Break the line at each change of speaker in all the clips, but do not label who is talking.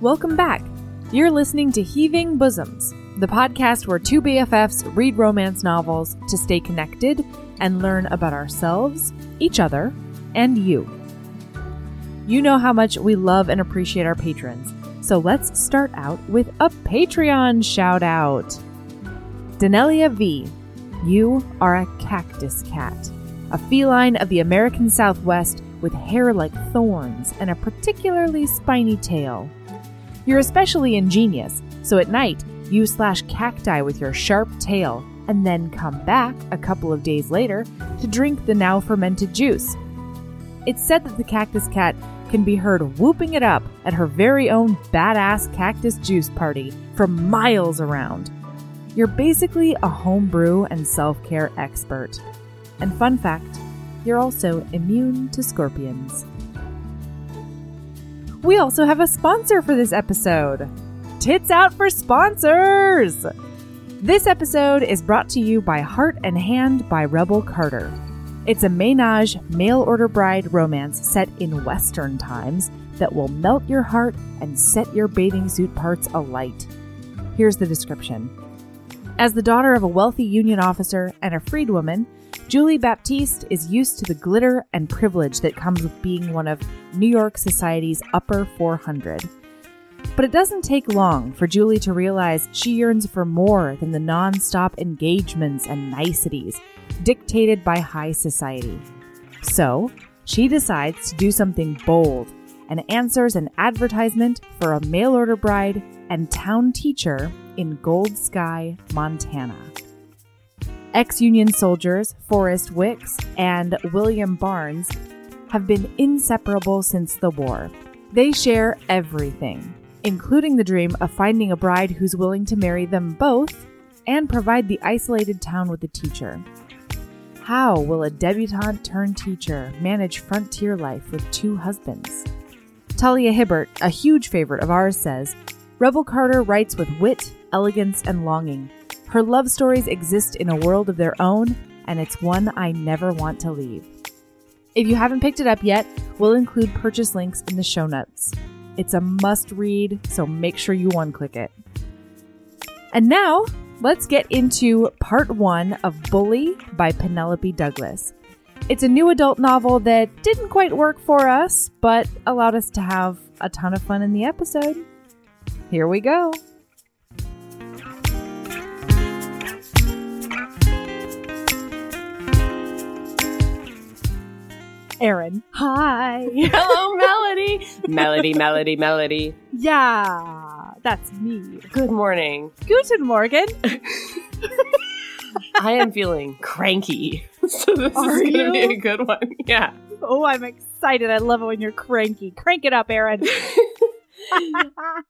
welcome back. You're listening to Heaving Bosoms, the podcast where two BFFs read romance novels to stay connected and learn about ourselves, each other, and you. You know how much we love and appreciate our patrons, so let's start out with a Patreon shout out. Denelia V, you are a cactus cat, a feline of the American Southwest with hair like thorns and a particularly spiny tail. You're especially ingenious, so at night, you slash cacti with your sharp tail and then come back a couple of days later to drink the now fermented juice. It's said that the cactus cat can be heard whooping it up at her very own badass cactus juice party from miles around. You're basically a homebrew and self care expert. And fun fact, you're also immune to scorpions. We also have a sponsor for this episode Tits Out for Sponsors! This episode is brought to you by Heart and Hand by Rebel Carter. It's a ménage mail order bride romance set in Western times that will melt your heart and set your bathing suit parts alight. Here's the description. As the daughter of a wealthy Union officer and a freedwoman, Julie Baptiste is used to the glitter and privilege that comes with being one of New York society's upper 400. But it doesn't take long for Julie to realize she yearns for more than the nonstop engagements and niceties dictated by high society. So, she decides to do something bold and answers an advertisement for a mail order bride and town teacher in Gold Sky, Montana. Ex Union soldiers Forrest Wicks and William Barnes have been inseparable since the war. They share everything, including the dream of finding a bride who's willing to marry them both and provide the isolated town with a teacher. How will a debutante turned teacher manage frontier life with two husbands? Talia Hibbert, a huge favorite of ours, says Rebel Carter writes with wit, elegance, and longing. Her love stories exist in a world of their own, and it's one I never want to leave. If you haven't picked it up yet, we'll include purchase links in the show notes. It's a must read, so make sure you one click it. And now, let's get into part one of Bully by Penelope Douglas. It's a new adult novel that didn't quite work for us, but allowed us to have a ton of fun in the episode. Here we go. Aaron. Hi.
Hello, Melody. melody, Melody, Melody.
yeah, that's me.
Good morning.
Guten Morgen.
I am feeling cranky. So this
Are
is going to be
you?
a good one. Yeah.
Oh, I'm excited. I love it when you're cranky. Crank it up, Aaron.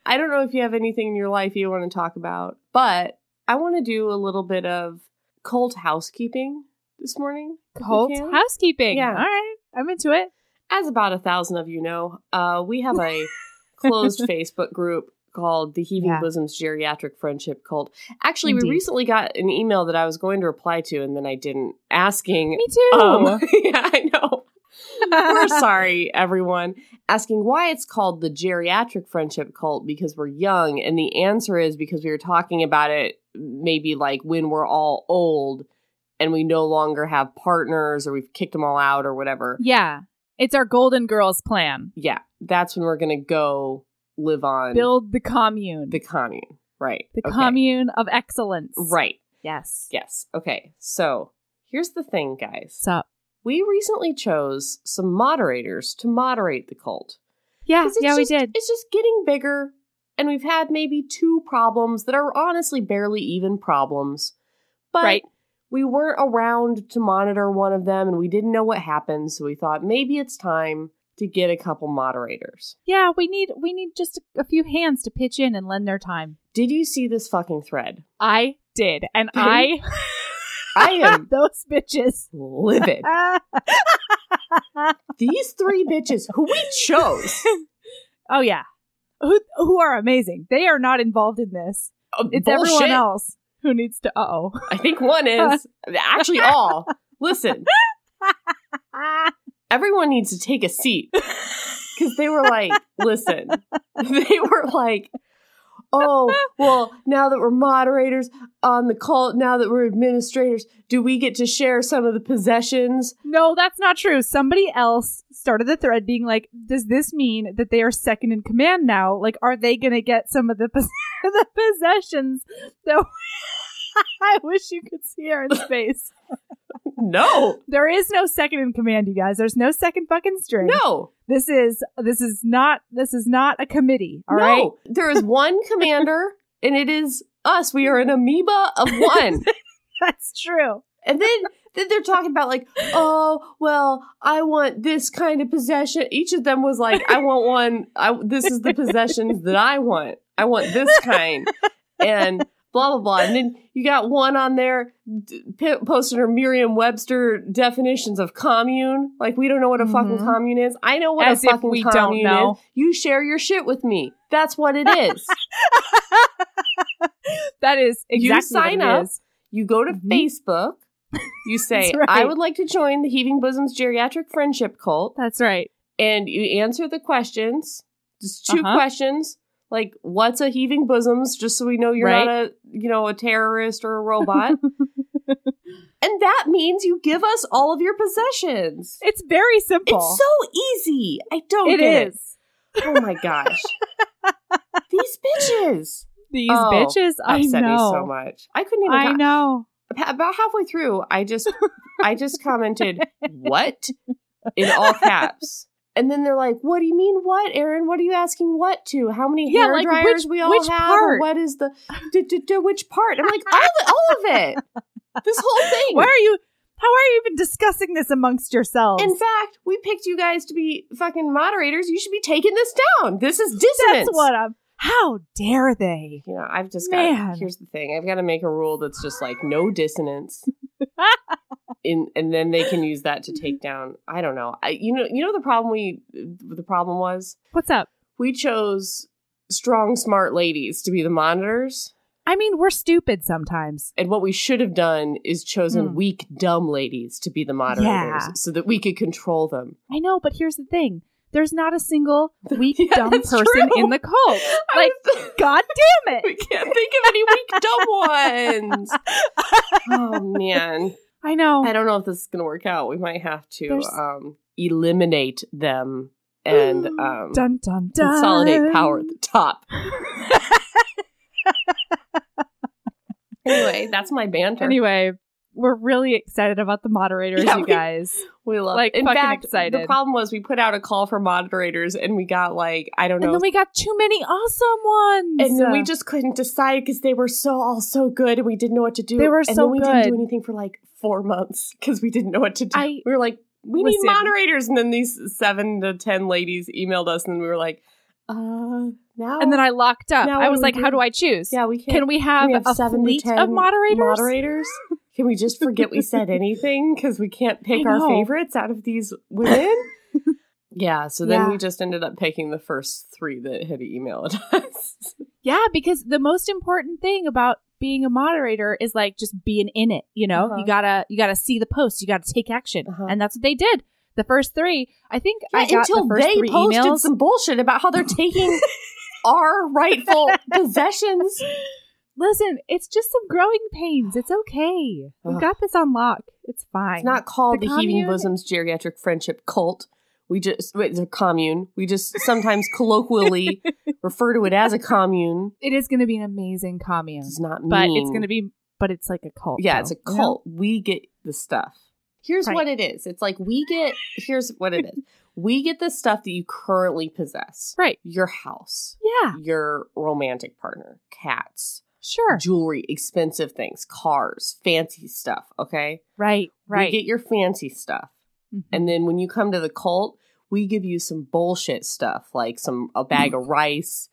I don't know if you have anything in your life you want to talk about, but I want to do a little bit of cold housekeeping this morning. if we
Cold
can.
housekeeping.
Yeah.
All right. I'm into it.
As about a thousand of you know, uh, we have a closed Facebook group called the Heaving
Yeah.
Bosoms Geriatric Friendship Cult. Actually,
Indeed.
we recently got an email that I was going to reply to and then I didn't, asking
Me too.
Um, yeah, I know. We're sorry, everyone. Asking why it's called the geriatric friendship cult because we're young. And the answer is because we were talking about it maybe like when we're all old and we no longer have partners or we've kicked them all out or whatever.
yeah. It's our Golden Girls plan.
Yeah, that's when we're going to go live on
Build the commune.
Um, the commune. Right.
The
Okay.
commune of excellence.
Right.
Yes.
Yes. Okay. So here's the thing, guys.
So,
We recently chose some moderators to moderate the cult.
yeah,
'Cause it's
yeah,
just-
we did.
It's just getting bigger, and we've had maybe two problems that are honestly barely even problems. But
Right.
we weren't around to monitor one of them, and we didn't know what happened, so we thought maybe it's time to get a couple moderators.
Yeah, we need we need just a, a few hands to pitch in and lend their time.
Did you see this fucking thread?
I did, and I
I am
those bitches.
livid.
Ah.
These three bitches who we chose.
oh yeah, who who are amazing. They are not involved in this.
Uh,
It's
bullshit.
everyone else who needs to. Uh
I think one is. Actually, all. Listen,
oh.
Ah. everyone needs to take a seat. because they were like, listen, they were like, oh, well, now that we're moderators on the cult, now that we're administrators, do we get to share some of the possessions?
No, that's not true. Somebody else started the thread being like, does this mean that they are second in command now? Like, are they going to get some of the, pos- the possessions that. I wish you could see Aaron's face.
No,
There is no second in command, you guys. There's no second fucking string.
no,
This is this is not this is not a committee. All
no.
right.
There is one commander, and it is us. We are an amoeba of one.
That's true.
And then then they're talking about like, oh, well, I want this kind of possession. Each of them was like, I want one. I this is the possessions that I want. I want this kind. And blah blah blah. And then you got one on there d- p- posting her Merriam-Webster definitions of commune. Like we don't know what a fucking
Mhm.
commune is. I know what
As
a
if
fucking
we don't
commune
know.
is. You share your shit with me. That's what it is.
That is
You
exactly
sign
what it
up.
is.
You go to
Mhm.
Facebook. You say,
That's right.
I would like to join the Heaving Bosoms Geriatric Friendship Cult.
That's right.
And you answer the questions. Just 2
Uh-huh.
questions. Like, what's a Heaving Bosoms? Just so we know you're not a, you know, a terrorist or a robot. and that means you give us all of your possessions.
It's very simple.
It's so easy. I don't
It
get
is.
it. Oh my gosh. These bitches.
These
Oh,
bitches. I
Upset
know.
me so much. Oh I couldn't even
I know.
about halfway through, I just I just commented, "What?" in all caps. And then they're like, "What do you mean what, Aaron? What are you asking what to? How many
Yeah,
hair
like,
dryers
which-
we all
which
have? Or
part?"
what is the d- d- d- which part?" I'm like, "All the, all of it. This whole thing."
Why are you? How are you even discussing this amongst yourselves?
in fact, we picked you guys to be fucking moderators. You should be taking this down. This is dissonance.
That's what I'm. How dare they?
you know, I've just
Man.
got here's the thing. I've got to make a rule that's just like no dissonance. In, and then they can use that to take down. I don't know. I, you know, you know the problem we the problem was
What's up?
we chose strong, smart ladies to be the monitors,
I mean, we're stupid sometimes.
and what we should have done is chosen
Hmm.
weak, dumb ladies to be the moderators,
Yeah.
so that we could control them.
I know, but here's the thing. There's not a single weak,
Yeah,
dumb
that's
person
true.
in the cult.
I
Like,
was-
God damn it.
we can't think of any weak, dumb ones. oh man.
I know.
I don't know if this is going to work out. We might have to
There's-
um, eliminate them and um,
Mm, dun, dun, dun.
consolidate power at the top. anyway, that's my banter.
Anyway, we're really excited about the moderators,
Yeah,
you
we-
guys.
we love
like,
In
fucking
fact,
excited.
the problem was we put out a call for moderators, and we got like I don't
And
know.
then we got too many awesome ones.
and then we just couldn't decide because they were so all so good, and we didn't know what to do.
They were
and
so
then we didn't
good.
do anything for like four months because we didn't know what to do.
I-
we were like, we
Listen.
need moderators, and then these seven to ten ladies emailed us, and we were like, uh, now.
and then I locked up.
Now
I
what
was
do we
like, how
do?
do I choose?
yeah, we can't.
Can we have,
we have
a
seven to
fleet
10
of moderators?
moderators? Can we just forget we said anything because we can't pick
I
our
know.
favorites out of these women? yeah, so then
Yeah.
we just ended up picking the first three that had emailed us.
Yeah, because the most important thing about being a moderator is like just being in it, you know?
Uh-huh.
You got to you got to see the post, you got to take action.
Uh-huh.
And that's what they did. The first 3, I think I got the first 3 emails.
some bullshit about how they're taking our rightful possessions.
Listen, it's just some growing pains. It's okay. We've
Ugh.
got this on lock. It's fine.
It's not called
The
the, Heaving
commune-
Bosoms Geriatric Friendship Cult. We just wait, it's a commune. We just sometimes colloquially refer to it as a commune.
It is going to be an amazing commune,
It's not mean.
but it's going to be. But it's like a cult.
mm. Yeah,
though,
it's a
you know?
cult. We get the stuff. Here's
Right.
what it is. It's like we get here's what it is. We get the stuff that you currently possess.
Right.
Your house,
Yeah.
your romantic partner, cats,
Sure.
jewelry, expensive things, cars, fancy stuff. Okay.
Right.
We
Right.
get your fancy stuff.
Mhm.
And then when you come to the cult, we give you some bullshit stuff, like some a bag of rice,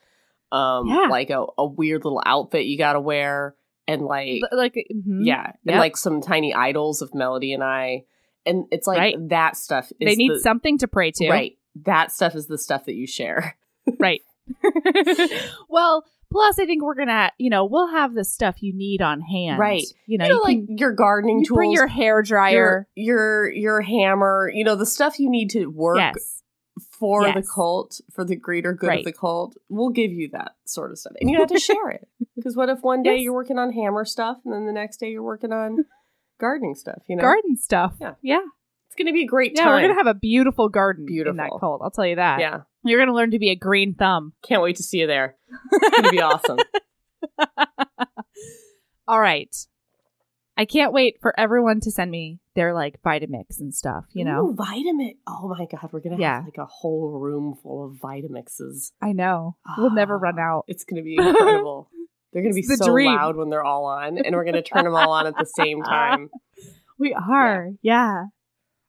um,
Yeah.
like a, a weird little outfit you gotta wear, and like mm-hmm.
L- like mhm.
yeah.
Yep.
And like some tiny idols of Melody and I. And it's like
Right.
that stuff is
they need
the,
something to pray to.
Right. That stuff is the stuff that you share.
Right. well, plus I think we're gonna, you know, we'll have the stuff you need on hand.
Right.
You know,
you know, like
can-
your gardening
you
tools.
bring your hair dryer.
your your your hammer, you know, the stuff you need to work
yes.
for the
Yes.
cult, for the greater good
Right.
of the cult, we'll give you that sort of stuff. And you have to share it. Because what if one day
Yes.
you're working on hammer stuff and then the next day you're working on gardening stuff, you know?
garden stuff.
Yeah.
yeah.
it's going to be a great
Yeah,
time.
we're gonna have a beautiful garden in that
Beautiful.
cult. I'll tell you that.
yeah.
You're gonna learn to be a green thumb.
Can't wait to see you there. It's going to be awesome.
All right. I can't wait for everyone to send me their like Vitamix and stuff, you know?
Ooh, vitamin. Oh my God. We're going to
Yeah.
have like a whole room full of Vitamixes.
I know. We'll
Ah.
never run out.
It's going to be incredible. They're going to be
It's the
so
dream.
loud when they're all on, and we're going to turn them all on at the same time.
We are. Yeah.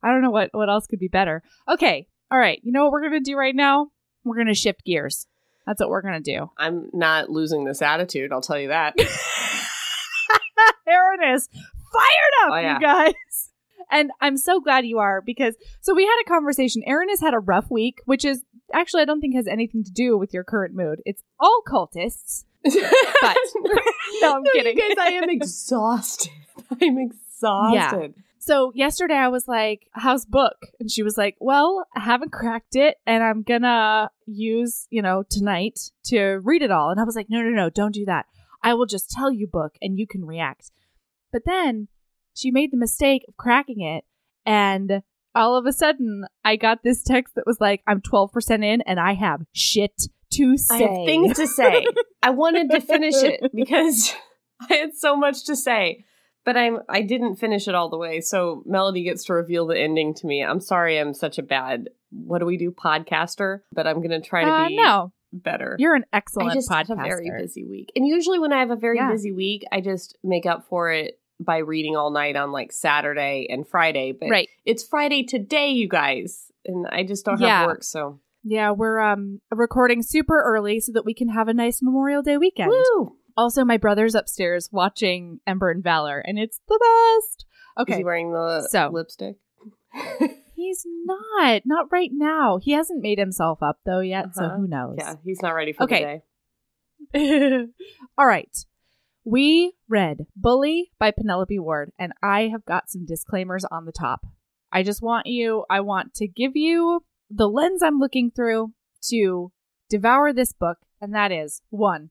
I don't know what what else could be better. Okay. All right. You know what we're going to do right now? We're going to shift gears. That's what we're going to do.
I'm not losing this attitude, I'll tell you that.
there it is. Fired up,
Oh, yeah.
you guys. And I'm so glad you are because so we had a conversation. Erin has had a rough week, which is actually I don't think has anything to do with your current mood. It's all cultists.
but
No, I'm
you
kidding.
guys, I am exhausted. I'm exhausted.
So yesterday I was like, "How's book?" And she was like, "Well, I haven't cracked it, and I'm gonna use you know tonight to read it all." And I was like, "No, no, no, don't do that. I will just tell you book, and you can react." But then she made the mistake of cracking it, and all of a sudden I got this text that was like, "I'm 12% in, and I have shit to say."
I have things to say. I wanted to finish it because I had so much to say, but I'm I didn't finish it all the way. So Melody gets to reveal the ending to me. I'm sorry, I'm such a bad what do we do podcaster, but I'm going to try to
Uh,
be
no,
better.
you're an excellent
I just had
podcaster.
a very busy week, and usually when I have a very
Yeah.
busy week, I just make up for it by reading all night on like Saturday and Friday. But
right.
it's Friday today, you guys, and I just don't
Yeah.
have work, so
Yeah, we're um recording super early so that we can have a nice Memorial Day weekend.
woo.
Also, my brother's upstairs watching Ember and Valor, and it's the best.
Is
Okay,
he wearing the
So-
lipstick?
he's not not right now. He hasn't made himself up though yet, so
Uh-huh.
who knows?
yeah, he's not ready for
Okay.
the day.
All right. We read Bully by Penelope Ward, and I have got some disclaimers on the top. I just want you, I want to give you the lens I'm looking through to devour this book, and that is one,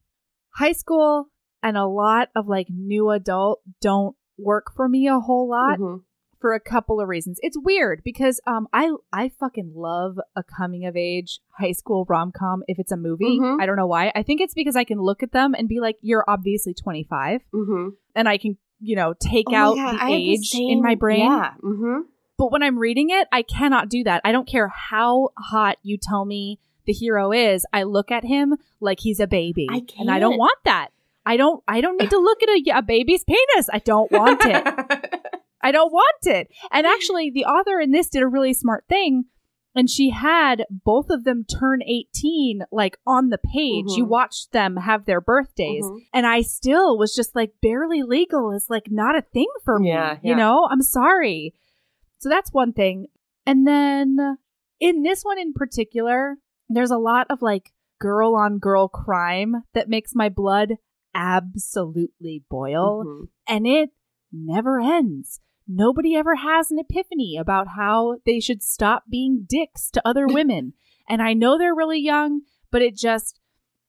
high school and a lot of like new adult don't work for me a whole lot
Mhm.
for a couple of reasons. It's weird because um I I fucking love a coming of age high school rom com if it's a movie.
Mhm.
I don't know why. I think it's because I can look at them and be like, you're obviously 25,
Mhm.
and I can you know take
Oh my
out
God,
the
I have
age in
same-
my brain. Mm-hmm.
Yeah. Mhm.
But when I'm reading it, I cannot do that. I don't care how hot you tell me the hero is. I look at him like he's a baby,
I
and I don't
can't.
want that. I don't. I don't need to look at a, a baby's penis. I don't
mm-hmm.
want it. I don't want it. And
Mm.
actually, the author in this did a really smart thing. And she had both of them turn 18, like on the page. You
Mhm.
watched them have their birthdays.
Mhm.
And I still was just like, barely legal is like not a thing for me.
Yeah,
You
yeah.
know, I'm sorry. So that's one thing. And then in this one in particular, there's a lot of like girl on girl crime that makes my blood absolutely boil
Mhm.
and it never ends. Nobody ever has an epiphany about how they should stop being dicks to other women. and I know they're really young, but it just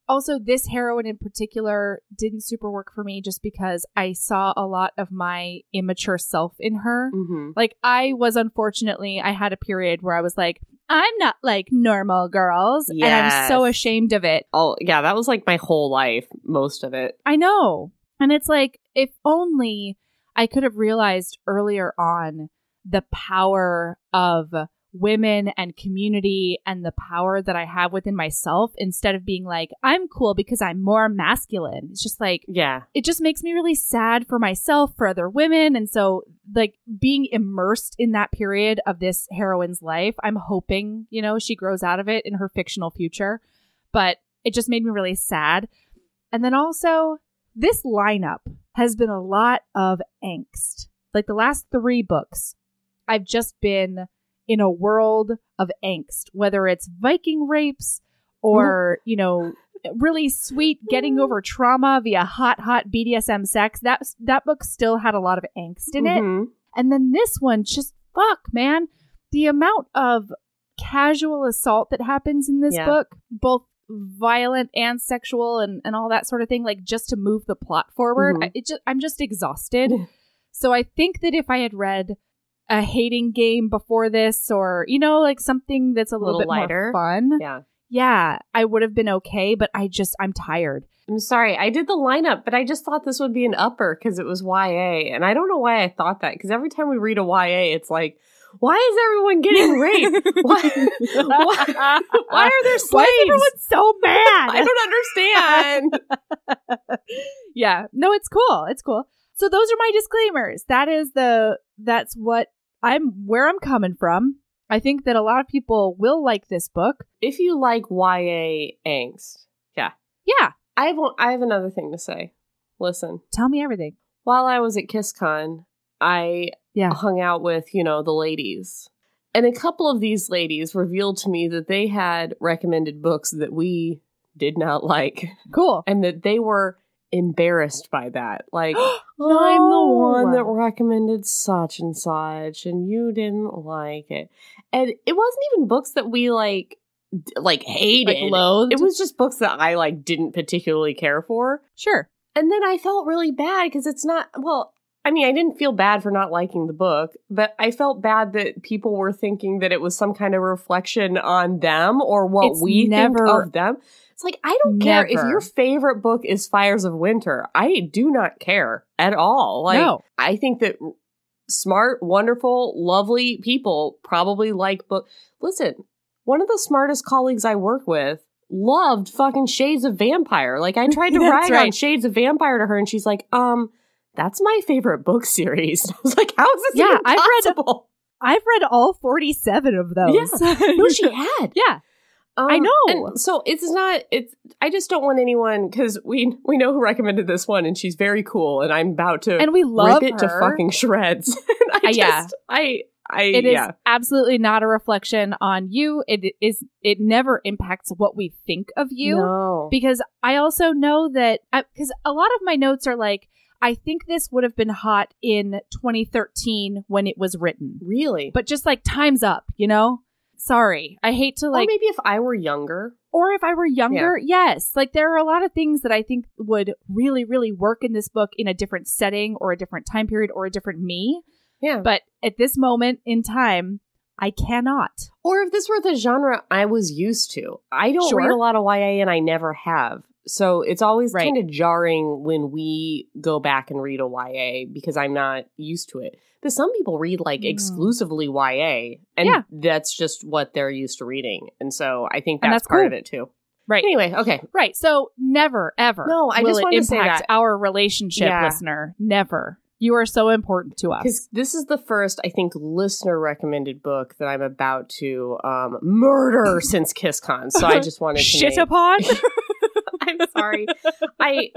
also this heroine in particular didn't super work for me just because I saw a lot of my immature self in her.
Mhm.
Like I was unfortunately I had a period where I was like I'm not like normal girls and I'm so
Yes.
ashamed of it.
Oh, yeah, that was like my whole life, most of it.
I know. And it's like, if only I could have realized earlier on the power of women and community and the power that I have within myself instead of being like, I'm cool because I'm more masculine. It's just like,
Yeah.
it just makes me really sad for myself, for other women. And so, like, being immersed in that period of this heroine's life, I'm hoping, you know, she grows out of it in her fictional future. But it just made me really sad. And then also, this lineup has been a lot of angst. Like, the last three books, I've just been in a world of angst, whether it's Viking rapes or, you know, really sweet getting over trauma via hot hot BDSM sex. That that book still had a lot of angst in it.
Mhm.
And then this one just fuck, man. The amount of casual assault that happens in this
Yeah.
book, both violent and sexual and, and all that sort of thing, like just to move the plot forward.
Mhm.
I, it just, I'm just exhausted. so I think that if I had read a hating game before this or, you know, like something that's a little,
Little
bit
lighter.
more fun,
Yeah.
yeah, I would have been okay, but I just, I'm tired.
I'm sorry, I did the lineup, but I just thought this would be an upper because it was YA. And I don't know why I thought that because every time we read a YA, it's like, why is everyone getting raped? Why, why, why are there
Uh,
slaves?
Why is everyone so mad?
I don't understand.
yeah no it's cool it's cool so those are my disclaimers that is the that's what i'm where i'm coming from i think that a lot of people will like this book
if you like YA angst,
yeah
I have, one- I have another thing to say. Listen,
tell me everything
while I was at KissCon, I
Yeah.
hung out with, you know, the ladies. And a couple of these ladies revealed to me that they had recommended books that we did not like
cool
and that they were embarrassed by that. Like,
No.
I'm the one that
Oh.
recommended such and such and you didn't like it. And it wasn't even books that we like d- like hated.
like loathed
it was just books that I like didn't particularly care for.
sure
And then I felt really bad because it's not, well, I mean, I didn't feel bad for not liking the book, but I felt bad that people were thinking that it was some kind of reflection on them or what
It's
we
never-
think of them. It's like, I don't care if
Never.
your favorite book is Fires of Winter. I do not care at all. Like,
no
I think that smart, wonderful, lovely people probably like book. Listen, one of the smartest colleagues I work with loved fucking Shades of Vampire. Like I tried to
That's
rag on
right.
Shades of Vampire to her, and she's like, um. That's my favorite book series. I was like, "How is this
Yeah,
even
I've read-
possible?"
i've read all 47 of those
no, she had.
yeah
Um,
know.
and so it's not. It's. I just don't want anyone because we we know who recommended this one, and she's very cool, and I'm about to
and we love
rip it to
her.
fucking shreds. And I
Uh,
just,
yeah.
I, I,
It is
yeah.
absolutely not a reflection on you it is it never impacts what we think of you
No.
because I also know that because a lot of my notes are like, I think this would have been hot in 2013 when it was written,
really?
but just like time's up, you know. Sorry, I hate to
or
like,
maybe if I were younger.
or if I were younger, yes, like there are a lot of things that I think would really, really work in this book in a different setting or a different time period or a different me.
Yeah.
But at this moment in time, I cannot.
Or if this were the genre I was used to. I don't
Sure.
read a lot of YA and I never have. So it's always
Right.
kind of jarring when we go back and read a YA because I'm not used to it. Because some people read like
Mm.
exclusively YA and
Yeah.
that's just what they're used to reading. And so I think that's,
And that's
part
cool.
of it too.
Right.
Anyway, okay.
Right. So never, ever.
No, I
will
just
it
wanted to say
impact
that.
our relationship,
Yeah.
listener. Never. You are so important to us.
Because this is the first, I think, listener recommended book that I'm about to um, murder since KissCon. So I just wanted to
Shit
make-
upon.
I'm sorry. I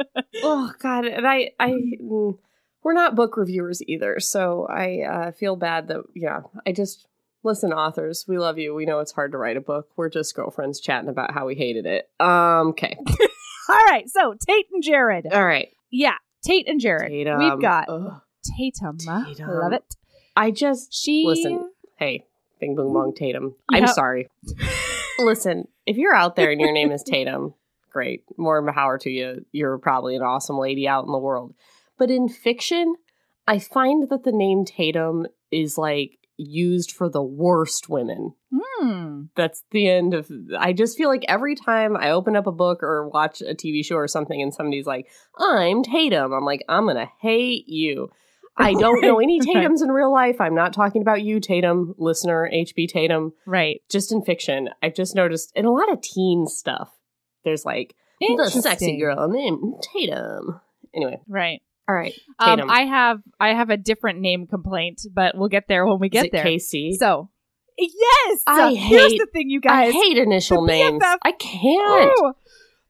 oh god, and I I mm, we're not book reviewers either, so I uh, feel bad that yeah. I just listen, authors, we love you. We know it's hard to write a book. We're just girlfriends chatting about how we hated it. Um, okay,
All right. So Tate and Jared.
all right.
Yeah. Tate and Jared.
Tatum.
We've got
Ugh.
Tatum.
Tatum.
Love it.
I just
She.
Listen. Hey, Bing Boom Bong Tatum. I'm
Yep.
sorry. Listen, if you're out there and your name is Tatum, great. More power to you. You're probably an awesome lady out in the world. But in fiction, I find that the name Tatum is like used for the worst women.
Hmm.
That's the end of. I just feel like every time I open up a book or watch a TV show or something and somebody's like, I'm Tatum, I'm like, I'm going to hate you. I don't know any
Right.
Tatums in real life. I'm not talking about you, Tatum, listener, HB Tatum.
Right.
Just in fiction, I've just noticed in a lot of teen stuff, there's like, the
Interesting.
sexy girl named Tatum. Anyway,
Right.
all right.
Um,
Tatum.
I have I have a different name complaint, but we'll get there when we
Is
get
it
there.
Casey.
So. Yes.
I
Here's
hate-
the thing, you
I
guys.
hate initial
the
names.
BFF
I can't.
Oh,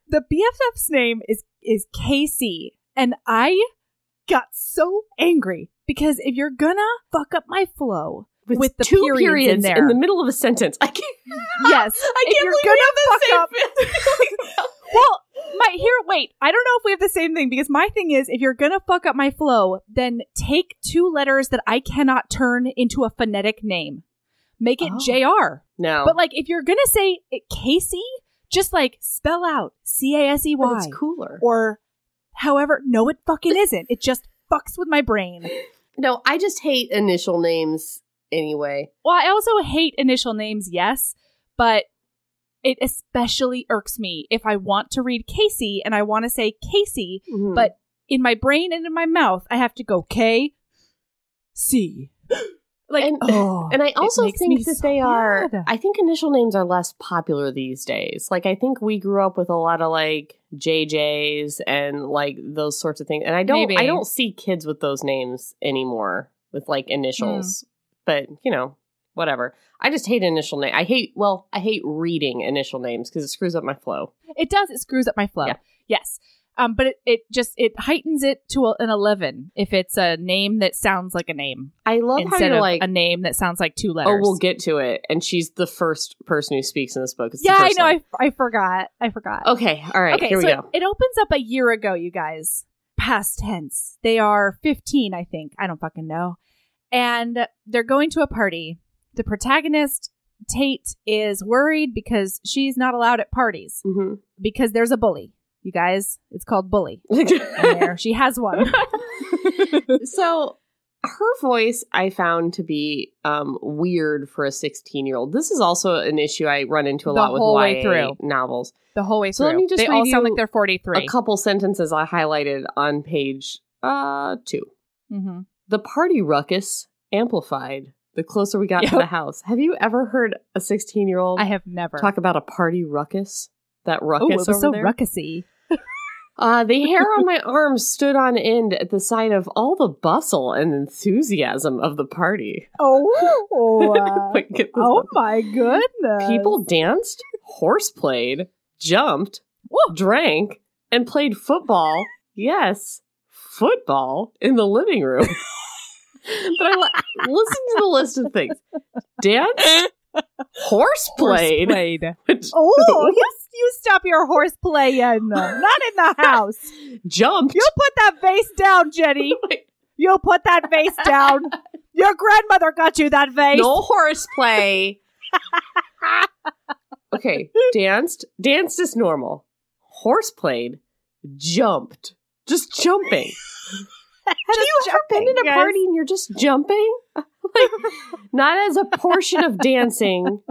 the BFF's name is is Casey, and I got so angry because if you're gonna fuck up my flow,
With,
with the
two
periods in
periods in,
there.
the middle of a sentence. I can't.
yes,
I
if
can't
you're
believe
gonna
we
fuck
have
up,
the same.
well, my here, wait, I don't know if we have the same thing because my thing is if you're gonna fuck up my flow, then take two letters that I cannot turn into a phonetic name. Make it
Oh.
JR.
No.
But like if you're going to say it Casey, just like spell out C A S E
But
Y
it's cooler.
or however, no it fucking isn't. It just fucks with my brain.
No, I just hate initial names anyway.
Well, I also hate initial names, yes, but it especially irks me if I want to read Casey and I want to say Casey But- in my brain and in my mouth, I have to go K C. Like
And-
oh,
and I
it
also
makes me
think that
so
they are
mad.
I think initial names are less popular these days. Like I think we grew up with a lot of like JJs and like those sorts of things. And I don't
Maybe.
I don't see kids with those names anymore with like initials.
Hmm.
But, you know, whatever. I just hate initial name. I hate well, I hate reading initial names cuz it screws up my flow.
It does. It screws up my flow.
Yeah.
Yes. Um, but it, it just it heightens it to a, an eleven if it's a name that sounds like a name
I love how
instead
you're
of
like
a name that sounds like two letters.
Oh, we'll get to it. And she's the first person who speaks in this book. It's the
yeah, I
first
know.
one.
I, I forgot. I forgot.
Okay, all right,
okay,
here we
so
go.
it opens up a year ago, you guys. Past tense. They are 15, I think. I don't fucking know. And they're going to a party. The protagonist, Tate, is worried because she's not allowed at parties because there's a bully. You guys, it's called bully. And
Mhm.
there she has one.
so her voice I found to be um, weird for a 16 year old. This is also an issue I run into a
The
lot with
whole
YA
way through.
novels.
The whole way
So
through.
let me just
they all
read
sound
you
like they're 43.
A couple sentences I highlighted on page uh, two.
mm-hmm.
The party ruckus amplified the closer we got to
Yep.
the house. Have you ever heard a 16 year old
I have never.
talk about a party ruckus? That ruckus
oh, it was
over
so
there?
ruckusy.
Uh, the hair on my arm stood on end at the sight of all the bustle and enthusiasm of the party.
Oh,
Wait, get this one.
my goodness.
People danced, horse played, jumped,
Woo.
drank, and played football. Yes, football in the living room. but I li- listen to the list of things: dance, horse played, which-
Oh, you, you stop your horse playing. Not in the house.
jumped.
You put that vase down, Jenny. You put that vase down. Your grandmother got you that vase.
No horseplay. okay, danced. Danced is normal. Horse played. Jumped. Just jumping. Have you ever been in a
guys.
party and you're just jumping? like, not as a portion of dancing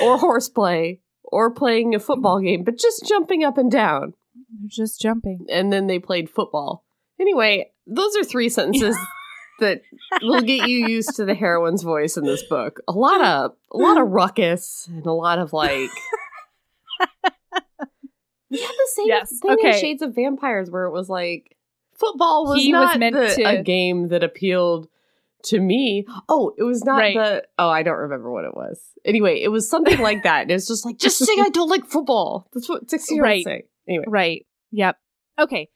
or horseplay or playing a football game, but just jumping up and down.
They're just jumping.
And then they played football. Anyway, those are three sentences that will get you used to the heroine's voice in this book. A lot of a lot of ruckus and a lot of like We had the same
Yes,
thing in
okay.
Shades of Vampires where it was like football was
He was
not
meant
the-
to-
a game that appealed to me. Oh, it was not
Right.
the oh, I don't remember what it was. Anyway, it was something like that. And it was just like, just say I don't like football. That's what 16 year
Right.
olds say. Anyway.
Right. Yep. Okay.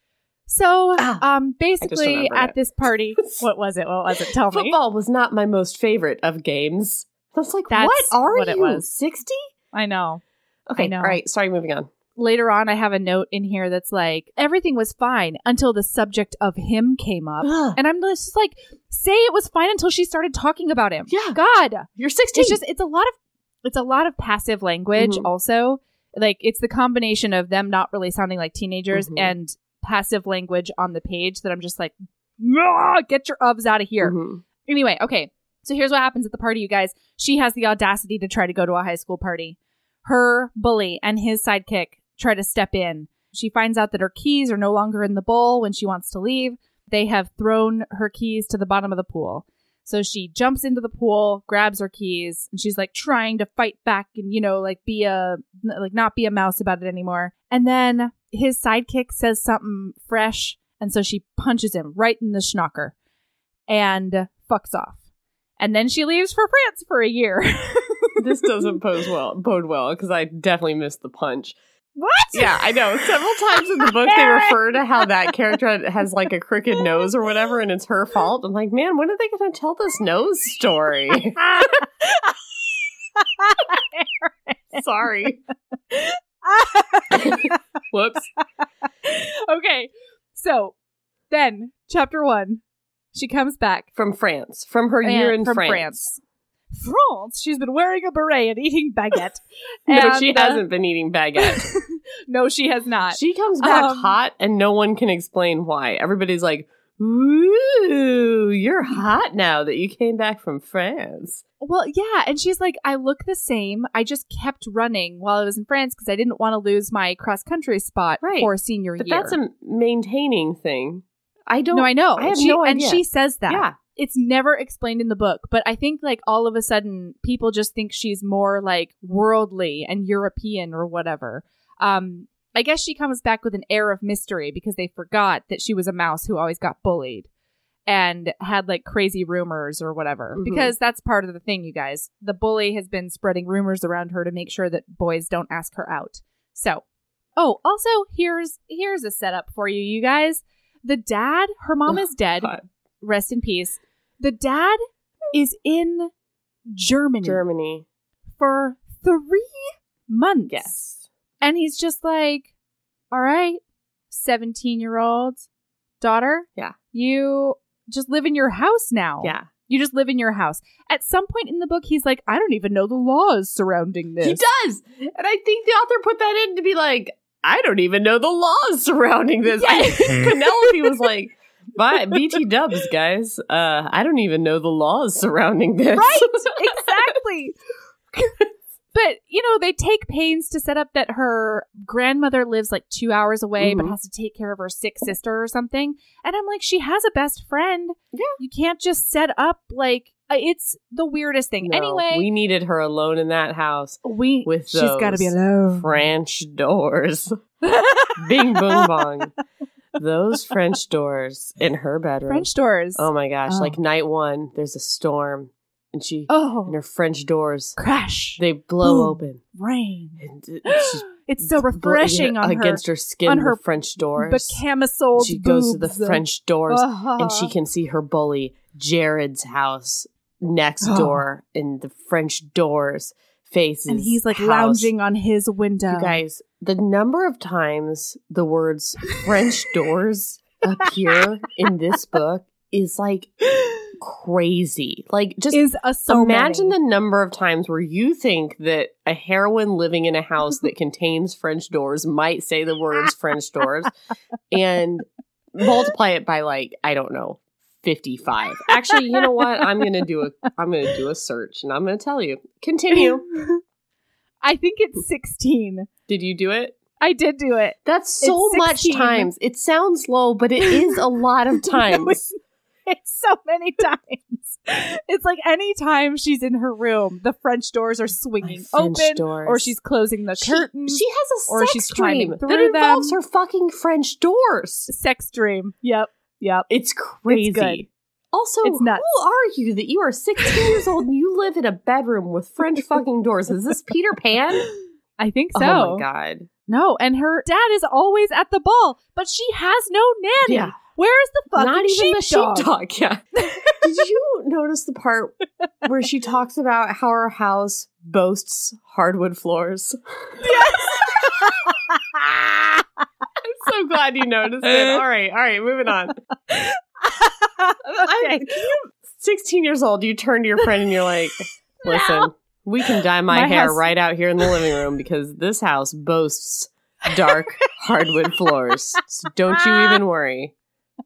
So,
Ah,
um, basically
remembered
at
it.
this party, what was it? What was it? Tell me.
Football was not my most favorite of games. I was like,
That's
what are
what it
you?
was.
60?
I know.
Okay,
know.
all right. Sorry, moving on.
Later on, I have a note in here that's like everything was fine until the subject of him came up,
Ugh,
and I'm just like, say it was fine until she started talking about him.
Yeah.
God.
You're 16.
it's just it's a lot of it's a lot of passive language
Mhm.
also like it's the combination of them not really sounding like teenagers
Mhm.
and passive language on the page that i'm just like "Nah, get your ups out of here
Mhm.
anyway okay so here's what happens at the party you guys she has the audacity to try to go to a high school party her bully and his sidekick try to step in she finds out that her keys are no longer in the bowl when she wants to leave they have thrown her keys to the bottom of the pool. So she jumps into the pool, grabs her keys, and she's like trying to fight back and you know like be a like not be a mouse about it anymore. And then his sidekick says something fresh, and so she punches him right in the schnocker and fucks off. And then she leaves for France for a year.
this doesn't pose well, bode well because I definitely missed the punch.
what?
Yeah, I know. Several times in the book, they
Aaron.
refer to how that character has like a crooked nose or whatever, and it's her fault. I'm like, man, when are they going to tell this nose story? Sorry. Whoops.
okay. So then chapter 1 she comes back
From France, from her year
And-
in
from
France.
France. France, she's been wearing a beret and eating baguette.
no,
And,
she
uh,
hasn't been eating baguette.
No, she has not.
she comes back
Um,
hot, and no one can explain why. Everybody's like, "Ooh, you're hot now that you came back from France."
Well, yeah, and she's like, I look the same. I just kept running while I was in France because I didn't want to lose my cross country spot
Right.
for senior
But
year.
that's a maintaining thing. I don't.
no, I know.
I have
she,
no idea.
And she says that.
yeah,
It's never explained in the book, but I think like all of a sudden people just think she's more like worldly and European or whatever. Um, I guess she comes back with an air of mystery because they forgot that she was a mouse who always got bullied and had like crazy rumors or whatever.
Mhm.
Because that's part of the thing, you guys. The bully has been spreading rumors around her to make sure that boys don't ask her out. So, oh, also here's here's a setup for you, you guys. The dad, her mom is dead.
God.
Rest in peace. The dad is in Germany
Germany.
for three months.
Yes.
And he's just like, all right, 17 year old daughter.
Yeah.
You just live in your house now.
Yeah.
You just live in your house. At some point in the book, he's like, I don't even know the laws surrounding this.
He does. And I think the author put that in to be like, I don't even know the laws surrounding this.
Yes.
Penelope was like, my BT dubs, guys. Uh, I don't even know the laws surrounding this.
Right. exactly. but you know, they take pains to set up that her grandmother lives like two hours away, but
Mhm.
has to take care of her sick sister or something. And I'm like, she has a best friend.
Yeah.
you can't just set up like uh, it's the weirdest thing.
No,
anyway,
we needed her alone in that house.
we
with
she's got to be
those
alone.
French doors. Bing, boom, bong. Those French doors in her bedroom.
French doors.
Oh my gosh.
Oh.
Like night one, there's a storm, and she
oh,
and her French doors
crash,
they blow
Boom.
open,
rain.
and she's
it's so
bl-
refreshing
yeah,
on
against her, skin
on
the
her
French
her.
doors.
But camisole.
she goes to the French doors
Uh-huh.
and she can see her bully Jared's house next
Oh.
door in the French doors faces
and he's like
house.
lounging on his window.
You guys, the number of times the words French doors appear in this book is like crazy. Like just
is a so
Imagine
many.
the number of times where you think that a heroine living in a house that contains French doors might say the words French doors and multiply it by like, I don't know, 55. Actually, you know what? I'm going to do a I'm going to do a search and I'm going to tell you. Continue.
I think it's sixteen.
Did you do it?
I did do it.
That's so
It's
much
16.
times. It sounds low, but it is a lot of
No,
times.
it's, it's so many times. It's like any time she's in her room, the French doors are swinging
French
open,
doors.
or she's closing the
she,
curtains.
she has a
or
sex
she's climbing
dream that
through
involves
them.
her fucking French doors.
Sex dream. Yep. Yep.
It's crazy.
good.
Also,
It's nuts.
who are you that you are 16 years old and you live in a bedroom with French fucking doors? Is this Peter Pan?
I think so.
oh my god.
No, and her dad is always at the ball, but she has no nanny.
Yeah.
Where is the fucking
Not even the
sheepdog?
sheepdog. Yeah. Did you notice the part where she talks about how her house boasts hardwood floors? I'm so glad you noticed it. All right, all right, moving on.
okay.
16 years old, you turn to your friend and you're like, listen, we can dye my,
My
hair
house-
right out here in the living room because this house boasts dark hardwood floors. So don't you even worry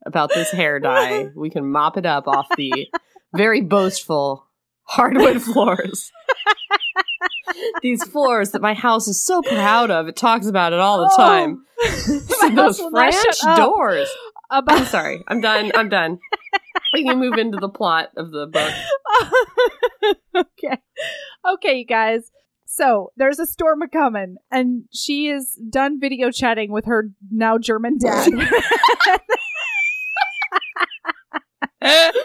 about this hair dye. We can mop it up off the very boastful hardwood floors. These floors that my house is so proud of. It talks about it all the
Oh.
time.
My house
Those
will not
French
shut up.
doors. I'm
About
sorry. I'm done. I'm done. We can move into the plot of the book.
okay. Okay, you guys. So there's a storm a coming, and she is done video chatting with her now German dad.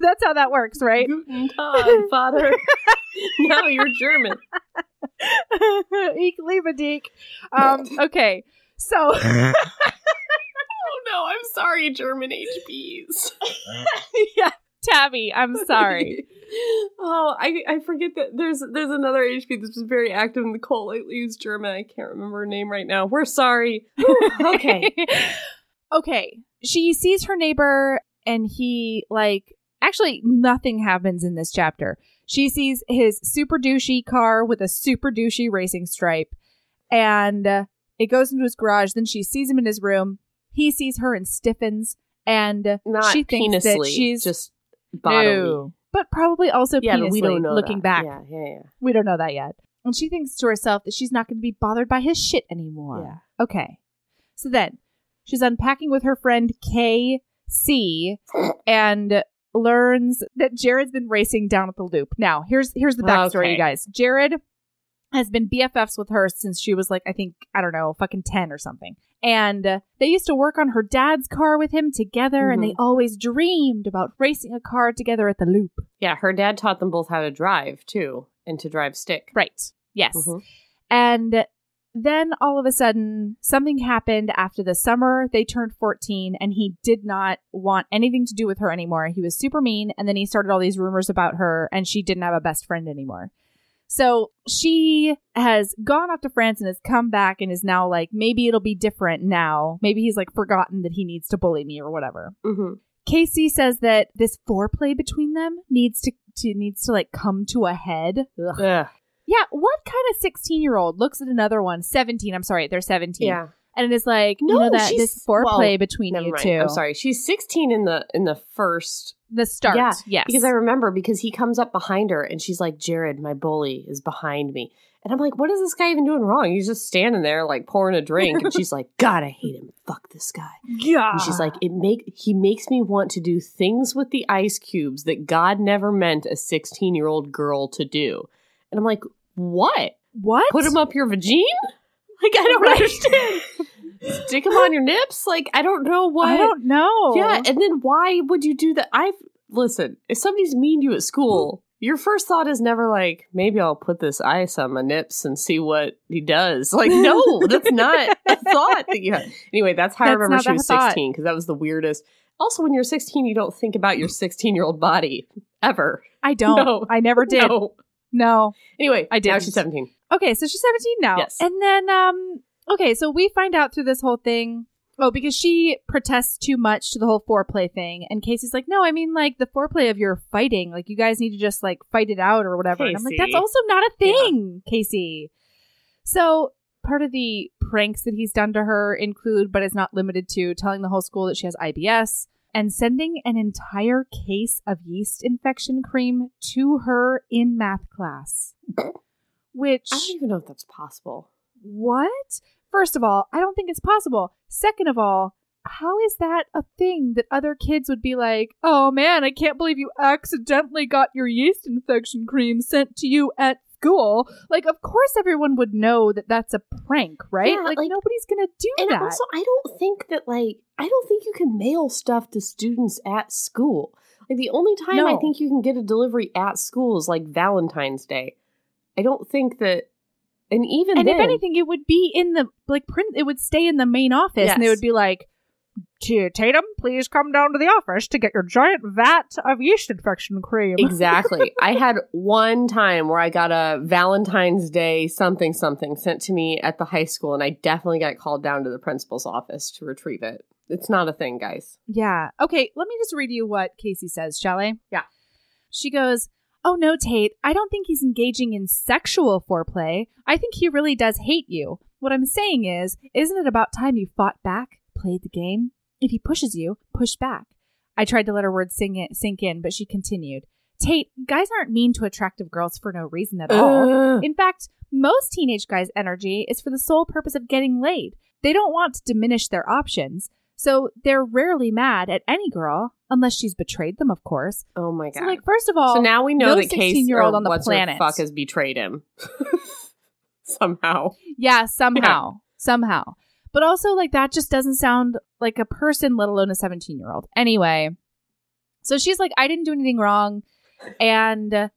That's how that works, right?
Guten Tag, Father. now you're German.
ich liebe dich. Um, okay. So
Oh no, I'm sorry, German HBs.
yeah, Tabby, I'm sorry.
oh, I, I forget that there's there's another HB that's been very active in the cult lately who's German. I can't remember her name right now. We're sorry.
Oh,
okay.
okay. She sees her neighbor and he like Actually, nothing happens in this chapter. She sees his super douchey car with a super douchey racing stripe, and uh, it goes into his garage. Then she sees him in his room. He sees her and stiffens, and uh,
Not
she thinks that
penously,
she's
just bodily.
No. but probably also
Yeah, but
penously.
we don't know.
looking back,
that. yeah, yeah, yeah.
we don't know that yet. And she thinks to herself that she's not going to be bothered by his shit anymore.
Yeah.
Okay. So then she's unpacking with her friend KC and learns that Jared's been racing down at the loop. Now, here's here's the backstory,
Okay.
you guys. Jared has been BFFs with her since she was like, I think, I don't know, fucking 10 or something. And uh, they used to work on her dad's car with him together, and they always dreamed about racing a car together at the loop.
Yeah, her dad taught them both how to drive too, and to drive stick.
Right. Mm-hmm. Yes.
Mhm.
And then all of a sudden, something happened after the summer. They turned 14, and he did not want anything to do with her anymore. He was super mean. And then he started all these rumors about her, and she didn't have a best friend anymore. So she has gone off to France and has come back and is now like, maybe it'll be different now. Maybe he's like forgotten that he needs to bully me or whatever.
Mhm.
Casey says that this foreplay between them needs to, to needs to like come to a head.
Ugh.
Yeah, what kind of 16 year old looks at another one, 17, I'm sorry, they're 17,
Yeah.
and it is like, you
No,
know, that
she's-
this foreplay
well,
between
Never
you
mind.
two.
I'm sorry. She's 16 in the in the first
The start,
Yeah,
yes.
because I remember because he comes up behind her and she's like, "Jared, my bully is behind me," and I'm like, "What is this guy even doing wrong? He's just standing there like pouring a drink," and she's like, "God, I hate him. Fuck this guy."
yeah.
And she's like, "It make he makes me want to do things with the ice cubes that God never meant a 16 year old girl to do," and I'm like, "What?
what?
Put him up your vagine?" Like I don't
Right.
understand. Stick him on your nips? Like I don't know what.
I don't know.
Yeah, and then why would you do that? I've listen, if somebody's mean to you at school, your first thought is never like, maybe I'll put this ice on my nips and see what he does. Like, no, that's not a thought that you have. Anyway, that's how I
That's
remember
not
she
the
was
thought.
16 because that was the weirdest. Also, when you're 16, you don't think about your 16 year old body ever.
I don't.
No.
I never did. No.
No. Anyway,
I
Now
didn't.
she's 17.
Okay, so she's 17 now.
Yes.
And then, um, okay, so we find out through this whole thing. Oh, because she protests too much to the whole foreplay thing. And Casey's like, no, I mean, like, the foreplay of your fighting. Like, you guys need to just, like, fight it out or whatever. And I'm like, that's
Casey.
also not a thing, Casey. So part of the pranks that he's done to her include, but is not limited to, telling the whole school that she has IBS and sending an entire case of yeast infection cream to her in math class. Which
I don't even know if that's possible.
what? First of all, I don't think it's possible. Second of all, how is that a thing that other kids would be like, oh man, I can't believe you accidentally got your yeast infection cream sent to you at school? Like, of course, everyone would know that that's a prank, right?
Yeah,
like,
like-
nobody's gonna do
And
that.
also, I don't think that like I don't think you can mail stuff to students at school. Like the only time I
No.
think you can get a delivery at school is like Valentine's Day. I don't think that, and even
and
then,
if anything, it would be in the like print. It would stay in the main office, and they
Yes.
would be like, "T- "Tatum, please come down to the office to get your giant vat of yeast infection cream."
exactly. I had one time where I got a Valentine's Day something something sent to me at the high school, and I definitely got called down to the principal's office to retrieve it. It's not a thing, guys.
Yeah. Okay, let me just read you what Casey says, shall I?
Yeah.
She goes, Oh no, Tate, I don't think he's engaging in sexual foreplay. I think he really does hate you. What I'm saying is, isn't it about time you fought back, played the game? If he pushes you, push back. I tried to let her words sing it, sink in, but she continued, Tate, guys aren't mean to attractive girls for no reason at all.
Ugh.
In fact, most teenage guys' energy is for the sole purpose of getting laid. They don't want to diminish their options, so they're rarely mad at any girl, unless she's betrayed them, of course.
oh my god!
So, like, first of all,
so now we know
no
that Case
16-year-old
or
on the
what's
planet.
Her fuck has betrayed him somehow.
yeah, somehow, somehow. But also, like, that just doesn't sound like a person, let alone a 17 year old. Anyway, so she's like, I didn't do anything wrong. And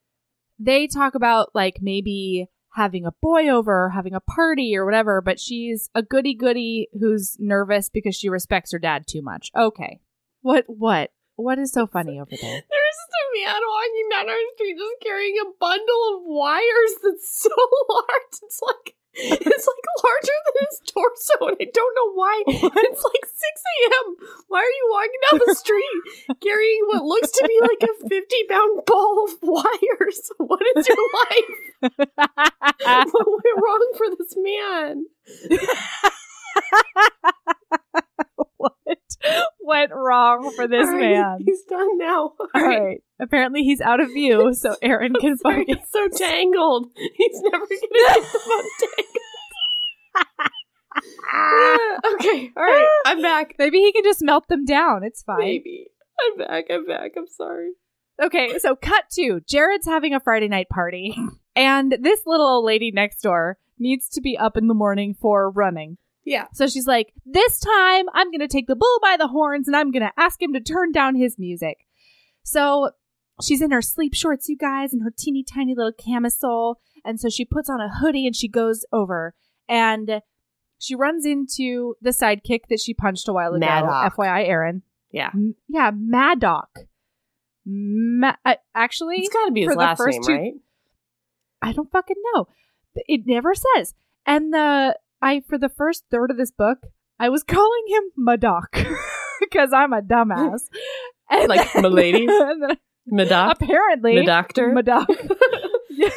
they talk about, like, maybe having a boy over, having a party or whatever, but she's a goody goody who's nervous because she respects her dad too much. Okay. What, what? What is so funny over there?
There's just a man walking down our street just carrying a bundle of wires that's so large. It's like it's like larger than his torso, and I don't know why. It's like 6 a.m. Why are you walking down the street carrying what looks to be like a 50 pound ball of wires? What is your life? What went wrong for this man?
what went wrong for this
All right,
man?
He's done now.
All right. Apparently, he's out of view, so Aaron can
Sorry,
focus.
it's so tangled. He's never gonna get the untangled. Ah, okay, all right. I'm back.
Maybe he can just melt them down. It's fine.
Maybe. I'm back. I'm back. I'm sorry.
Okay, so cut to Jared's having a Friday night party, and this little old lady next door needs to be up in the morning for running.
Yeah.
So she's like, This time I'm going to take the bull by the horns and I'm going to ask him to turn down his music. So she's in her sleep shorts, you guys, and her teeny tiny little camisole. And so she puts on a hoodie and she goes over and she runs into the sidekick that she punched a while ago.
Madoc.
FYI, Aaron.
Yeah.
M- yeah, Madoc. Ma- uh, actually,
It's got to be his
for the
last
first
name,
two-
right?
I don't fucking know. It never says. And the I for the first third of this book, I was calling him Madoc because I'm a dumbass. And
Like
then-
Milady?
and then
Madoc.
apparently,
The doctor.
Madoc. Yeah.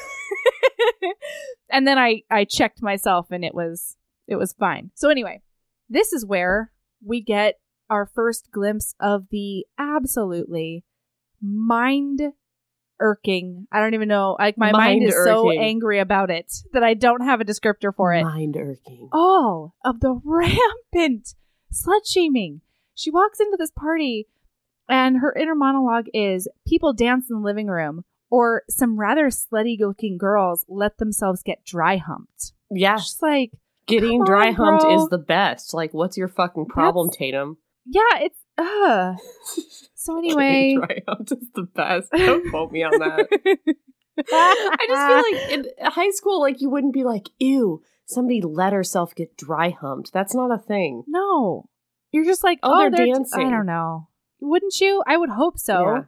and then I I checked myself, and it was it was fine. So anyway, this is where we get our first glimpse of the absolutely mind irking. I don't even know. Like my mind, is so
Mind-irking.
angry about it that I don't have a descriptor for it.
Mind irking.
All of the rampant slut shaming. She walks into this party and her inner monologue is people dance in the living room or some rather slutty looking girls let themselves get dry humped.
Yeah.
Just like
Getting
Come on,
dry humped
bro.
is the best. Like, what's your fucking problem, Tatum?
Yeah, it's uh so anyway.
Getting dry humped is the best. Don't quote me on that. I just feel like in high school, like you wouldn't be like, ew, somebody let herself get dry humped. That's not a thing.
no. You're just like,
Oh,
oh,
they're
they're,
dancing.
I don't know. Wouldn't you? I would hope so.
Yeah.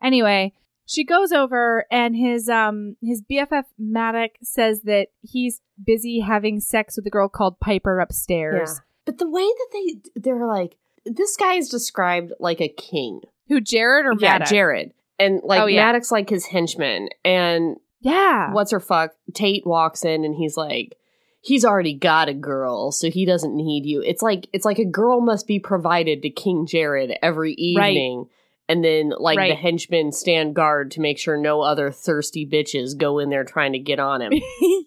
Anyway, she goes over and his um his BFF Maddock says that he's busy having sex with a girl called Piper upstairs
But the way that they they're like, this guy is described like a king.
who Jared or
Yeah,
Maddox?
Jared. And like
Oh, yeah.
Maddox like his henchman. And
Yeah.
what's her fuck? Tate walks in and he's like, he's already got a girl, so he doesn't need you. It's like it's like a girl must be provided to King Jared every
Right.
evening. And then like the
Right.
henchmen stand guard to make sure no other thirsty bitches go in there trying to get on him.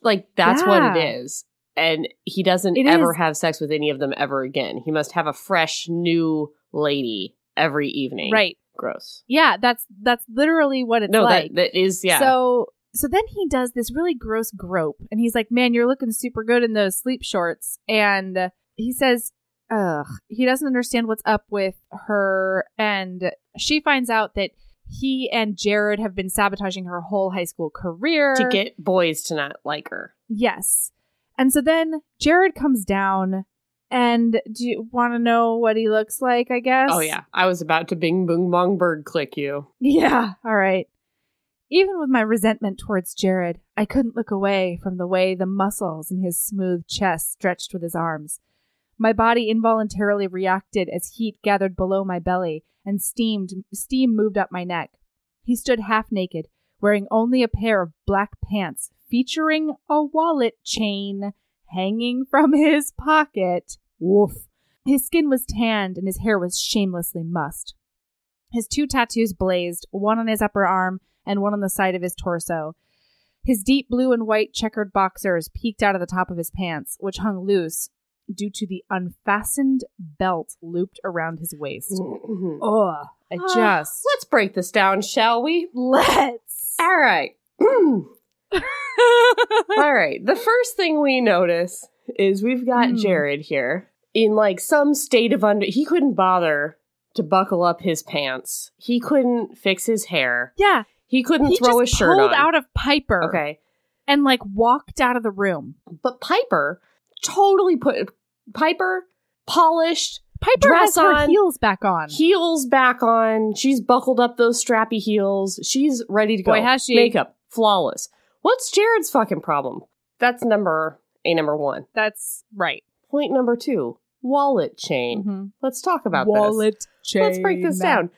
like that's what
Yeah.
it is. And he doesn't
It
ever
is.
have sex with any of them ever again. He must have a fresh new lady every evening.
right.
Gross.
Yeah, that's that's literally what it's
no,
like.
that that is yeah.
So so then he does this really gross grope and he's like, "Man, you're looking super good in those sleep shorts." And uh, he says, "Ugh, he doesn't understand what's up with her." And she finds out that he and Jared have been sabotaging her whole high school career.
to get boys to not like her.
Yes. And so then Jared comes down and do you want to know what he looks like, I guess?
Oh yeah, I was about to Bing Boong Bong Bird click you.
Yeah, all right. Even with my resentment towards Jared, I couldn't look away from the way the muscles in his smooth chest stretched with his arms. My body involuntarily reacted as heat gathered below my belly and steamed steam moved up my neck. He stood half naked, wearing only a pair of black pants featuring a wallet chain hanging from his pocket. Woof. His skin was tanned and his hair was shamelessly mussed. His two tattoos blazed, one on his upper arm and one on the side of his torso. His deep blue and white checkered boxers peeked out of the top of his pants, which hung loose due to the unfastened belt looped around his waist. Mm-hmm.
Let's
Ugh, I
Ah,
just.
break this down, shall we?
Let's.
All right. All right. The first thing we notice is we've got
Hmm.
Jared here in like some state of under. He couldn't bother to buckle up his pants. He couldn't fix his hair.
yeah,
He couldn't
he
throw
just
his shirt
pulled
on.
out of Piper
okay.
and like walked out of the room.
But Piper totally put Piper polished
Piper has
Dress
her
on.
heels back on.
heels back on. She's buckled up those strappy heels. She's ready to go.
Boy, has she.
Makeup flawless. What's Jared's fucking problem? That's number A number one.
That's right.
Point number two wallet chain.
Mhm.
Let's talk about this.
Wallet chain.
Let's break this down.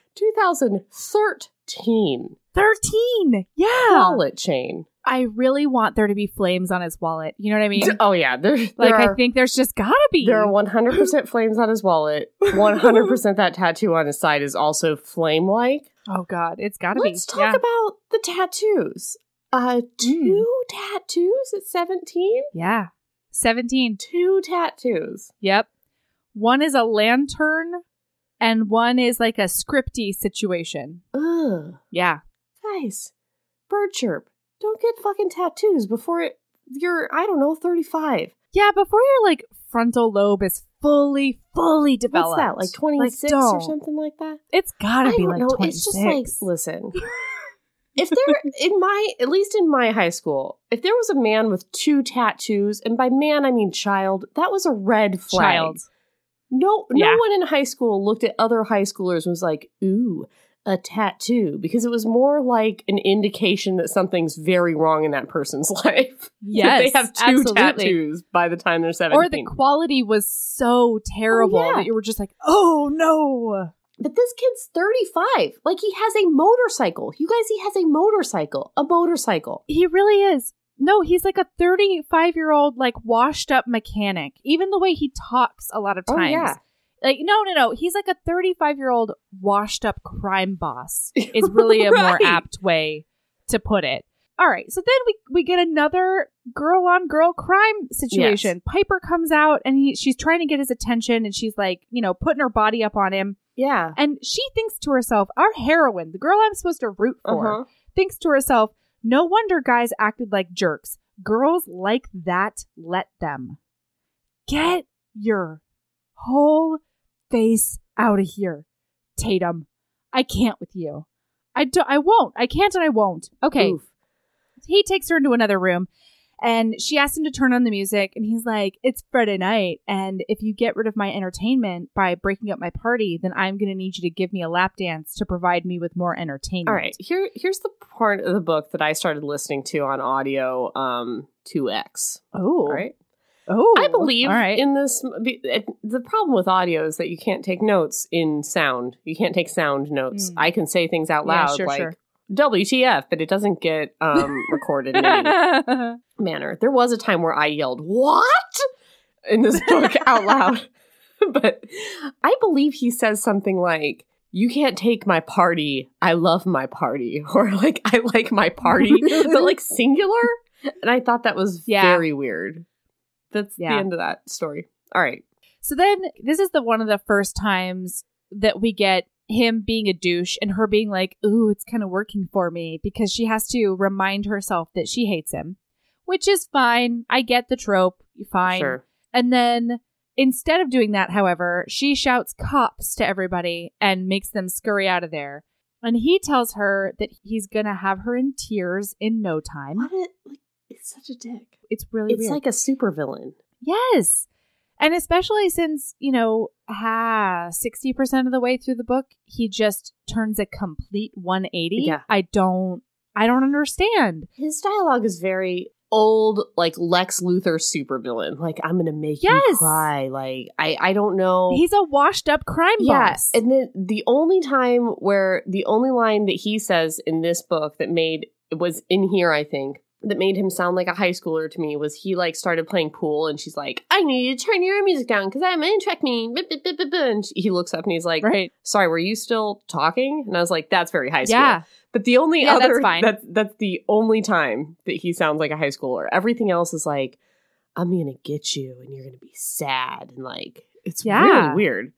2013
Thirteen. Yeah.
wallet chain.
I really want there to be flames on his wallet. You know what I mean?
Oh yeah, there,
like
there
I
are-
think there's just gotta be.
There are 100% flames on his wallet. 100% that tattoo on his side is also flame like.
oh God, it's gotta
Let's
be.
talk
yeah. Hmm.
about the tattoos. Uh, two tattoos at 17?
yeah. Seventeen.
Two tattoos.
Yep. One is a lantern, and one is like a scripty situation.
Ugh.
Yeah.
Guys, bird chirp. Don't get fucking tattoos before it, you're, I don't know, 35.
Yeah. Before your like frontal lobe is fully, fully
What's
developed.
that, like 26 or
don't.
something like that?
It's gotta be like twenty
It's just like,
six.
listen. if there in my at least in my high school, if there was a man with two tattoos, and by man I mean child, that was a red flag.
Child.
No no
Yeah.
one in high school looked at other high schoolers and was like, ooh, a tattoo, because it was more like an indication that something's very wrong in that person's life.
Yes.
that they have two
absolutely.
tattoos by the time they're
Or
seventeen.
the quality was so terrible
yeah.
that you were just like, oh no.
But this kid's 35. Like, he has a motorcycle. You guys, he has a motorcycle. A motorcycle.
He really is. No, he's like a 35 year old, like washed up mechanic. Even the way he talks a lot of
Oh,
times.
yeah.
Like, no, no, no. He's like a 35 year old washed up crime boss, is really a more
Right.
apt way to put it. All right. So then we, we get another girl on girl crime situation. Piper comes out and he, she's trying to get his attention and she's like, you know, putting her body up on him.
Yeah.
And she thinks to herself, our heroine, the girl I'm supposed to root for,
Uh-huh.
thinks to herself, no wonder guys acted like jerks. Girls like that, let them. Get your whole face out of here, Tatum. I can't with you. I don't, I won't. I can't and I won't. Okay.
Oof.
He takes her into another room and she asks him to turn on the music and he's like, "It's Friday night and if you get rid of my entertainment by breaking up my party, then I'm going to need you to give me a lap dance to provide me with more entertainment."
All right. Here, here's the part of the book that I started listening to on audio um, 2X.
Oh.
All right.
Oh.
I believe
All right.
in this. be- it- The problem with audio is that you can't take notes in sound. You can't take sound notes.
Mm.
I can say things out
Yeah,
loud
sure,
like
sure.
WTF, but it doesn't get um, recorded in any manner. There was a time where I yelled, What? in this book out loud. But I believe he says something like, You can't take my party. I love my party. Or like, I like my party, but like singular. And I thought that was
Yeah.
very weird. That's
Yeah.
the end of that story. All right.
so then this is the one of the first times that we get him being a douche and her being like, "Ooh, it's kind of working for me" because she has to remind herself that she hates him, which is fine. I get the trope. Fine.
Sure.
And then instead of doing that, however, she shouts cops to everybody and makes them scurry out of there. And he tells her that he's going to have her in tears in no time.
What it, like, it's such a dick.
It's really
It's
weird.
like a supervillain.
yes. And especially since, you know, ha, 60% of the way through the book, he just turns a complete 180.
Yeah.
I don't I don't understand.
His dialogue is very old, like Lex Luthor supervillain. Like, I'm going to make you
Yes.
cry. Like, I, I don't know.
He's a washed up crime boss.
And then the only time where the only line that he says in this book that made it was in here, I think, that made him sound like a high schooler to me was he like started playing pool and she's like, I need you to turn your music down because I'm in track me. And she- he looks up and he's like,
right.
Sorry, were you still talking? And I was like, That's very high school.
Yeah.
But the only
Yeah,
other
that's fine.
that's that's the only time that he sounds like a high schooler. Everything else is like, I'm gonna get you and you're gonna be sad and like it's
Yeah.
really weird.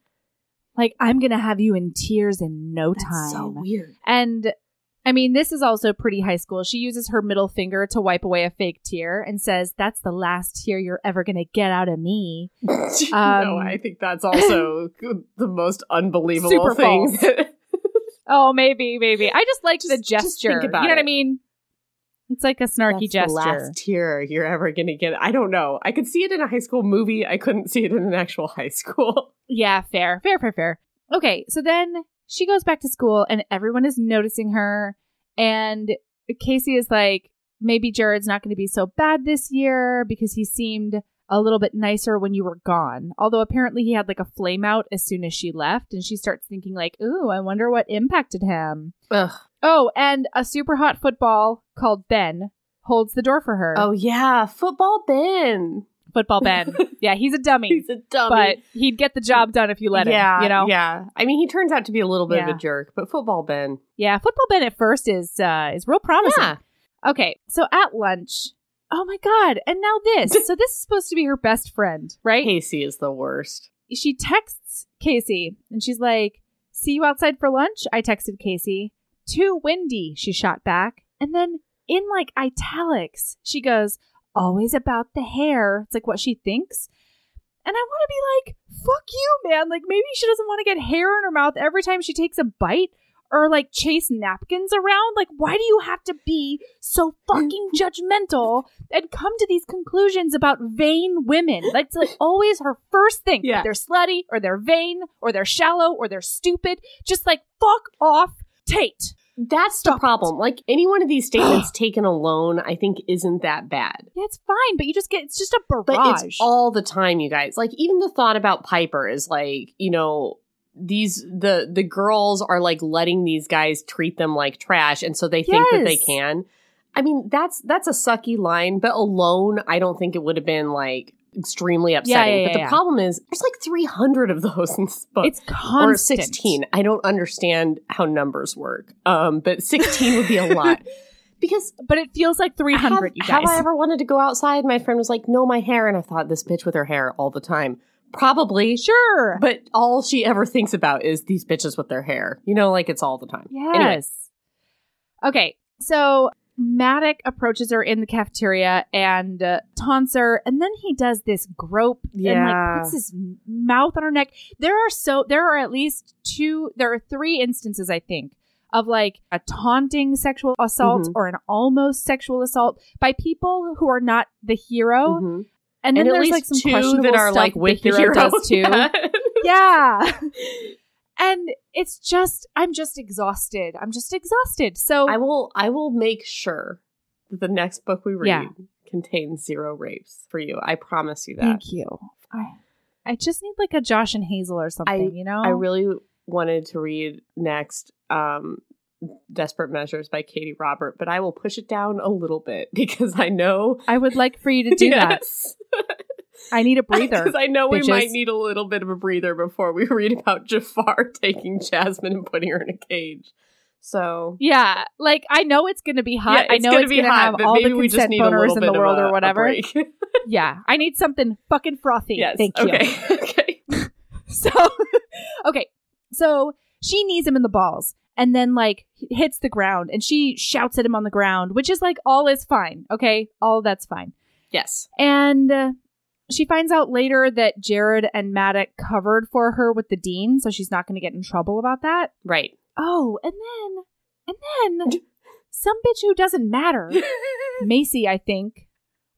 Like I'm going to have you in tears in no time.
That's so weird.
And I mean, this is also pretty high school. She uses her middle finger to wipe away a fake tear and says, That's the last tear you're ever going to get out of me.
no,
Um,
I think that's also the most unbelievable
Super
thing.
false. Oh, maybe, maybe. I just liked the
Just- just
gesture.
think about
you know what I
it.
mean? It's like a snarky
That's the
gesture.
last tear you're ever gonna get. I don't know. I could see it in a high school movie. I couldn't see it in an actual high school.
Yeah, fair, fair, fair, fair. Okay, so then she goes back to school and everyone is noticing her. And Casey is like, maybe Jared's not going to be so bad this year because he seemed a little bit nicer when you were gone. Although apparently he had like a flame out as soon as she left, and she starts thinking like, "Ooh, I wonder what impacted him."
Ugh.
Oh, and a super hot football called Ben holds the door for her.
Oh yeah, football Ben.
football Ben. yeah, he's a dummy,
He's a dummy.
but he'd get the job done if you let him.
yeah,
you know.
yeah. I mean, he turns out to be a little bit of
Yeah.
a jerk, but football Ben.
Yeah, football Ben at first is uh, is real promising.
Yeah.
Okay, so at lunch, oh my god, and now this. so this is supposed to be her best friend, right?
Casey is the worst.
She texts Casey and she's like, "See you outside for lunch." I texted Casey. Too windy, she shot back, and then in like italics, she goes, "Always about the hair." It's like what she thinks. And I want to be like, fuck you, man. Like, maybe she doesn't want to get hair in her mouth every time she takes a bite or like chase napkins around. Like, why do you have to be so fucking judgmental and come to these conclusions about vain women? That's like always her first thing.
Yeah.
They're slutty or they're vain or they're shallow or they're stupid. Just like, fuck off, Tate.
That's
Stop
the
it.
problem. Like any one of these statements taken alone, I think isn't that bad.
Yeah, it's fine, but you just get, it's just a barrage.
But it's all the time, you guys. Like even the thought about Piper is like, you know, these the the girls are like letting these guys treat them like trash, and so they think that they
Yes.
can. I mean, that's that's a sucky line, but alone, I don't think it would have been like extremely upsetting.
yeah,
but the
yeah.
problem is, there's like 300 of those in this book.
it's constant.
or 16 i don't understand how numbers work um but 16 would be a lot because
But it feels like 300,
have,
you guys.
have i ever wanted to go outside my friend was like no my hair and i thought this bitch with her hair all the time probably
sure.
but all she ever thinks about is these bitches with their hair you know like it's all the time
Yes.
Anyway,
Okay. So Matic approaches her in the cafeteria and uh, taunts her, and then he does this grope and
Yeah.
like puts his m- mouth on her neck. There are so there are at least two, there are three instances I think of like a taunting sexual assault
Mhm.
or an almost sexual assault by people who are not the hero,
mhm.
Oh, and then
and at
there's
least
like some
two
questionable
that are
stuff
like with
the hero, does too
Yeah.
yeah. And it's just, I'm just exhausted. I'm just exhausted. So,
i will i will make sure that the next book we read
Yeah.
contains zero rapes for you i promise you that
thank you. I, I just need like a Josh and Hazel or something, you know?
I really wanted to read next um Desperate Measures by Katie Robert, but I will push it down a little bit because I know
I would like for you to do that. I need a breather.
Because I know we might
bitches.
need a little bit of a breather before we read about Jafar taking Jasmine and putting her in a cage. So
yeah. Like, I know it's going to be hot.
Yeah,
I know
gonna
it's going to have all the consent boners in the world
a-
or
a
whatever.
break.
Yeah. I need something fucking frothy.
yes.
Thank you.
okay. okay.
So, okay. So she knees him in the balls and then like h- hits the ground and she shouts at him on the ground, which is like all is fine. Okay. All that's fine.
Yes.
And uh, she finds out later that Jared and Maddock covered for her with the dean, so she's not going to get in trouble about that.
Right.
Oh, and then, and then some bitch who doesn't matter, Macy, I think,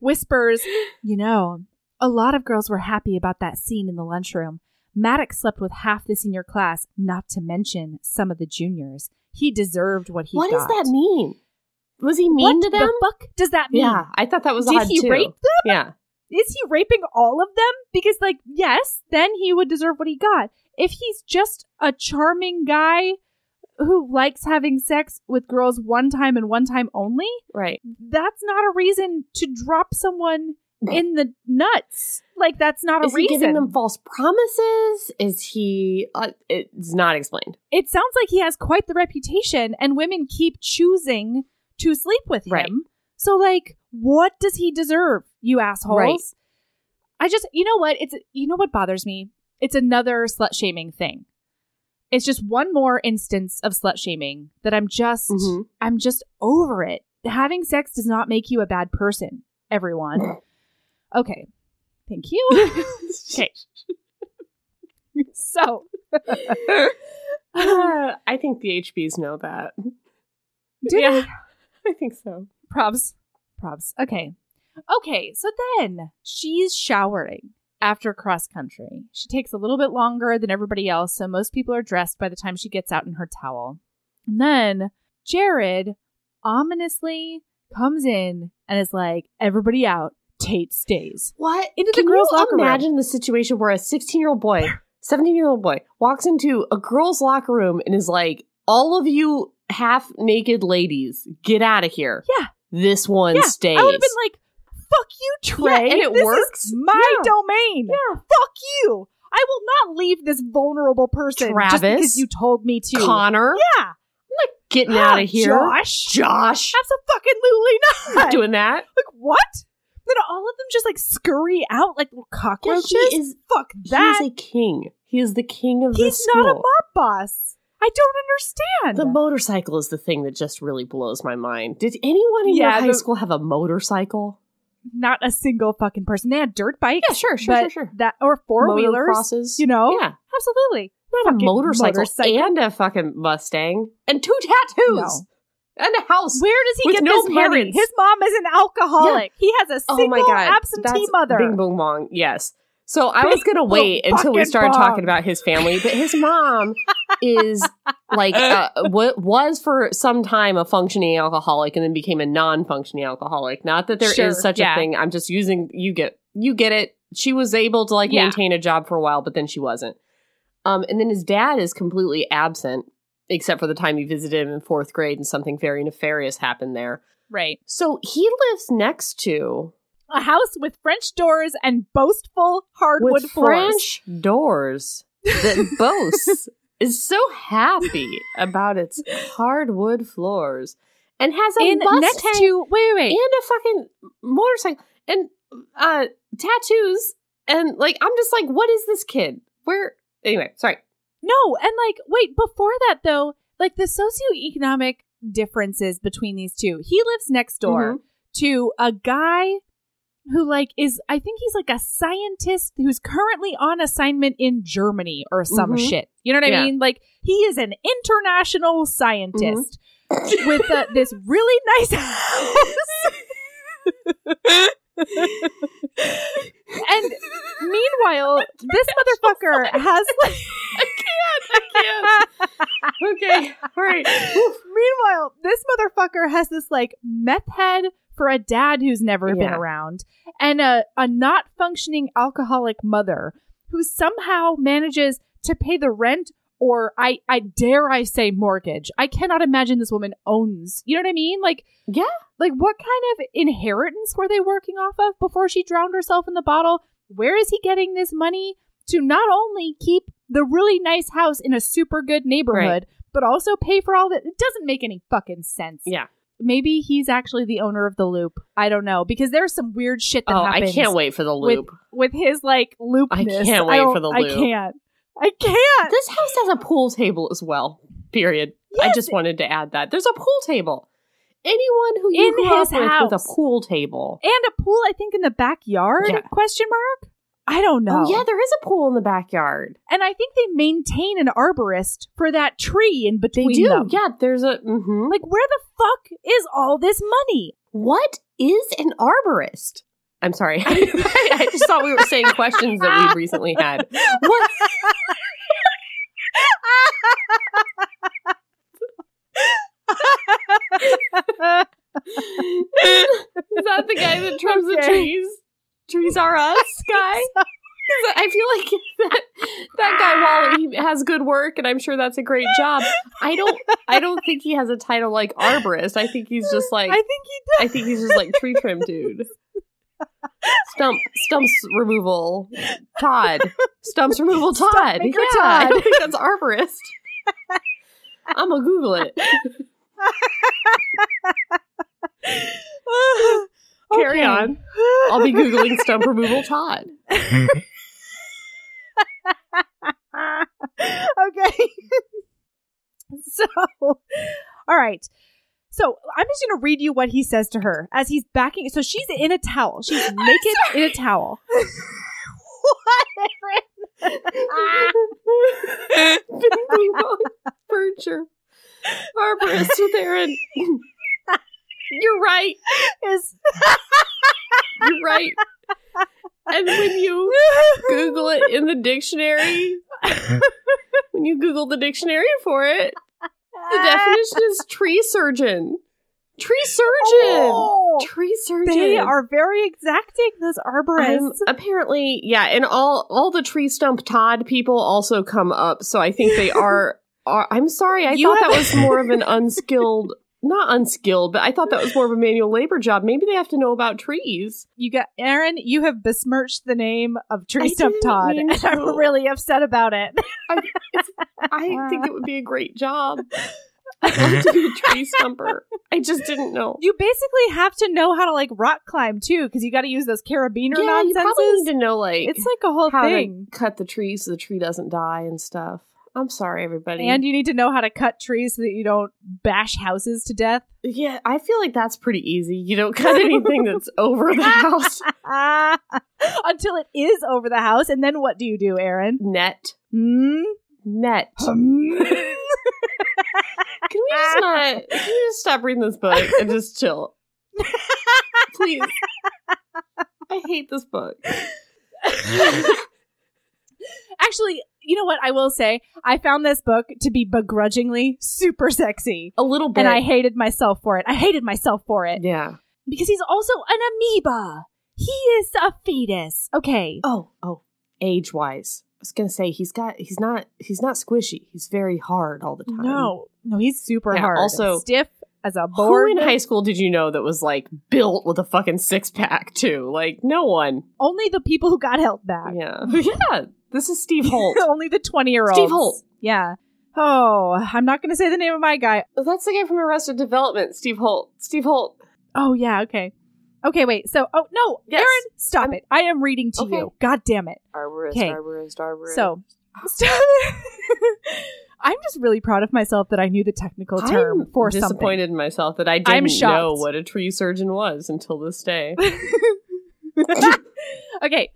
whispers, you know, a lot of girls were happy about that scene in the lunchroom. Maddox slept with half the senior class, not to mention some of the juniors. He deserved what he
what
got.
does that mean? Was he mean
What
to them?
the fuck does that mean?
Yeah, I thought that was
Did
odd
he
too.
rape
Yeah.
is he raping all of them? Because, like, yes, then he would deserve what he got. If he's just a charming guy who likes having sex with girls one time and one time only,
Right.
that's not a reason to drop someone in the nuts. Like, that's not a
Is he
reason.
giving them false promises? Is he? Uh, it's not explained.
it sounds like he has quite the reputation, and women keep choosing to sleep with him.
Right.
So, like, what does he deserve, you assholes?
Right.
I just, you know what? It's you know what bothers me. It's another slut shaming thing. It's just one more instance of slut shaming that I'm just,
Mhm.
I'm just over it. Having sex does not make you a bad person, everyone. okay, thank you. okay, so
Uh, I think the HBs know that.
do
Yeah. I think so.
Probs. Probs. Okay. Okay. So then she's showering after cross country. She takes a little bit longer than everybody else. So most people are dressed by the time she gets out in her towel. And then Jared ominously comes in and is like, everybody out, Tate stays.
What?
Into the
Can
girls'
you
locker room.
imagine the situation where a 16 year old boy, 17 year old boy walks into a girls' locker room and is like, all of you half naked ladies, get out of here.
Yeah.
This one
Yeah,
stays.
I would have been like, fuck you, Trey.
Yeah, and it
This is
works?
my
Yeah.
domain.
Yeah.
Fuck you. I will not leave this vulnerable person just
Travis.
because you told me to.
Connor,
yeah. Ah,
getting out of here.
Josh.
Josh.
Absolutely not.
doing that.
like what? Then all of them just like scurry out like little cockroaches.
is
Fuck that.
He is a king. He is the king of
He's
this
not a
school.
mob boss. I don't understand.
the motorcycle is the thing that just really blows my mind. Did anyone in
Yeah,
your high
the-
school have a motorcycle?
not a single fucking person. They had dirt bikes.
Yeah, sure, sure,
but
sure, sure.
That or four wheelers.
Motocrosses.
You know?
Yeah.
Absolutely.
Not a
Fucking
motorcycle,
motorcycle.
and a fucking Mustang and two tattoos and a house.
Where does he
With
get
no
this money?
parents.
His mom is an alcoholic. He has a single
oh my god,
absentee
That's
mother.
Bing bong bong. Yes. So I was
Bing
gonna wait
bong
until we
fucking
started
bong.
talking about his family, but his mom is like uh, wa- was for some time a functioning alcoholic and then became a non-functioning alcoholic. Not that there is
Sure,
such
yeah.
a thing. I'm just using you get you get it. She was able to like
Yeah.
maintain a job for a while, but then she wasn't. Um, and then his dad is completely absent, except for the time you visited him in fourth grade, and something very nefarious happened there.
Right.
So he lives next to
A house with French doors and boastful hardwood
with
floors.
French doors that boasts is so happy about its hardwood floors and has a
in
Mustang
next to wait, wait, wait.
and a fucking motorcycle and uh tattoos and like I'm just like what is this kid where anyway sorry
No, and like, wait, before that though, like the socioeconomic differences between these two. He lives next
Mm-hmm.
door to a guy who like is I think he's like a scientist who's currently on assignment in Germany or some
Mhm.
shit. You know what I
Yeah.
mean? Like he is an international scientist with uh, this really nice house. and meanwhile, this motherfucker has like
okay all right
Meanwhile, this motherfucker has this like meth head for a dad who's never been
Yeah.
around and a, a not functioning alcoholic mother who somehow manages to pay the rent or I, I dare I say mortgage. I cannot imagine this woman owns. You know what I mean? Like
Yeah.
Like what kind of inheritance were they working off of before she drowned herself in the bottle? Where is he getting this money to not only keep the really nice house in a super good neighborhood, but also pay for all that. It doesn't make any fucking sense.
Yeah.
Maybe he's actually the owner of the loop. I don't know because there's some weird shit that
oh I
happens.
can't wait for the
with-
loop
with his like loopness.
can't wait
don't-
for the
I
loop.
can't. I can't.
this house has a pool table as well period I
Yes.
just wanted to add that there's a pool table anyone who you
In
grew
his
up with with
house.
a pool table
and a pool. I think in the backyard?
Yeah.
Question mark. I don't know.
Oh yeah, there is a pool in the backyard.
And I think they maintain an arborist for that tree in
They
between
do.
them.
Yeah, there's a. mhm.
Like where the fuck is all this money?
What is an arborist? I'm sorry. I just thought we were saying questions that we recently had. What? is that the guy that trims
Okay.
the trees? Trees are us guy. Is that- I feel like that, that guy, while he has good work, and I'm sure that's a great job, I don't, I don't think he has a title like arborist. I think he's just like
I think he does.
I think he's just like tree trim dude. Stump stumps removal Todd. Stumps removal Todd.
Stump maker
yeah, I
Todd.
don't think that's arborist. I'm gonna Google it. Carry
Okay.
on. I'll be Googling stump removal Todd.
okay. so, all right. So I'm just gonna read you what he says to her as he's backing. So she's in a towel. She's naked in a towel.
Furniture. Arborist with Aaron. You're right.
Is
You're right. And when you Google it in the dictionary. when you Google the dictionary for it, the definition is tree surgeon. Tree surgeon.
Oh,
Tree surgeon.
they are very exacting, those arborists.
Um, apparently, yeah, and all all the tree stump Todd people also come up, so I think they are. are I'm sorry, I
You
thought that
have-
was more of an unskilled, not unskilled, but I thought that was more of a manual labor job. Maybe they have to know about trees.
you got Aaron, you have besmirched the name of
I
Tree Stump
didn't
Todd,
mean
and
to.
I'm really upset about it.
I think it would be a great job. I'd love to be a tree stumper. I just didn't know.
You basically have to know how to like rock climb too, because you got to use those carabiner
yeah, you
nonsenses.
probably need to know like
it's like a whole
how
thing.
to cut the tree so the tree doesn't die and stuff. I'm sorry, everybody.
And you need to know how to cut trees so that you don't bash houses to death.
Yeah, I feel like that's pretty easy. You don't cut anything that's over the house.
Ah, until it is over the house, and then what do you do, Aaron?
Net.
Hmm?
Net. Can
Hmm.
we just not can we just stop reading this book and just chill? Please. I hate this book.
Actually, you know what I will say? I found this book to be begrudgingly super sexy.
A little bit.
And I hated myself for it. I hated myself for it.
Yeah.
Because he's also an amoeba. He is a fetus. Okay.
Oh, oh. Age wise. I was gonna say he's got he's not he's not squishy. He's very hard all the time.
No. No, he's super
Yeah,
hard.
also-
stiff as a
Who
board.
in high school did you know that was like built with a fucking six pack too? Like no one.
Only the people who got held back.
Yeah. Yeah. This is Steve Holt.
Only the 20 year olds.
Steve Holt.
Yeah. Oh, I'm not going to say the name of my guy.
Oh, That's the guy from Arrested Development, Steve Holt. Steve Holt.
Oh, yeah. Okay. Okay, wait. So, oh, no.
Yes.
Aaron, stop
I'm-
it. I am reading to
Okay.
you. God damn it.
Arborist,
'Kay.
arborist, arborist.
So, stop. I'm just really proud of myself that I knew the technical term
I'm
for something.
disappointed in myself that I
I'm
didn't know
shocked.
what a tree surgeon was until this day.
okay.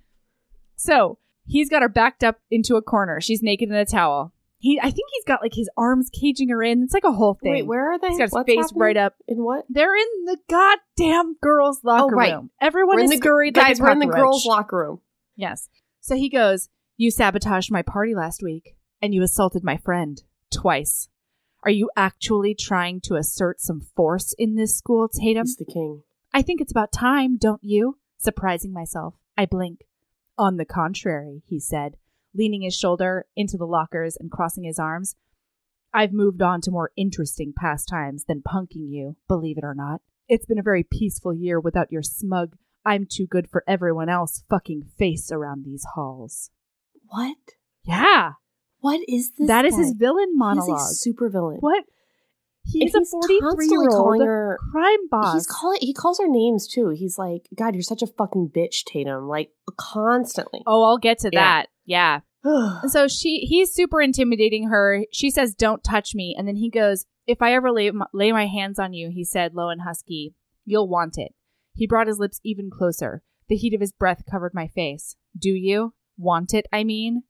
So he's got her backed up into a corner. She's naked in a towel. He, I think he's got like his arms caging her in. It's like a whole thing.
where are they?
he's got his face right up.
In what?
They're in the goddamn girls' locker
Oh, right.
room. Everyone
we're in
is
the
scurried. like a
guys. We're in the
cockroach.
girls' locker room.
Yes. So he goes, You sabotaged my party last week, and you assaulted my friend twice. Are you actually trying to assert some force in this school, Tatum?
He's the king.
I think it's about time, don't you? Surprising myself, I blink. On the contrary, he said, leaning his shoulder into the lockers and crossing his arms. I've moved on to more interesting pastimes than punking you, believe it or not. It's been a very peaceful year without your smug, I'm too good for everyone else fucking face around these halls.
What?
Yeah,
What is
that is his villain monologue.
super villain.
what? He's a 43 year
calling
old
her.
crime boss.
He's calling. He calls her names too. He's like, "God, you're such a fucking bitch, Tatum." Like constantly.
oh, I'll get to
Yeah.
that. Yeah. And so she he's super intimidating her. She says, "Don't touch me." And then he goes, "If I ever lay my, lay my hands on you," he said low and husky, "you'll want it." He brought his lips even closer. The heat of his breath covered my face. "Do you want it?" I mean.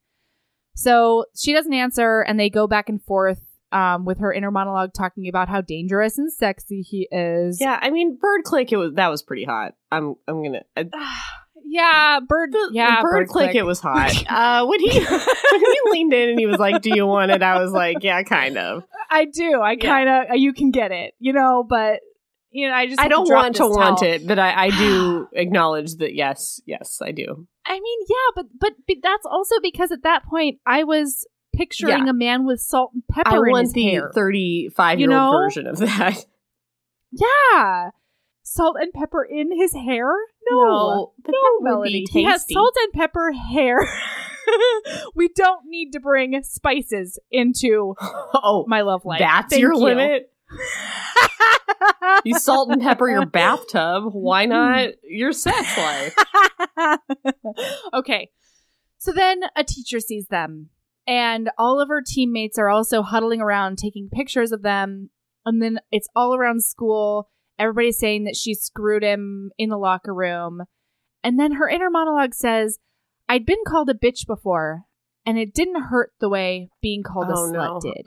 So she doesn't answer, and they go back and forth um, with her inner monologue talking about how dangerous and sexy he is.
Yeah, I mean, Bird Click. It was that was pretty hot. I'm I'm gonna. I,
yeah, bird.
the,
yeah,
Bird, Click, It was hot. uh, when he when he leaned in and he was like, "Do you want it?" I was like, "Yeah, kind of."
I do. I
Yeah.
kind of. You can get it, you know, but. You know, I just
I
have
don't
drop
want to
this
want
towel.
it, but I, I do acknowledge that. Yes, yes, I do.
I mean, yeah, but but, but that's also because at that point I was picturing
Yeah.
a man with salt and pepper
I
in
want
his
the
hair.
35
You
year
know?
old version of that.
yeah, salt and pepper in his hair. No,
but
no,
that would
Melody.
be
He has
tasty.
salt and pepper hair. we don't need to bring spices into
oh,
my love life.
that's
Thank
your
you.
limit. You salt and pepper your bathtub. Why
Mm-hmm.
not your sex life?
okay. So then a teacher sees them, and all of her teammates are also huddling around taking pictures of them. And then it's all around school. Everybody's saying that she screwed him in the locker room. And then her inner monologue says, I'd been called a bitch before, and it didn't hurt the way being called a
Oh, no.
slut did.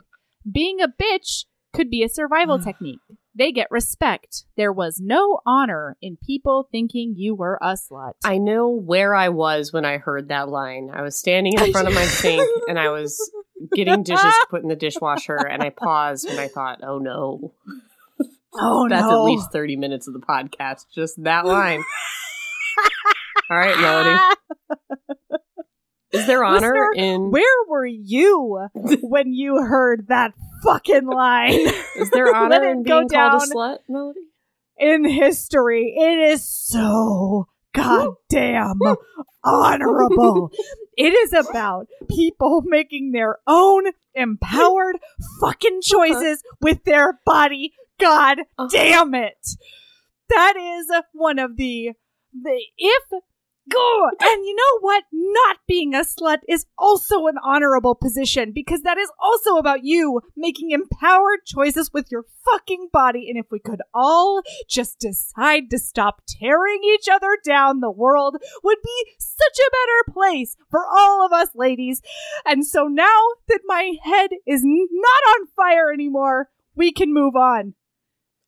Being a bitch could be a survival
Ah.
technique. They get respect. There was no honor in people thinking you were a slut.
I know where I was when I heard that line. I was standing in front of my sink and I was getting dishes to put in the dishwasher, and I paused and I thought, "Oh no,
Oh
That's
no.
at least 30 minutes of the podcast, just that line. All right, Melody.
Ah,
Is there honor
Listener,
in
where were you when you heard that fucking line?
Is there
let
honor
it
in
go
being called
down.
a slut, Melody?
in history. It is so goddamn honorable. It is about people making their own empowered fucking choices with their body. God
Uh-huh.
damn it. That is one of the, the if go. And you know what? Not being a slut is also an honorable position because that is also about you making empowered choices with your fucking body. And if we could all just decide to stop tearing each other down, the world would be such a better place for all of us ladies. And so now that my head is n- not on fire anymore, we can move on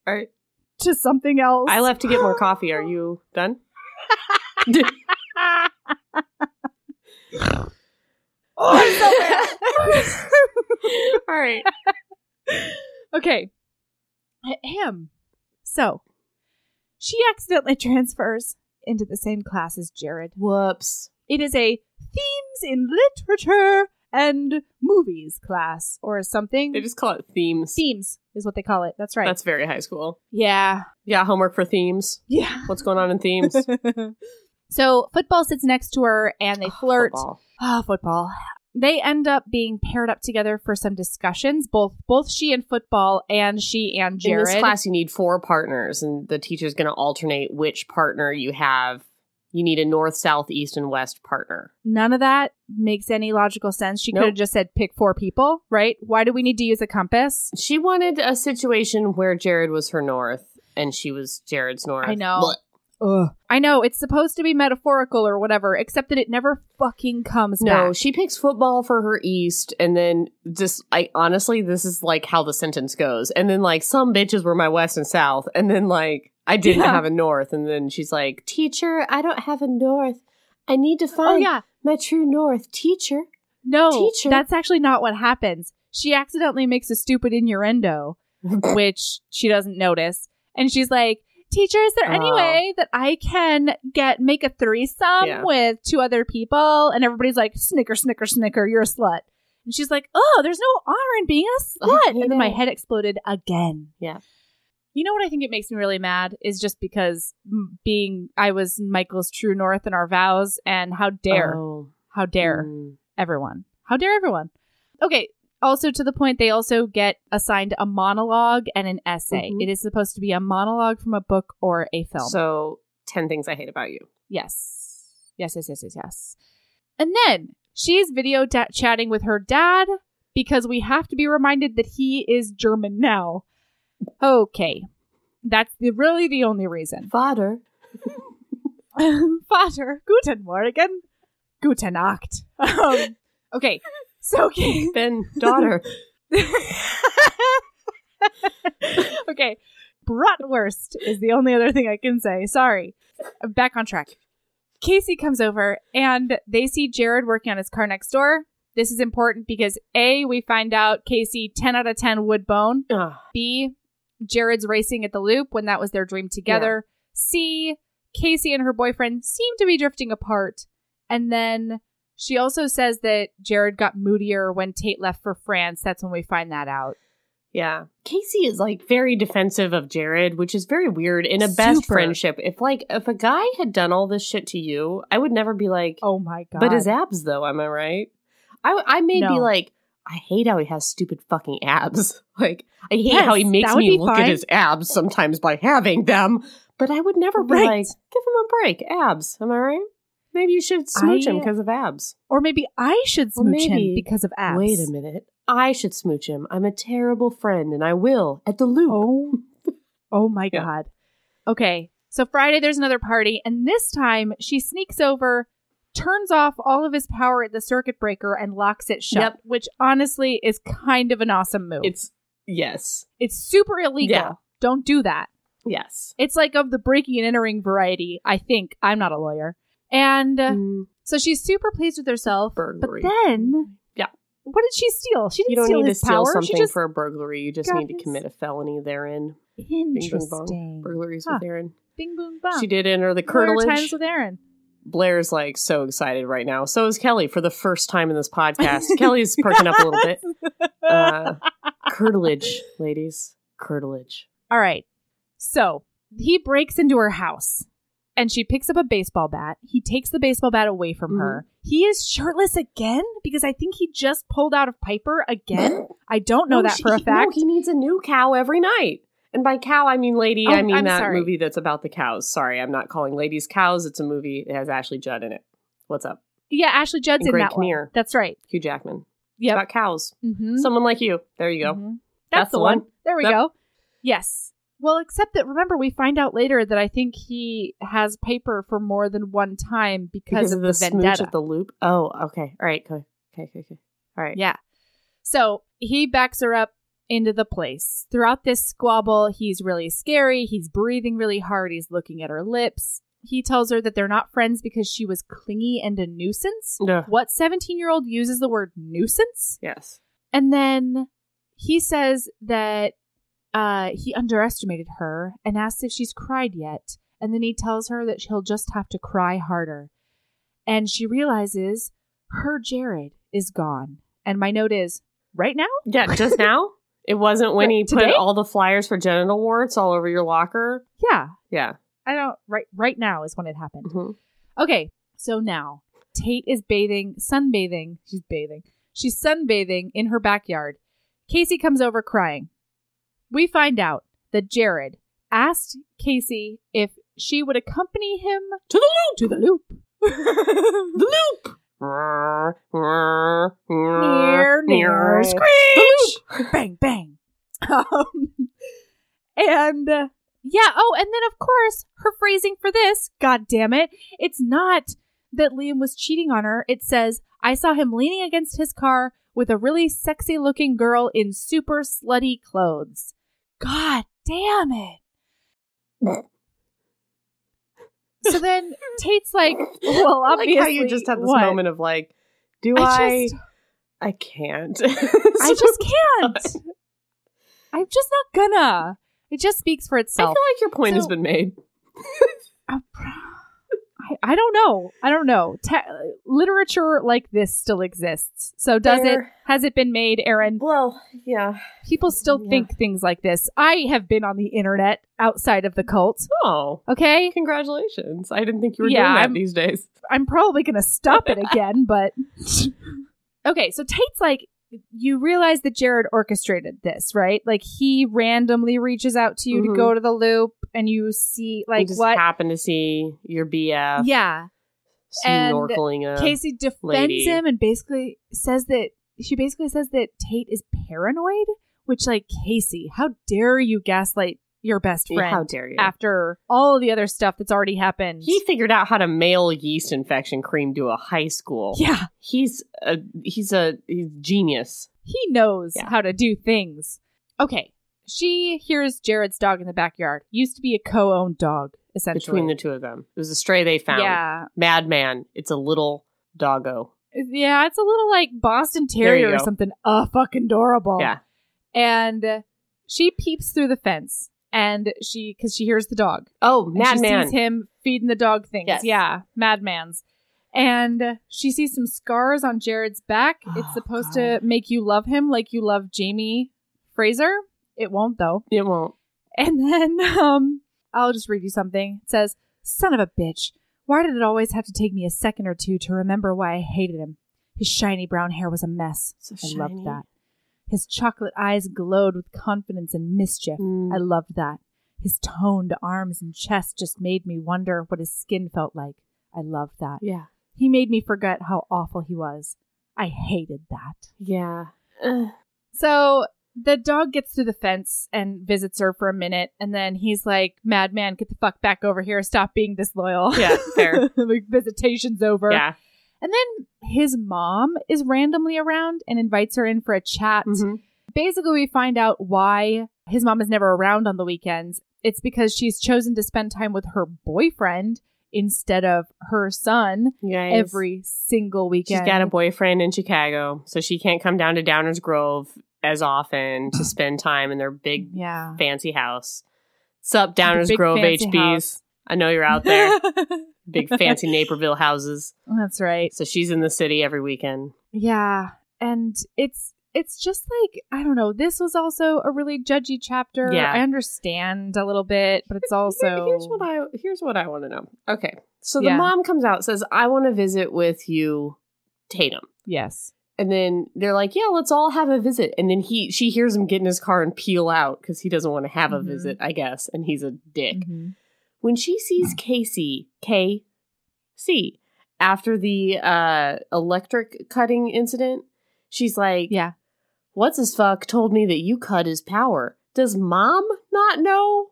All right.
to something else.
I left to get more coffee. Are you done?
Oh, I'm so mad.
All right.
Okay. Him. So, she accidentally transfers into the same class as Jared.
Whoops.
It is a themes in literature and movies class or something.
They just call it themes.
themes is what they call it. That's right.
That's very high school.
yeah.
Yeah, homework for themes.
Yeah.
What's going on in themes?
so, football sits next to her and they flirt.
Football.
Ah, football. They end up being paired up together for some discussions, both both she and football and she and
In
Jared.
this class, you need four partners, and the teacher's going to alternate which partner you have. You need a north, south, east, and west partner.
none of that makes any logical sense. She
Nope.
could have just said pick four people, right? Why do we need to use a compass?
She wanted a situation where Jared was her north, and she was Jared's north.
I know.
Blech.
I know it's supposed to be metaphorical or whatever, except that it never fucking comes
No,
back.
she picks football for her east, and then just I honestly, this is like how the sentence goes. And then like some bitches were my west and south, and then like I didn't
Yeah.
have a north, and then she's like, teacher, I don't have a north. I need to find
Oh yeah,
my true north, teacher.
no,
Teacher.
that's actually not what happens. She accidentally makes a stupid innuendo, which she doesn't notice, and she's like. Teacher, is there any
Oh.
way that I can get make a threesome
Yeah.
with two other people? And everybody's like, snicker, snicker, snicker, you're a slut. And she's like, oh, there's no honor in being a
I
slut.
hate
And then my
it.
head exploded again.
Oh, Yeah.
You know what I think it makes me really mad is just because m- being I was Michael's true north in our vows, and how dare,
Oh,
how dare
mm.
everyone, how dare everyone. Okay. Also, to the point, they also get assigned a monologue and an essay.
Mhm.
It is supposed to be a monologue from a book or a film.
So ten things I hate about you.
Yes. Yes, yes, yes, yes, yes. And then she's video da- chatting with her dad because we have to be reminded that he is German now. Okay. That's the, really the only reason.
Vater.
Vater, guten Morgen. Guten Nacht. Um, okay. So, okay.
Then daughter.
okay. Bratwurst is the only other thing I can say. Sorry. I'm back on track. Casey comes over and they see Jared working on his car next door. This is important because A, we find out Casey 10 out of 10 would bone.
Ugh.
B, Jared's racing at the loop when that was their dream together. C, Casey and her boyfriend seem to be drifting apart. And then she also says that Jared got moodier when Tate left for France. That's when we find that out.
Yeah. Casey is like very defensive of Jared, which is very weird in a best
Super.
friendship. If like if a guy had done all this shit to you, I would never be like,
Oh my God.
but his abs though, am I right? I I may be
No.
like, I hate how he has stupid fucking abs. Like I hate
Yes,
how he makes
that would
me
be
look
fine.
at his abs sometimes by having them. But I would never be
Right.
like, give him a break, abs. Am I right? Maybe you should smooch him
I-
because of abs.
Or maybe I should
Or
smooch him
maybe-
because of abs.
Wait a minute. I should smooch him. I'm a terrible friend, and I will at the loop.
Oh, oh my
Yeah.
God. Okay. So Friday, there's another party. And this time she sneaks over, turns off all of his power at the circuit breaker, and locks it shut,
Yep.
which honestly is kind of an awesome move. It's,
It's yes,
super illegal.
Yeah.
Don't do that.
yes.
It's like of the breaking and entering variety, I think. I'm not a lawyer. And uh,
Mm,
so she's super pleased with herself.
Burglary.
But then.
Yeah.
What did she steal? She didn't
you don't
steal
need to
his power.
steal
She
something
just
for a burglary. You just
got
need to
his-
commit a felony therein. bing, bong.
Interesting.
burglaries
Huh.
with Aaron.
Bing boom bong.
She did enter the
Murder
curtilage.
times with Aaron.
Blair's like so excited right now. So is Kelly for the first time in this podcast. Kelly's perking up a little bit. Uh, curtilage, ladies. Curtilage.
All right. So he breaks into her house and she picks up a baseball bat. He takes the baseball bat away from her.
Mm-hmm.
He is shirtless again because I think he just pulled out of Piper again. I don't know
No,
that
Oh, she-
for a
he- no,
fact.
he needs a new cow every night. And by cow, I mean lady.
Oh,
I mean
I'm
that
sorry.
movie that's about the cows. Sorry, I'm not calling ladies cows. It's a movie. It has Ashley Judd in it. What's up?
yeah, Ashley Judd's
And
in
Greg
that one.
Kinnear.
That's right.
Hugh Jackman.
Yep.
About cows.
Mhm.
Someone like you. There you go.
Mhm. That's,
That's
the
the
one.
one.
There we
Yep.
go. Yes. Well, except that remember we find out later that I think he has Piper for more than one time because, of, the
smooch
vendetta.
at the loop. Oh, okay. All right. Okay. Okay. Okay. okay. All right.
Yeah. So he backs her up into the place. Throughout this squabble, he's really scary. He's breathing really hard. He's looking at her lips. He tells her that they're not friends because she was clingy and a nuisance.
Ugh.
What 17 year old uses the word nuisance?
Yes.
And then he says that uh, he underestimated her and asks if she's cried yet. And then he tells her that she'll just have to cry harder. And she realizes her Jared is gone. And my note is right now?
Yeah. Just now. It wasn't when
Right,
he put
today?
all the flyers for genital warts all over your locker.
Yeah.
Yeah.
I don't right right now is when it happened.
hmm
Okay. So now Tate is bathing, sunbathing. She's bathing. She's sunbathing in her backyard. Casey comes over crying. We find out that Jared asked Casey if she would accompany him
To the
loop. To the loop.
The loop. Near,
near, near, screech, bang, bang. Um, and uh, yeah, oh, and then of course her phrasing for this, god damn it, it's not that Liam was cheating on her. It says I saw him leaning against his car with a really sexy looking girl in super slutty clothes. God damn it. So then Tate's like, well,
I like
obviously,
how you just had this
what?
moment of like, do
I
I?
just,
I, can't.
I just can't. I'm just not gonna. It just speaks for
I feel
itself.
like your point has
So-
been made.
I, I don't know. I don't know. Te- literature like this still exists. So does it?
Fair.
Has it been made, Aaron?
Well, yeah.
People still
Yeah.
think things like this. I have been on the internet outside of the cult.
Oh,
Okay,
congratulations! I didn't think you were
Yeah,
doing that
I'm-
these days.
I'm probably gonna stop it again, but okay. So Tate's like, you realize that Jared orchestrated this, right? Like he randomly reaches out to you to
Mhm.
go to the loop, and you see
I
like
just
what?
happen to see your BF
yeah, and
snorkeling. A,
Casey defends
Um, lady.
him and basically says that she basically says that Tate is paranoid, which like Casey, how dare you gaslight your best
Yeah, how
friend
dare you?
after all of the other stuff that's already happened?
he figured out how to mail yeast infection cream to a high school.
yeah,
He's a he's a he's genius.
he knows
Yeah.
how to do things. Okay, she hears Jared's dog in the backyard. Used to be a co-owned dog, essentially.
Between the two of them, it was a stray they found.
yeah,
Madman. It's a little doggo.
yeah, it's a little like Boston
There you
Terrier or
go.
something. Uh, fucking adorable.
Yeah.
and she peeps through the fence and she because she hears the dog
Oh,
And she
madman.
sees him feeding the dog things
Yes.
yeah madman's and she sees some scars on jared's back it's
Oh,
supposed
God.
to make you love him like you love jamie fraser it won't though
It won't.
and then um i'll just read you something it says son of a bitch why did it always have to take me a second or two to remember why i hated him his shiny brown hair was a mess
So
I loved
shiny.
that. His chocolate eyes glowed with confidence and mischief.
Mm.
I loved that. His toned arms and chest just made me wonder what his skin felt like. I loved that.
yeah.
He made me forget how awful he was. I hated that.
Yeah.
So the dog gets through the fence and visits her for a minute, and then he's like, Madman, get the fuck back over here. Stop being disloyal.
Yeah. Fair.
the visitation's over.
yeah.
And then his mom is randomly around and invites her in for a chat.
Mhm.
Basically, we find out why his mom is never around on the weekends. It's because she's chosen to spend time with her boyfriend instead of her son
Guys,
every single weekend.
she's got a boyfriend in Chicago, so she can't come down to Downers Grove as often to spend time in their big
Yeah.
fancy house. Sup, Downers
big
Grove
fancy
HBs.
house.
I know you're out there. big fancy Naperville houses.
That's right.
So she's in the city every weekend.
Yeah. And it's it's just like I don't know. This was also a really judgy chapter.
Yeah.
I understand a little bit, but it's also
here's what I here's what I want to know. Okay, so the
Yeah.
mom comes out says, "I want to visit with you, Tatum."
yes,
And then they're like, "Yeah, let's all have a visit." And then he she hears him get in his car and peel out because he doesn't want to have
Mhm.
a visit, I guess. And he's a dick.
Mhm.
When she
Mm.
sees Casey K C after the uh, electric cutting incident, she's like,
yeah,
What's his fuck told me that you cut his power. Does mom not know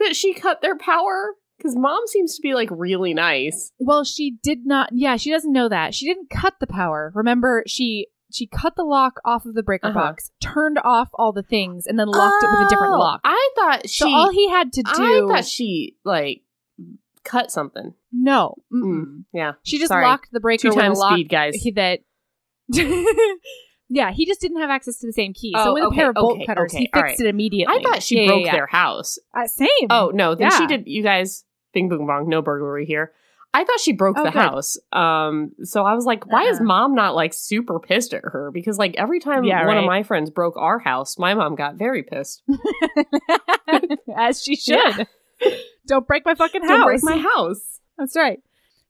that she cut their power? Because mom seems to be like really nice.
Well, she did not. Yeah, she doesn't know that. She didn't cut the power. Remember, she she cut the lock off of the breaker
Uh-huh.
box, turned off all the things, and then locked it with a different
Oh,
lock.
I thought she.
so all he had to
I
do
thought she like cut something.
no, mm-mm.
Mm. Yeah,
she just
Sorry.
locked the breaker
two
with a
times
lock
speed, guys.
he, that. yeah, he just didn't have access to the same key. so
Oh,
with a
okay,
pair of bolt
okay,
cutters, he
okay,
fixed
all right.
it immediately.
I thought she
Yeah, yeah,
broke
yeah.
their house.
Uh, same.
Oh no, then
Yeah.
she did. You guys, Bing Boom Bong, no burglary here. I thought she broke
Oh,
the
good.
house. Um, so I was like, why is
Uh-uh.
mom not like super pissed at her? Because like every time
Yeah,
one
right.
of my friends broke our house, my mom got very pissed.
as she should.
Yeah.
Don't break my fucking house.
Don't break my house.
That's right.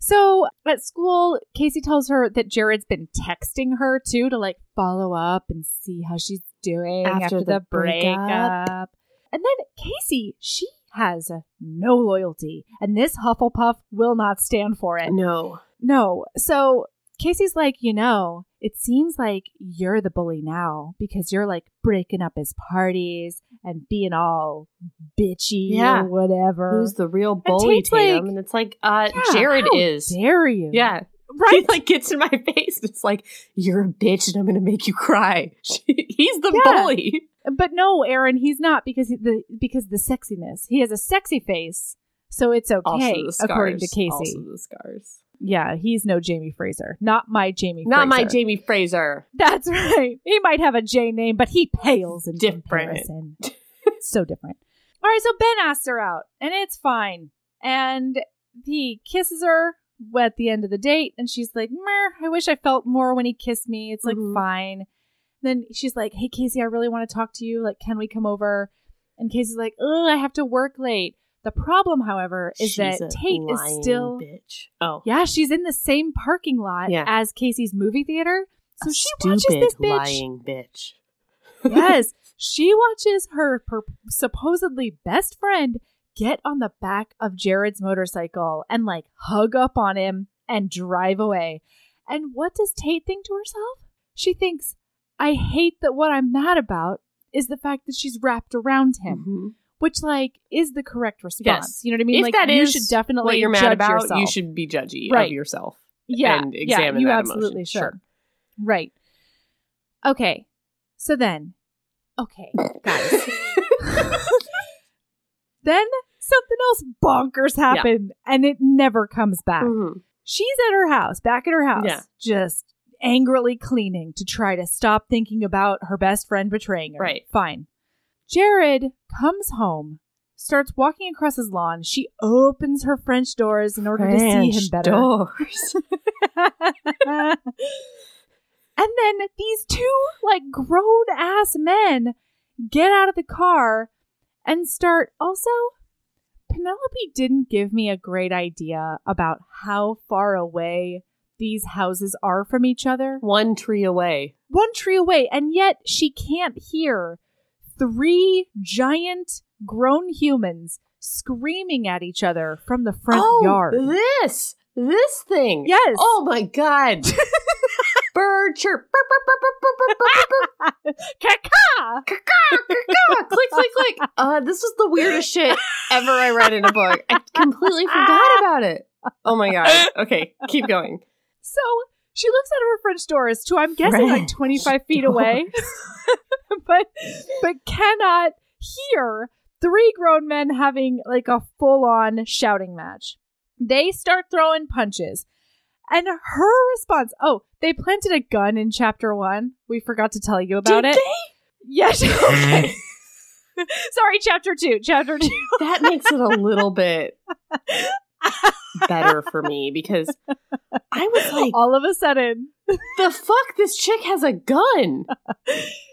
So at school, Casey tells her that Jared's been texting her too to like follow up and see how she's doing after,
After
the,
the
breakup.
breakup.
And then Casey, she has no loyalty, and this Hufflepuff will not stand for it.
No.
No. So Casey's like, you know, it seems like you're the bully now because you're like breaking up his parties and being all bitchy
Yeah.
or whatever.
Who's the real bully
Tate's like-
Tatum? and it's like, uh,
Yeah,
Jared
how
is.
Dare you?
Yeah. He
Right.
like gets in my face. and It's like, you're a bitch and I'm gonna make you cry. He's the
Yeah.
bully.
But no, Aaron, he's not because he- the because the sexiness. He has a sexy face, so it's okay,
also the scars.
according to Casey.
Also the scars.
Yeah, he's no Jamie Fraser, not my Jamie.
Not my
Fraser.
Jamie Fraser.
That's right. He might have a J name, but he pales in
Different.
comparison. so different. All right, so Ben asks her out, and it's fine. And he kisses her at the end of the date, and she's like, Meh, I wish I felt more when he kissed me. It's like,
Mhm.
fine. Then she's like, Hey, Casey, I really want to talk to you. Like, can we come over? And Casey's like, Oh, I have to work late. The problem, however, is
She's
that
a
Tate is
lying
still.
bitch. Oh,
Yeah, she's in the same parking lot
Yeah.
as Casey's movie theater. So
A
she watches this bitch.
lying bitch.
Yes, she watches her per- supposedly best friend get on the back of Jared's motorcycle and like hug up on him and drive away. And what does Tate think to herself? She thinks, I hate that what I'm mad about is the fact that she's wrapped around him,
Mhm.
which like is the correct response.
Yes.
You know what I mean?
If
like
that
you
is
should definitely
What you're
judge
mad about,
yourself.
you should be judgy
Right.
of yourself.
yeah,
and
yeah,
examine
you
that emotion.
absolutely should.
Sure.
Right. Okay. So then, okay, guys. then something else bonkers happened and it never comes back.
Mhm.
She's at her house, back at her house,
Yeah.
just angrily cleaning to try to stop thinking about her best friend betraying her.
Right.
Fine. Jared comes home, starts walking across his lawn. She opens her French doors in order to see him
French
better.
doors.
and then these two like grown ass men get out of the car and start also Penelope didn't give me a great idea about how far away these houses are from each other.
One tree away.
One tree away, and yet she can't hear three giant grown humans screaming at each other from the front
oh,
yard.
this this thing.
Yes.
Oh my god. Bird chirp. Burp, burp, burp, burp, burp, burp, burp, burp.
Caca!
Ah, click, click, click. Uh, this was the weirdest shit ever I read in a book. I completely forgot about it. Oh my god. Okay, keep going.
So she looks out of her French doors to, I'm guessing, like
French
25 feet away,
Oh,
but but cannot hear three grown men having like a full on shouting match. They start throwing punches. And her response, oh, they planted a gun in chapter one. We forgot to tell you about
Did
it. Yes. Okay. Sorry, chapter two. Chapter two.
That makes it a little bit better for me because I was like,
All of a sudden,
the fuck? This chick has a gun.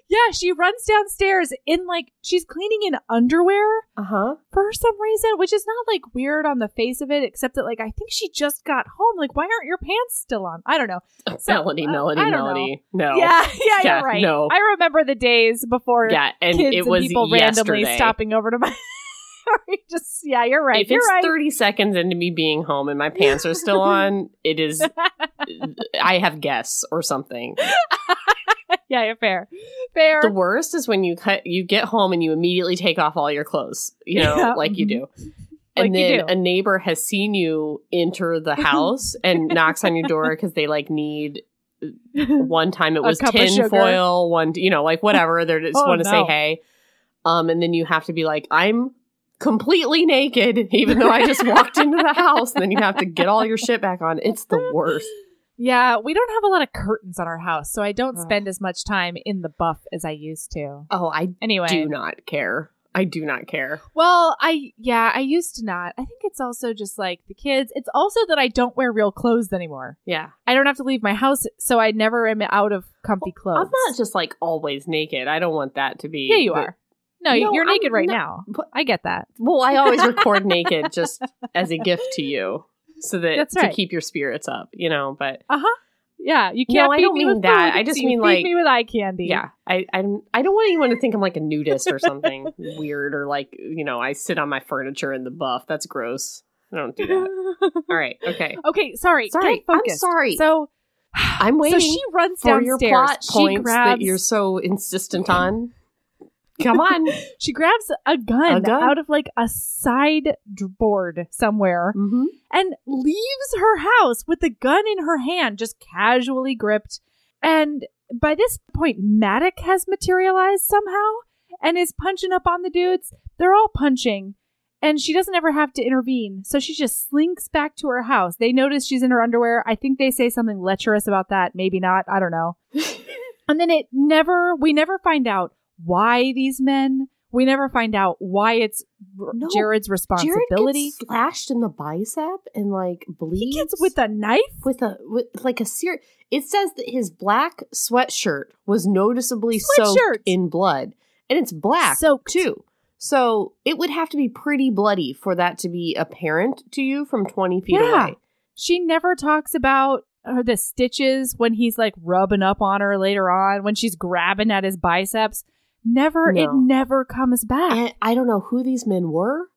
yeah, she runs downstairs in like she's cleaning in underwear
Uh huh.
for some reason, which is not like weird on the face of it, except that like I think she just got home. Like, why aren't your pants still on? I don't know. So,
melody,
uh,
melody,
I don't know.
melody. No.
Yeah, yeah,
Yeah,
you're right.
no.
I remember the days before
Yeah, and
kids
it was
and people
yesterday.
randomly stopping over to my. just yeah, you're right.
if
you're
it's
right.
30 seconds into me being home and my pants are still on, it is, I have guests or something.
yeah, you're fair. Fair.
The worst is when you cut, you get home and you immediately take off all your clothes, you know,
Yeah. Mm-hmm.
like you do.
Like
And
you do.
then a neighbor has seen you enter the house and knocks on your door because they like need one time it
A
was
cup of sugar.
tin foil, one you know, like whatever. They just
Oh,
want to say
no.
hey. Um, and then you have to be like, I'm completely naked, even though I just walked into the house. And then you have to get all your shit back on. It's the worst.
yeah, we don't have a lot of curtains on our house, so I don't
Ugh.
spend as much time in the buff as I used to.
Oh, I
Anyway,
do not care. I do not care.
well, I yeah, I used to not. I think it's also just like the kids. It's also that I don't wear real clothes anymore.
Yeah.
I don't have to leave my house, so I never am out of comfy clothes.
I'm not just like always naked. I don't want that to be.
yeah, you
the-
are. No,
No,
you're
I'm
naked right
not-
now.
but-
I get that.
Well, I always record naked just as a gift to you so that
That's
to
right.
keep your spirits up, you know, but
Yeah, you
No,
can't.
I
feed
don't
me
mean
with
that.
food,
I just
so you
mean,
feed
like-
me with eye candy.
Yeah, I I don't, I don't want anyone to think I'm like a nudist or something weird or like you know I sit on my furniture in the buff. That's gross. I don't do that. All right, okay.
okay, sorry.
Sorry,
get
I'm
focused.
sorry.
So
I'm waiting
So she runs
for
downstairs.
your plot
she
points
grabs
that you're so insistent on. Come on.
she grabs a gun,
A gun.
out of like a side d- board somewhere
mm-hmm.
and leaves her house with the gun in her hand, just casually gripped. And by this point, Maddox has materialized somehow and is punching up on the dudes. They're all punching. And she doesn't ever have to intervene. So she just slinks back to her house. They notice she's in her underwear. I think they say something lecherous about that. Maybe not. I don't know. and then it never, we never find out why these men, we never find out why it's R-
No,
Jared's responsibility.
Jared gets slashed in the bicep and like
He
bleeds
gets with a knife.
with a with like a ser- it says that his black sweatshirt was noticeably
Sweatshirt.
soaked in blood and it's black
Soaked.
too so it would have to be pretty bloody for that to be apparent to you from 20 feet
Yeah.
away
She never talks about her, the stitches when he's like rubbing up on her later on when she's grabbing at his biceps. Never, it
No.
never comes back.
and i don't know who these men were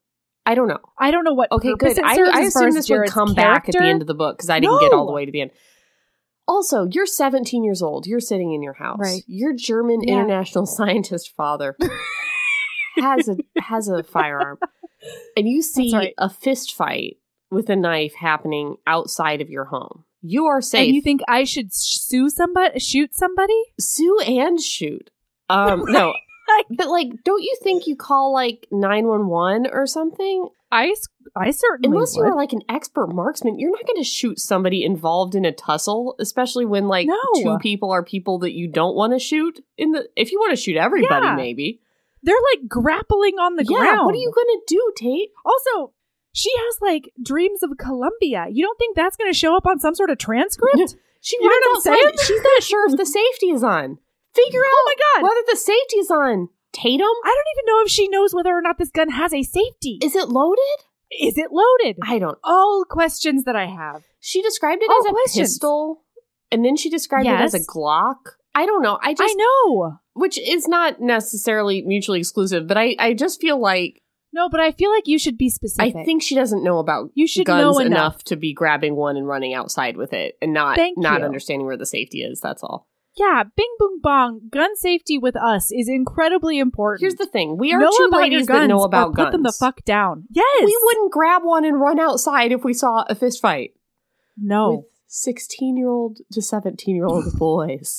i don't know
I don't know what.
okay
purpose
good
It
i,
serves
I
as far
assume
as
this
Jared's
would come back at the
character.
end of the book because i didn't get
No.
all the way to the end also you're 17 years old you're sitting in your house
Right.
your german
Yeah.
international scientist father has a has a firearm and you see
right.
a fist fight with a knife happening outside of your home you are safe
And you think I should sue somebody, shoot somebody?
sue and shoot um no
Like-
but like don't you think you call like 911 or something
I, s- I certainly
unless
would.
you're like an expert marksman you're not going to shoot somebody involved in a tussle especially when like
No.
two people are people that you don't want to shoot in the if you want to shoot everybody
Yeah.
maybe
They're like grappling on the
yeah
ground.
what are you going to do tate
Also, she has like dreams of Columbia. You don't think that's going to show up on some sort of transcript?
She
You know
runs
what I'm
outside. She's not sure if the safety is on. Figure out
oh my god!
whether the safety is on. Tatum,
I don't even know if she knows whether or not this gun has a safety.
is it loaded?
Is it loaded?
I don't.
All questions that I have.
She described it
Oh,
as a
questions.
pistol, and then she described it as
Yes.
a Glock. I don't know. I just,
I know.
which is not necessarily mutually exclusive, but I, I just feel like
No, but I feel like you should be
I
specific.
think she doesn't know about
you should
guns
know enough.
to be grabbing one and running outside with it, and not
Thank
not
you.
understanding where the safety is. That's all.
Yeah, bing boom bong. Gun safety with us is incredibly important.
Here's the thing: we are
know
two
about your
ladies
guns,
that know
or
about guns.
Put them the fuck down. Yes.
We wouldn't grab one and run outside if we saw a fist fight
No.
with 16 year old to 17 year old boys.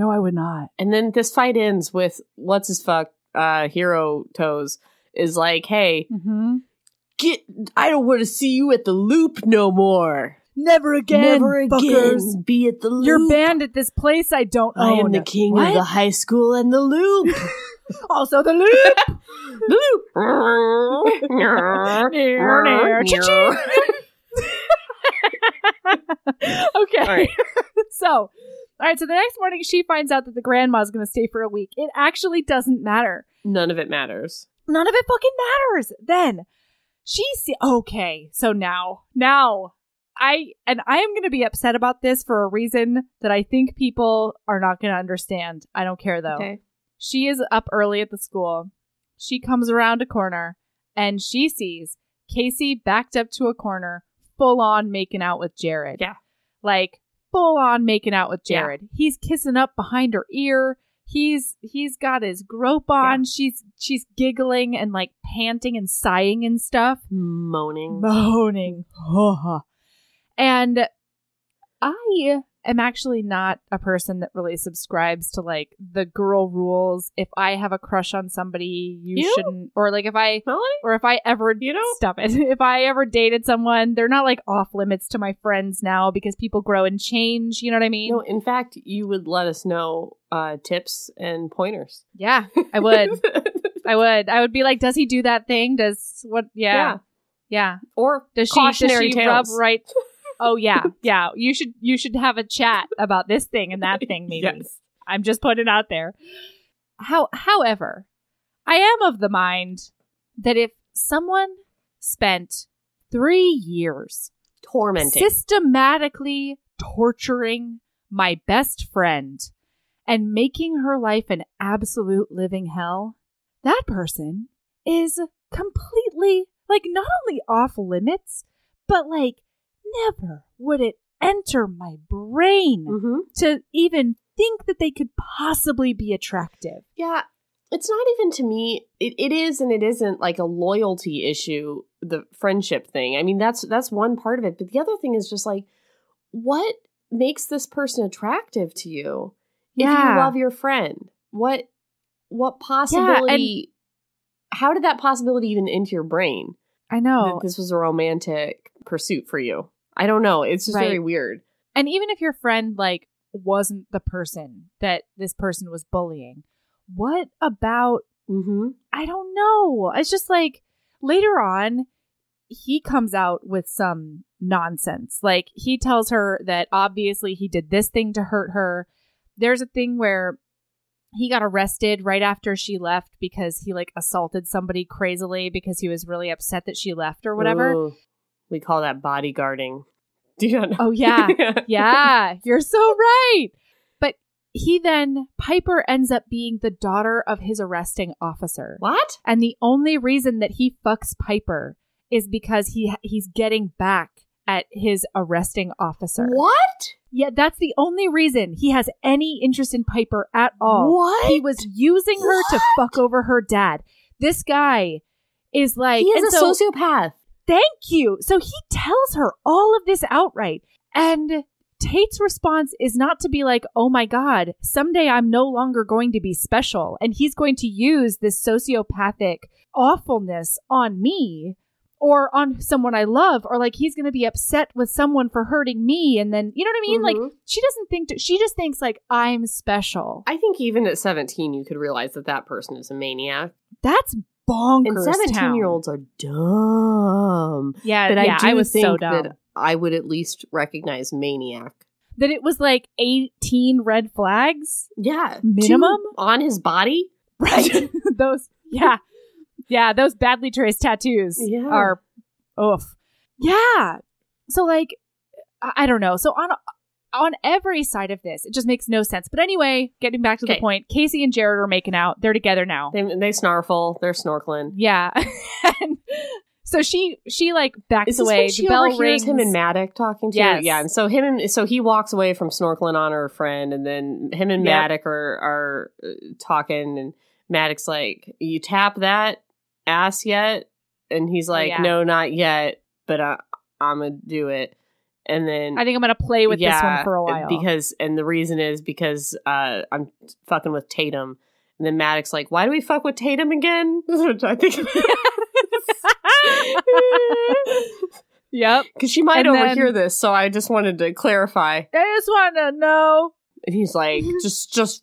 no, I would not.
And then this fight ends with what's his fuck, uh, Hero Toes is like, hey,
Mm-hmm.
get, I don't want to see you at the loop no more.
Never again, fuckers.
be at the loop.
You're banned at this place I don't
I
own.
am the king
What?
of the high school and the loop.
also the loop.
the loop.
okay.
All right.
so, all right. So the next morning, she finds out that the grandma's going to stay for a week. It actually doesn't matter.
None of it matters.
None of it fucking matters. Then she see. Okay. So now, now I and I am going to be upset about this for a reason that I think people are not going to understand. I don't care though. She is up early at the school. She comes around a corner and she sees Casey backed up to a corner, full on making out with Jared.
Yeah.
Like full on making out with
Yeah.
Jared. He's kissing up behind her ear. He's he's got his grope on. She's she's giggling and like panting and sighing and stuff.
Moaning.
Moaning. and I am actually not a person that really subscribes to like the girl rules. If I have a crush on somebody, you,
You?
shouldn't or like if I
Melody?
or if I ever
You know?
stop it. If I ever dated someone, they're not like off limits to my friends now because people grow and change, you know what I mean?
No, in fact, you would let us know uh, tips and pointers.
Yeah, I would. I would. I would be like, does he do that thing? Does what yeah.
Yeah.
yeah.
or
Does she, does
cautionary
she rub
tales.
right? Oh yeah, yeah. You should you should have a chat about this thing and that thing. Maybe
Yes.
I'm just putting it out there. How, however, I am of the mind that if someone spent three years
Tormenting.
systematically torturing my best friend and making her life an absolute living hell, that person is completely, like, not only off limits, but like, never would it enter my brain
hmm
to even think that they could possibly be attractive.
Yeah. It's not even to me. It, it is and it isn't like a loyalty issue, the friendship thing. I mean, that's that's one part of it. But the other thing is just like, what makes this person attractive to you? If you love your friend, what what possibility? how did that possibility even enter your brain?
I
that
know.
this was a romantic pursuit for you. I don't know. It's just
Right.
very weird.
And even if your friend like wasn't the person that this person was bullying, what about
Mm-hmm.
I don't know. It's just like later on, he comes out with some nonsense. Like he tells her that obviously he did this thing to hurt her. There's a thing where he got arrested right after she left because he like assaulted somebody crazily because he was really upset that she left or whatever.
we call that bodyguarding. Do you not know?
Oh yeah. yeah, you're so right. But he then Piper ends up being the daughter of his arresting officer.
What?
And the only reason that he fucks Piper is because he he's getting back at his arresting officer.
What?
Yeah, that's the only reason he has any interest in Piper at all.
What?
He was using her to fuck over her dad. This guy is like
he is
and
a
so-
sociopath.
Thank you. So he tells her all of this outright. And Tate's response is not to be like, oh my God, someday I'm no longer going to be special. And he's going to use this sociopathic awfulness on me or on someone I love, or like he's going to be upset with someone for hurting me. And then, you know what I mean? Like,
Mhm.
she doesn't think, to, she just thinks like, I'm special.
I think even at 17, you could realize that that person is a maniac.
That's bonkers.
And 17
town.
year olds are dumb.
Yeah,
But
yeah,
Uh, I do
was
think
so dumb.
that I would at least recognize maniac.
that it was like 18 red flags
Yeah.
Minimum?
Two on his body?
right those yeah yeah those badly traced tattoos
Yeah.
are oof yeah so like i, I don't know so on on every side of this it just makes no sense but anyway getting back to the
Okay.
point casey and jared are making out they're together now
They, they snarfle. They're snorkeling.
yeah and so she she like backs
Is this
away
when she
the bell
overhears
rings
him and Maddox talking to
Yes.
her? Yeah, and so him and so he walks away from snorkeling on her friend, and then him and
Yep.
Maddox are are uh, talking, and Maddox like, "You tap that ass yet?" And he's like,
Oh, yeah.
"No, not yet, but I, I'm gonna do it." And then
i think i'm gonna play with this one
yeah,
for a while
because and the reason is because uh, I'm fucking with Tatum, and then Maddox like, "Why do we fuck with Tatum again?" Which I think.
Yep.
because she might
And then-
overhear this. So I just wanted to clarify.
I just want to know.
And he's like,
Mhm.
just, just,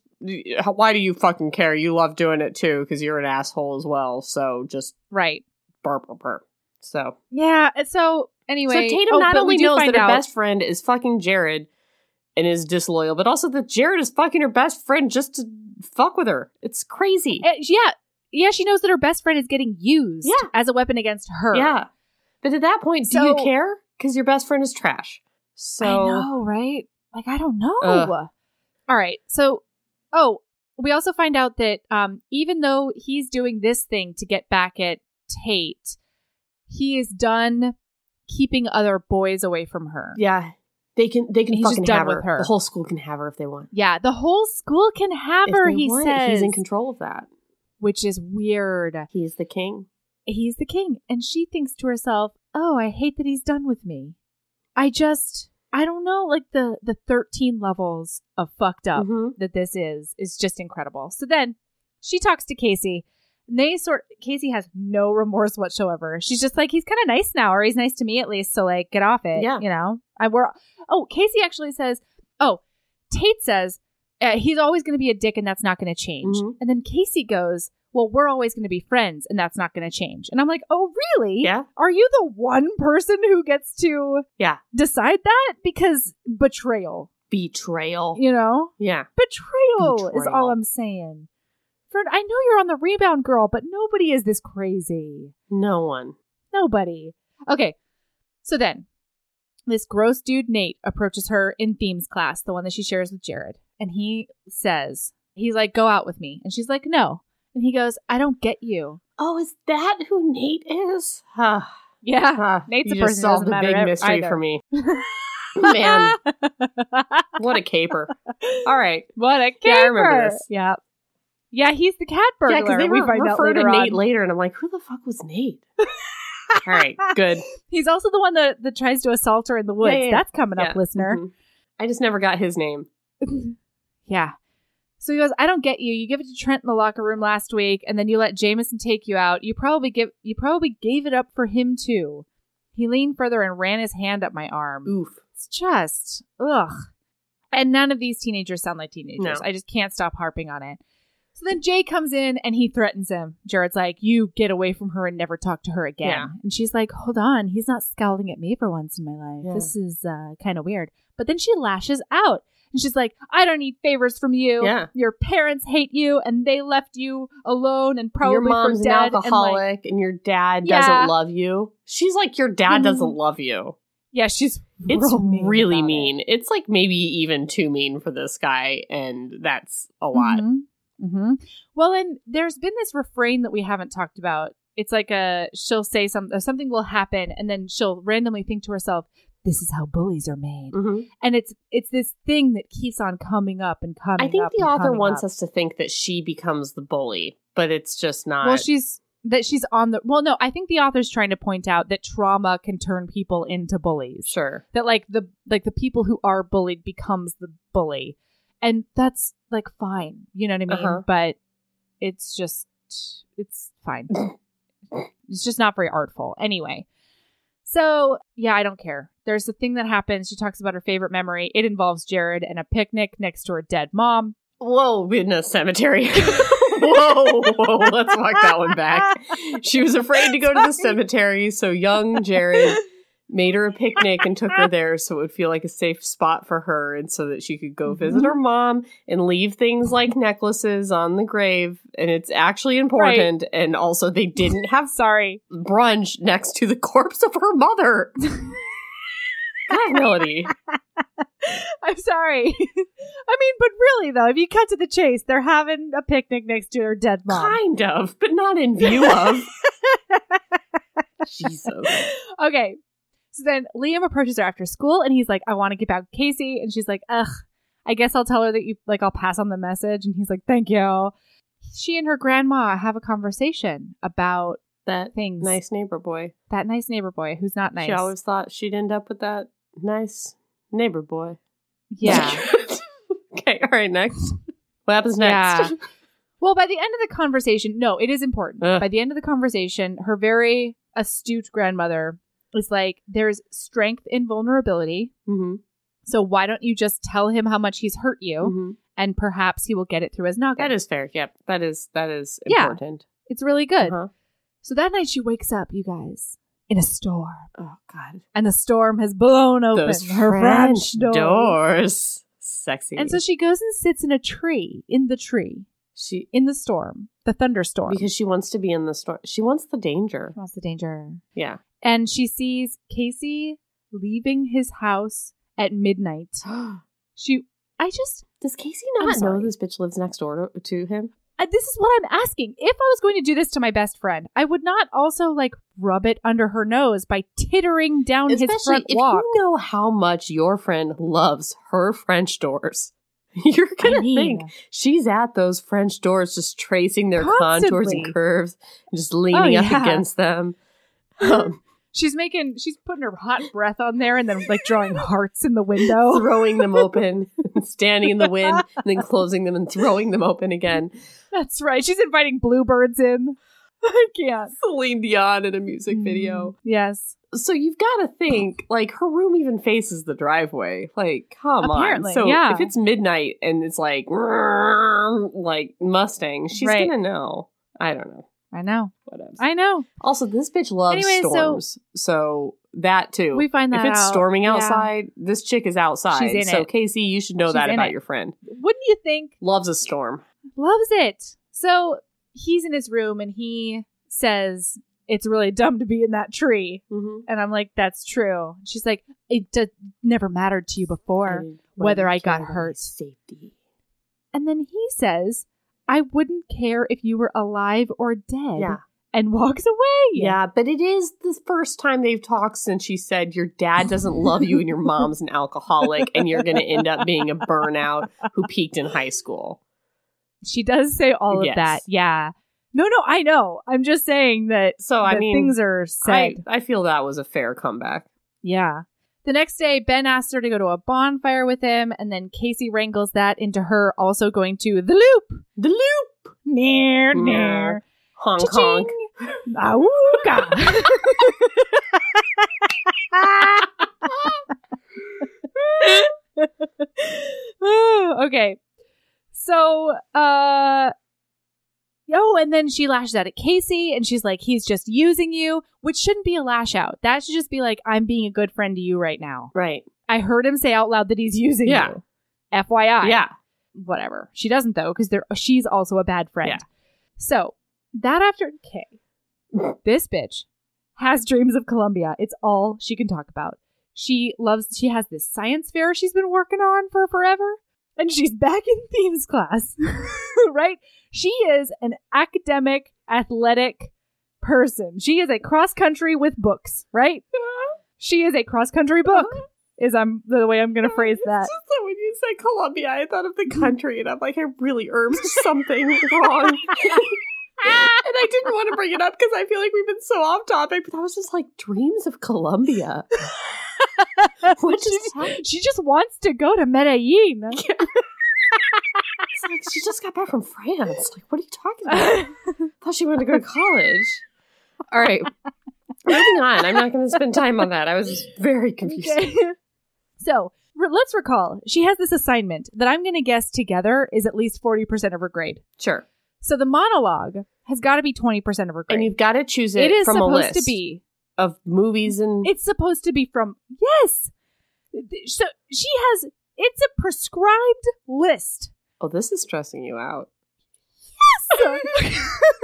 why do you fucking care? You love doing it too because you're an asshole as well. So just
Right.
burp, burp, burp. So,
Yeah. and So anyway,
so Tatum
oh,
not
but we
only
do
knows
find
that her
out-
best friend is fucking Jared and is disloyal, but also that Jared is fucking her best friend just to fuck with her. It's crazy.
Uh, yeah. Yeah, she knows that her best friend is getting used
Yeah.
as a weapon against her.
Yeah. But at that point, do
So-
you care? Because your best friend is trash. So
I know, right? Like I don't know.
Ugh.
All right. So, oh, we also find out that um, even though he's doing this thing to get back at Tate, he is done keeping other boys away from her.
yeah, they can they can
He's just
fucking
done
have her.
with her.
The whole school can have her if they want.
Yeah, the whole school can have her.
if they
He
want,
says,
he's in control of that.
which is weird.
He's the king.
He's the king, and she thinks to herself, "Oh, I hate that he's done with me. I just, I don't know, like the the thirteen levels of fucked up."
Mhm.
that this is is just incredible. So then she talks to Casey. And they sort Casey has no remorse whatsoever. She's just like he's kind of nice now, or he's nice to me at least. So like get off it,
Yeah.
You know, I we're oh Casey actually says oh Tate says uh, he's always going to be a dick and that's not going to change.
Mhm.
And then Casey goes, well we're always going to be friends and that's not going to change. And I'm like oh really?
Yeah.
Are you the one person who gets to
Yeah.
decide that because betrayal?
Betrayal.
You know
Yeah.
betrayal, is
Betrayal.
all I'm saying. Fern, I know you're on the rebound girl, but nobody is this crazy.
No one.
Nobody. Okay. So then this gross dude Nate approaches her in themes class, the one that she shares with Jared, and he says, he's like, "Go out with me." And she's like, "No." And he goes, "I don't get you."
Oh, is that who Nate is? Ah,
Yeah.
ah,
Nate's
you
a
just
person who doesn't
solved the
matter
big
ev-
mystery
either.
for me. Man, what a caper! All right,
what a
Yeah, I remember
caper.
this.
Yeah. Yeah, he's the cat burglar.
yeah, because they
we
re-
find out
refer to
later on.
Nate later, and I'm like, who the fuck was Nate? All right, good.
He's also the one that, that tries to assault her in the woods.
Yeah, yeah,
That's coming
Yeah.
up, listener.
Mhm. I just never got his name. Mm-hmm.
yeah. So he goes, I don't get you. You give it to Trent in the locker room last week, and then you let Jameson take you out. You probably give you probably gave it up for him too. He leaned further and ran his hand up my arm.
Oof.
It's just ugh. And none of these teenagers sound like teenagers.
No.
I just can't stop harping on it. So then Jay comes in and he threatens him. Jared's like, "You get away from her and never talk to her again."
Yeah.
And she's like, "Hold on, he's not scowling at me for once in my life.
Yeah.
This is uh, kind of weird." But then she lashes out and she's like, "I don't need favors from you.
Yeah.
Your parents hate you and they left you alone and probably
your
for
mom's an
dead." and, like-
alcoholic, and, your dad
Yeah.
doesn't love you. She's like, your dad
Mhm.
doesn't love you.
yeah, she's
It's
real mean
really
about it.
mean. It's like maybe even too mean for this guy, and that's a lot.
Mhm. Mhm. Well, and there's been this refrain that we haven't talked about. It's like a she'll say something, something will happen, and then she'll randomly think to herself, "This is how bullies are made."
Mhm.
And it's it's this thing that keeps on coming up and coming.
I think
up
the
and
author
coming
wants
up.
us to think that she becomes the bully, but it's just not.
Well, she's that she's on the. Well, no, I think the author's trying to point out that trauma can turn people into bullies.
sure.
that like the like the people who are bullied becomes the bully and that's like fine you know what i mean
Uh-huh.
but it's just it's fine it's just not very artful anyway so yeah i don't care there's a thing that happens she talks about her favorite memory it involves jared and a picnic next to her dead mom
Whoa, in a cemetery. whoa, whoa, Oh, let's walk that one back. She was afraid to go to the cemetery, so young Jared made her a picnic and took her there so it would feel like a safe spot for her and so that she could go visit her mom and leave things like necklaces on the grave. And it's actually important. And also, they didn't have
sorry
brunch next to the corpse of her mother. God, Melody.
i'm sorry i mean but really though if you cut to the chase they're having a picnic next to her dead mom
Kind of, but not in view of. Jesus.
okay. So then Liam approaches her after school and he's like, I want to get back with Casey. And she's like, ugh, I guess I'll tell her that you, like, I'll pass on the message. And he's like, thank you. She and her grandma have a conversation about
That
things.
nice neighbor boy.
That nice neighbor boy who's not nice.
She always thought she'd end up with that nice neighbor boy.
yeah.
okay, all right, next. What happens next?
well, by the end of the conversation, no, it is important.
Ugh.
By the end of the conversation, her very astute grandmother is like there's strength in vulnerability.
Mm-hmm.
So why don't you just tell him how much he's hurt you
Mm-hmm.
and perhaps he will get it through his noggin.
That is fair. Yep. That is that is
Yeah.
important.
it's really good.
Uh-huh.
So that night she wakes up, you guys, in a storm.
Oh God.
And the storm has blown open
Those
her
French,
door.
doors. Sexy.
And so she goes and sits in a tree, in the tree,
she
in the storm, the thunderstorm.
because she wants to be in the storm. She wants the danger.
Across the danger.
Yeah.
And she sees Casey leaving his house at midnight. She, I just,
Does Casey
I'm
not know
sorry.
this bitch lives next door to, to him?
I, this is what I'm asking. If I was going to do this to my best friend, I would not also like rub it under her nose by tittering down his
Especially
front
if
walk.
you know how much your friend loves her French doors. You're
I
gonna
mean,
think she's at those French doors, just tracing their contours
Constantly.
and curves, and just leaning
Oh,
up
yeah.
against them. Um,
she's making, she's putting her hot breath on there and then like drawing hearts in the window.
throwing them open, standing in the wind, and then closing them and throwing them open again.
That's right. She's inviting bluebirds in. I can't. Mm.
Celine Dion in a music video.
Yes.
Mm. So you've got to think, like, her room even faces the driveway. Like, come
Apparently,
on. So
yeah.
if it's midnight and it's like, like Mustang, she's
Right.
going to know. I don't know.
I know.
Whatever.
I know.
also, this bitch loves
Anyway, so-
storms. So, that too.
We find
if
that
it's
out.
storming
Yeah.
outside, this chick is outside.
She's in
so,
it.
Casey, you should know
She's
that
in
about
it.
your friend.
Wouldn't you think?
Loves a storm.
loves it. So he's in his room and he says, It's really dumb to be in that tree.
Mm-hmm.
And I'm like, That's true. She's like, It d- never mattered to you before. whether I got hurt.
Safety.
And then he says, I wouldn't care if you were alive or dead.
Yeah.
And walks away.
Yeah, but it is the first time they've talked since she said your dad doesn't love you and your mom's an alcoholic and you're going to end up being a burnout who peaked in high school.
She does say all
Yes.
of that. Yeah. No, no, I know. I'm just saying that,
So I
that
mean,
things are
I,
said.
I feel that was a fair comeback.
Yeah. The next day, Ben asks her to go to a bonfire with him, and then Casey wrangles that into her also going to the loop.
The loop,
Near,
Yeah.
near.
Hong Kong.
Awooga. okay. So, uh, oh, and then she lashes out at Casey and she's like, he's just using you, which shouldn't be a lash out. That should just be like, I'm being a good friend to you right now.
Right.
I heard him say out loud that he's using
Yeah.
you. FYI
Yeah.
whatever. She doesn't though, because they're she's also a bad friend.
Yeah.
So that after K, this bitch has dreams of Columbia. It's all she can talk about. She loves. She has this science fair she's been working on for forever, and she's back in themes class. right? She is an academic, athletic person. She is a cross country with books. Right? She is a cross country book. Is I'm the way I'm
Oh,
going to phrase that. Mm-hmm.
just that when you said Colombia, I thought of the country, and I'm like, I really urged something wrong. and I didn't want to bring it up because I feel like we've been so off topic, but I was just like, dreams of Colombia. What
she,
just happened?
she just wants to go to Medellin.
It's like, she just got back from France. Like, what are you talking about? I thought she wanted to go to college. All right. Moving on. I'm not going to spend time on that. I was very confused.
Okay. so re- let's recall she has this assignment that I'm going to guess together is at least 40% of her grade.
Sure.
So the monologue has got to be 20% of her
And
grade.
you've got to choose it,
it is
from a
supposed
list
to be.
of movies and
It's supposed to be from. Yes. Th- So she has. It's a prescribed list.
Oh, this is stressing you out.
So-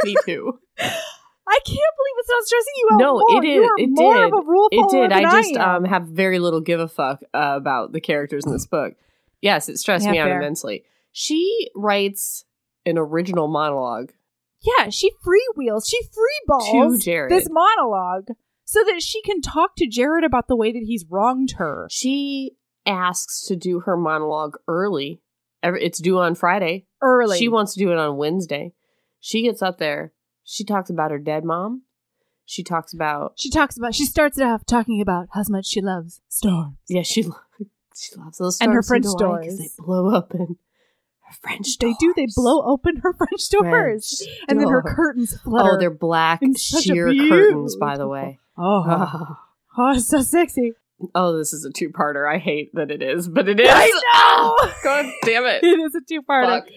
Me too.
I can't believe it's not stressing you out.
No,
more.
it
You
is-
are
it
more
did.
Of a rule
It
follower
did. I
than
just
am.
um, have very little give a fuck uh, about the characters in this book. Yes, it stressed
Yeah,
me out
fair.
immensely. She writes an original monologue
Yeah, she freewheels. She freeballs
to Jared.
this monologue so that she can talk to Jared about the way that he's wronged her.
she asks to do her monologue early. Every- It's due on Friday.
Early.
She wants to do it on Wednesday. She gets up there. She talks about her dead mom. She talks about
she talks about, she starts it off talking about how much she loves storms.
yeah. She lo- she loves those
And her
storms in
French
Hawaii 'cause
doors.
They blow up and her French.
They do, they
doors.
blow open her French doors.
French
and then her
doors.
curtains flutter.
Oh, they're black
in such a
sheer curtains, by the way.
Oh,
Ah,
Oh, it's so sexy.
Oh, this is a two parter. I hate that it is, but it is.
I know.
God damn it.
it is a two-parter.
Fuck.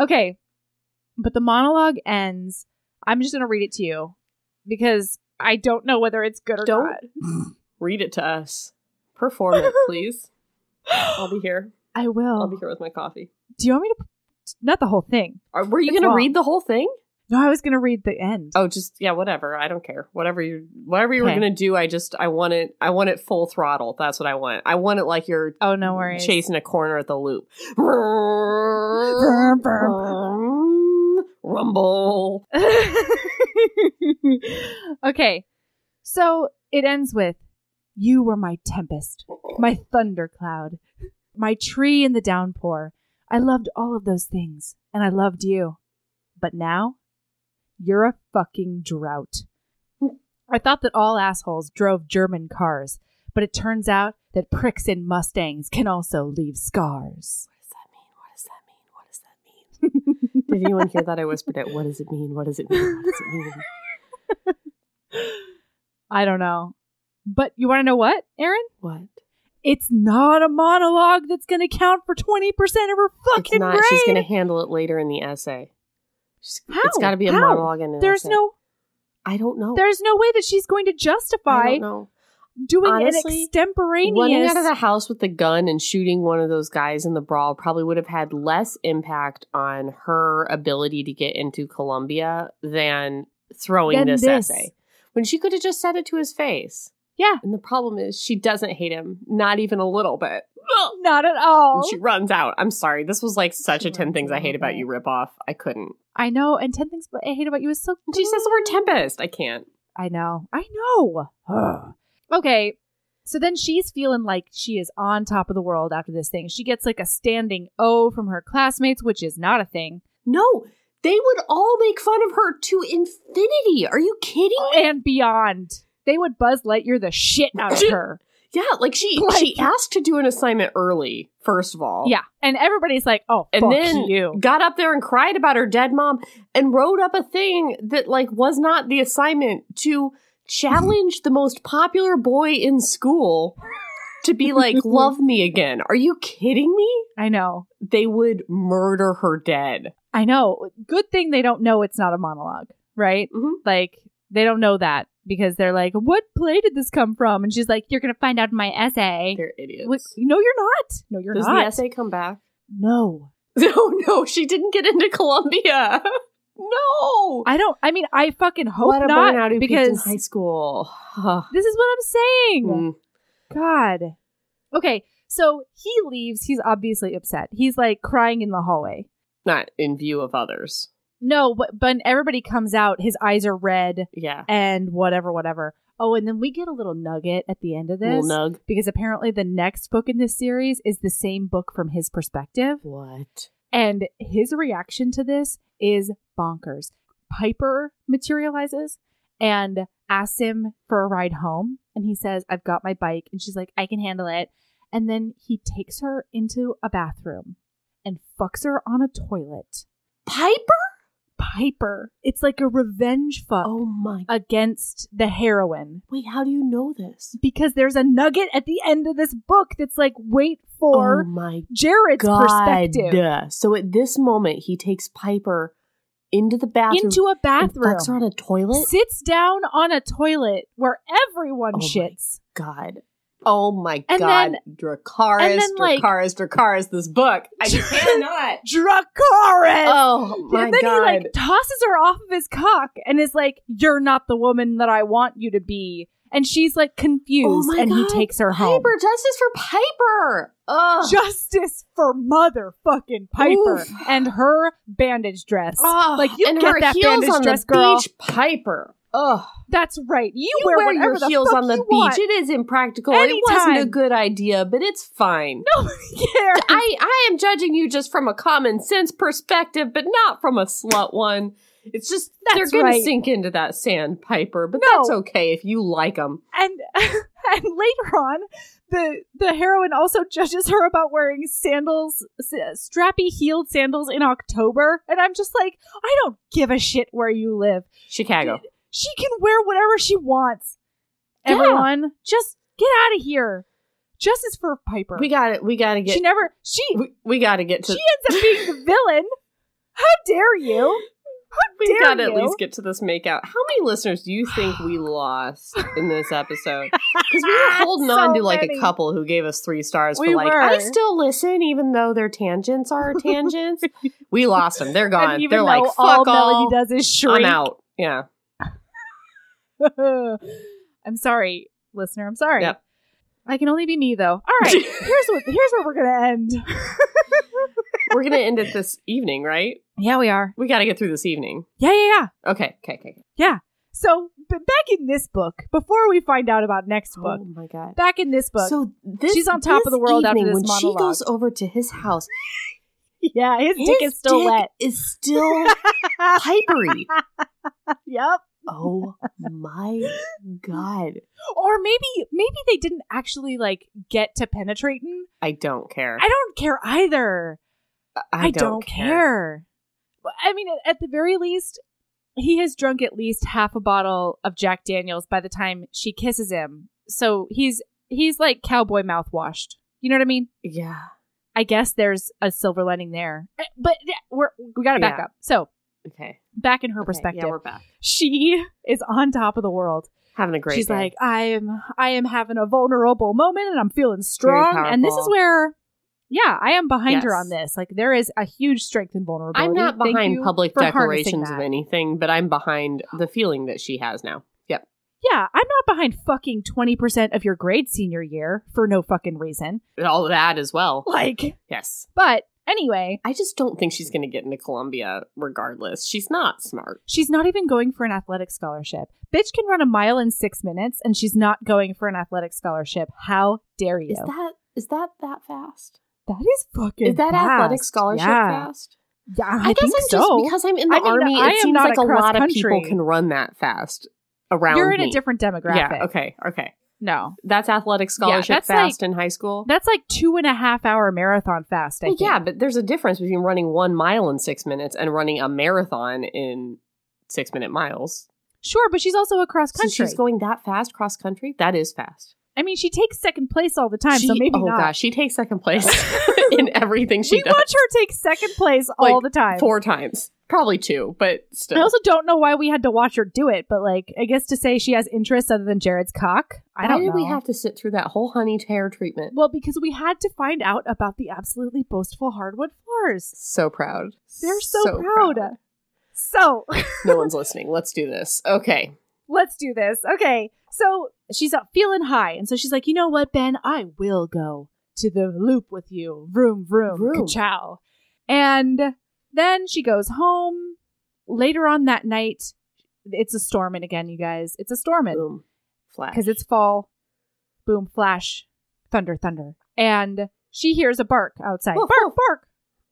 Okay. But the monologue ends. I'm just going to read it to you because I don't know whether it's good or
Don't.
not.
Read it to us. Perform it, please. I'll be here.
I will.
I'll be here with my coffee.
Do you want me to? Not the whole thing.
Are, were you
It's
going to
long.
read the whole thing?
No, I was going to read the end.
Oh, just yeah, whatever. I don't care. Whatever you whatever you were
Okay.
going to do, I just I want it I want it full throttle. That's what I want. I want it like you're
Oh, no worries.
chasing a corner at the loop.
Burm, burm.
Rumble.
okay. So it ends with You were my tempest, my thundercloud, my tree in the downpour. I loved all of those things, and I loved you. But now, you're a fucking drought. I thought that all assholes drove German cars, but it turns out that pricks in Mustangs can also leave scars.
What does that mean? What does that mean? What does that mean? Did anyone hear that? I whispered it. What does it mean? What does it mean? What does it mean?
I don't know. But you want to know what, Aaron?
What?
It's not a monologue that's going to count for 20% of her
It's
fucking
not.
grade.
She's going to handle it later in the essay. She's-
How?
It's got to be a
How?
monologue and an
There's
essay.
no
I don't know.
there's no way that she's going to
Oh. I
justify
don't know.
doing
Honestly,
an extemporaneous
Running out of the house with the gun and shooting one of those guys in the brawl probably would have had less impact on her ability to get into Columbia than throwing
Than
this,
this.
essay. When she could have just said it to his face.
Yeah.
And the problem is she doesn't hate him, not even a little bit.
Not at all.
And she runs out. I'm sorry. This was like such
Oh. She
a 10
runs
things I
out
hate
of
about
it.
you ripoff. I couldn't.
I know and 10 things I hate about you is so
And she says the
Oh.
word tempest. I can't.
I know. I know. Ugh. okay. So then she's feeling like she is on top of the world after this thing. She gets like a standing O from her classmates, which is not a thing.
No, they would all make fun of her to infinity. Are you kidding
And beyond. They would Buzz Lightyear the shit out of her.
Yeah, like she
Like-
she asked to do an assignment early, first of all.
Yeah, and everybody's like, "Oh,
And
fuck
then
you."
Got up there and cried about her dead mom and wrote up a thing that like was not the assignment to challenge the most popular boy in school to be like love me again. Are you kidding me?
I know,
They would murder her dead.
I know. Good thing they don't know it's not a monologue, right?
Mhm.
Like they don't know that because they're like, "What play did this come from?" And she's like, "You're gonna find out in my essay."
They're idiots.
Like, no, you're not. No, you're
Does the
not.
essay come back?
no,
No, no, she didn't get into Columbia. no.
I don't. I mean, I fucking hope
what a
not
burnout who peaked
because
in high school.
this is what I'm saying.
Mm.
God. Okay, so he leaves. He's obviously upset. He's like crying in the hallway.
not in view of others.
No, but but everybody comes out. His eyes are red.
Yeah.
and whatever, whatever. Oh, and then we get a little nugget at the end of this
Little nug.
because apparently the next book in this series is the same book from his perspective.
What?
And his reaction to this is bonkers. Piper materializes and asks him for a ride home. And he says, I've got my bike. And she's like, I can handle it. And then he takes her into a bathroom and fucks her on a toilet.
Piper?
Piper. It's like a revenge fuck
Oh my.
against the heroine.
Wait, how do you know this?
because there's a nugget at the end of this book that's like, wait for
oh my
Jared's
god.
perspective
So at this moment, he takes Piper into the bathroom.
into a
and
bathroom,
Fucks her on a toilet?
sits down on a toilet where everyone
Oh my
shits.
God. Oh my
And
god.
then-
Dracaris,
and then, like-
Dracaris, Dracaris, this book. I cannot.
Dracarys.
oh my
and then
god.
he like tosses her off of his cock and is like, "You're not the woman that I want you to be." And she's like
oh
confused,
my
and
god.
he takes her home.
Piper, justice for Piper. Oh.
Justice for motherfucking Piper
Oof.
and her bandage dress.
Oh,
like you
and
get
her
that
heels
bandage
on
dress,
the
girl.
beach, Piper. Ugh,
That's right. You,
you
wear,
wear,
whatever
your
the
heels
fuck
on the
you
beach.
want.
It is impractical. and It wasn't a
Anytime.
good idea, but it's fine.
Nobody cares.
I I am judging you just from a common sense perspective, but not from a slut one. It's just they're
That's
gonna
right.
sink into that sand, Piper. But
No.
that's okay if you like them.
and and later on, the the heroine also judges her about wearing sandals, s- strappy heeled sandals in October. And I'm just like, I don't give a shit where you live.
Chicago.
She can wear whatever she wants.
Yeah.
Everyone, just get out of here. Justice for Piper.
We got it. We got to get.
she never. She
we, we got to get to.
she ends up being the villain. How dare you?
we
dare
got to at
you.
least get to this makeout. How many listeners do you think we lost in this episode? Because we were holding
So
on to like
many.
a couple who gave us three stars
We
for like
were.
I still listen even though their tangents are tangents. we lost them. They're
And
gone.
even
They're
though
like fuck
all
all.
Melody does is
I'm
shrink.
out. Yeah.
I'm sorry, listener. I'm sorry.
Yep.
I can only be me though. All right. here's what here's where we're gonna end.
We're gonna end it this evening, right?
Yeah, we are.
We got to get through this evening.
Yeah, yeah, yeah.
Okay. Okay. Okay.
So b- back in this book, before we find out about next book,
Oh my god.
back in this book.
So this,
She's on top of the
this
world after
evening,
this
when
monologue.
she goes over to his house.
yeah, his,
His
dick is still
dick
wet.
Is still pipery.
Yep.
Oh my god.
Or maybe maybe they didn't actually like get to penetrating.
I don't care.
I don't care either. I, don't, care. But, I mean, at- at the very least, he has drunk at least half a bottle of Jack Daniels by the time she kisses him. So he's he's like cowboy mouthwashed. You know what I mean?
Yeah.
I guess there's a silver lining there. Eh, But yeah, we're we got to back
Yeah.
up. So
Okay.
back in her
Okay,
perspective,
Yeah, we're back.
she is on top of the world.
Having a great
She's
day.
like, I'm I am having a vulnerable moment and I'm feeling strong. And this is
powerful.
where yeah, I am behind her
Yes.
on this. Like there is a huge strength in vulnerability.
I'm not
Thank
behind
you
public
for harnessing
declarations of
that.
anything, but I'm behind the feeling that she has now. Yep.
Yeah, I'm not behind fucking twenty percent of your grade senior year for no fucking reason.
And All that as well.
Like
Yes.
but anyway,
I just don't think she's going to get into Columbia regardless. She's not smart.
she's not even going for an athletic scholarship. Bitch can run a mile in six minutes and she's not going for an athletic scholarship. How dare you?
Is that is that that fast?
that is fucking
Is that
fast.
athletic scholarship
yeah.
fast?
Yeah, I,
I, guess
think
I'm
so.
just because I'm in the
I mean,
army.
I am
it seems
not
like
a
a lot of people
cross-country.
can run that fast around.
You're in a
me.
different demographic.
Yeah. Okay. Okay.
No.
That's athletic scholarship
that's
fast in high school.
That's like two and a half hour marathon fast, I
Well,
think.
yeah, but there's a difference between running one mile in six minutes and running a marathon in six minute miles.
Sure, but she's also a cross
So
country.
she's going that fast cross country. That is fast.
I mean, she takes second place all the time,
She-
so maybe
oh
not.
gosh, she takes second place in everything she
we
does.
watch her take second place
Like,
all the time.
Four times, probably two, but still.
I also don't know why we had to watch her do it, but like, I guess to say she has interests other than Jared's cock. I
Why
don't
did
know.
we have to sit through that whole honey hair treatment?
well, because we had to find out about the absolutely boastful hardwood floors.
So proud.
They're so, proud. So
no one's listening. Let's do this. Okay.
let's do this. Okay. So she's up feeling high. And so she's like, you know what, Ben? I will go to the loop with you. Vroom, vroom,
Vroom.
ka-chow. And then she goes home. Later on that night, it's a storming again, you guys. It's a storming
Boom. Flat.
because it's fall. Boom, flash, thunder, thunder. And she hears a bark outside.
Woof,
bark,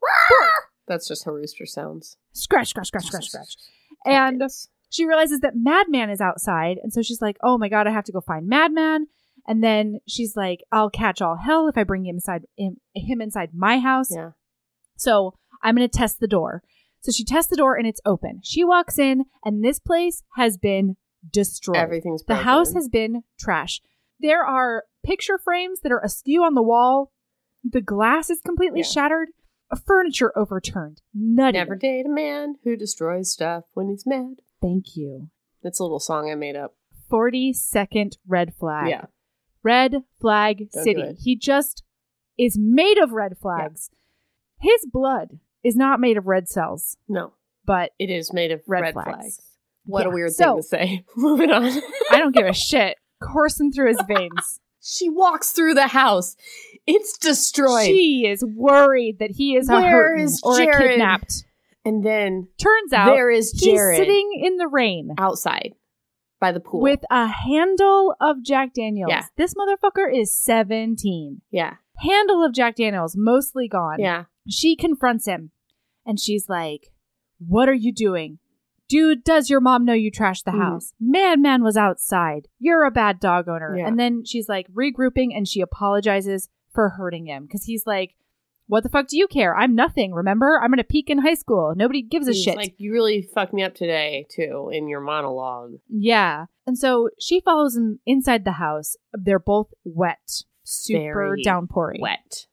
bark.
That's just how rooster sounds.
Scratch, scratch, scratch, scratch, scratch. And she realizes that Madman is outside. And so she's like, oh my God, I have to go find Madman. And then she's like, I'll catch all hell if I bring him inside him, him inside my house.
yeah.
So I'm going to test the door. So she tests the door and it's open. She walks in and this place has been destroyed.
Everything's
the
broken.
house has been trash. There are picture frames that are askew on the wall. The glass is completely
Yeah.
shattered. Furniture overturned. Nutty.
Never date a man who destroys stuff when he's mad.
Thank you.
That's a little song I made up.
40 second red flag.
Yeah.
Red Flag
Don't do
City.
it.
He just is made of red flags. His blood is not made of red cells,
No.
but
It is made of
Red
red,
flags.
flags. What a
Yeah.
weird
So-
thing to say. Moving on.
I don't give a shit. Coursing through his veins.
she walks through the house. It's destroyed.
She is worried that he is a
Where
hurtin'
is
or a
Jared?
kidnapped.
and then
Turns out
there is
he's
Jared Ah,
sitting in the rain
outside by the pool.
with a handle of Jack Daniels.
Yeah.
This motherfucker is 17.
yeah.
Handle of Jack Daniels mostly gone.
Yeah.
she confronts him and she's like, What are you doing? Dude, does your mom know you trashed the
Mhm.
house? Man, man was outside. You're a bad dog owner.
Yeah.
And then she's like regrouping and she apologizes for hurting him because he's like, What the fuck do you care? I'm nothing, remember? I'm going to peak in high school. Nobody gives a
He's
shit.
Like you really fucked me up today too in your monologue.
yeah. And so she follows him inside the house. They're both wet, super
Very
downpouring.
Wet.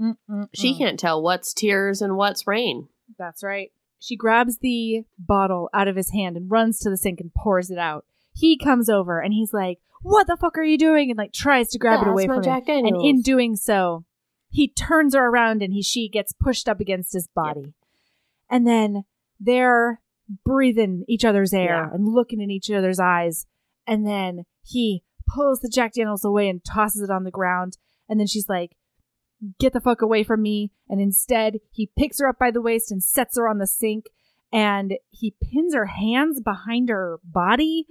Mm-mm-mm.
She can't tell what's tears and what's rain.
That's right. She grabs the bottle out of his hand and runs to the sink and pours it out. He comes over and he's like, "What the fuck are you doing?" and like tries to grab it
That's
away
my
from him.
Jack
And
Daniels.
in doing so, he turns her around and he she gets pushed up against his body. And then they're breathing each other's air
Yeah.
and looking in each other's eyes. And then he pulls the Jack Daniels away and tosses it on the ground. And then she's like, Get the fuck away from me. And instead, he picks her up by the waist and sets her on the sink. And he pins her hands behind her body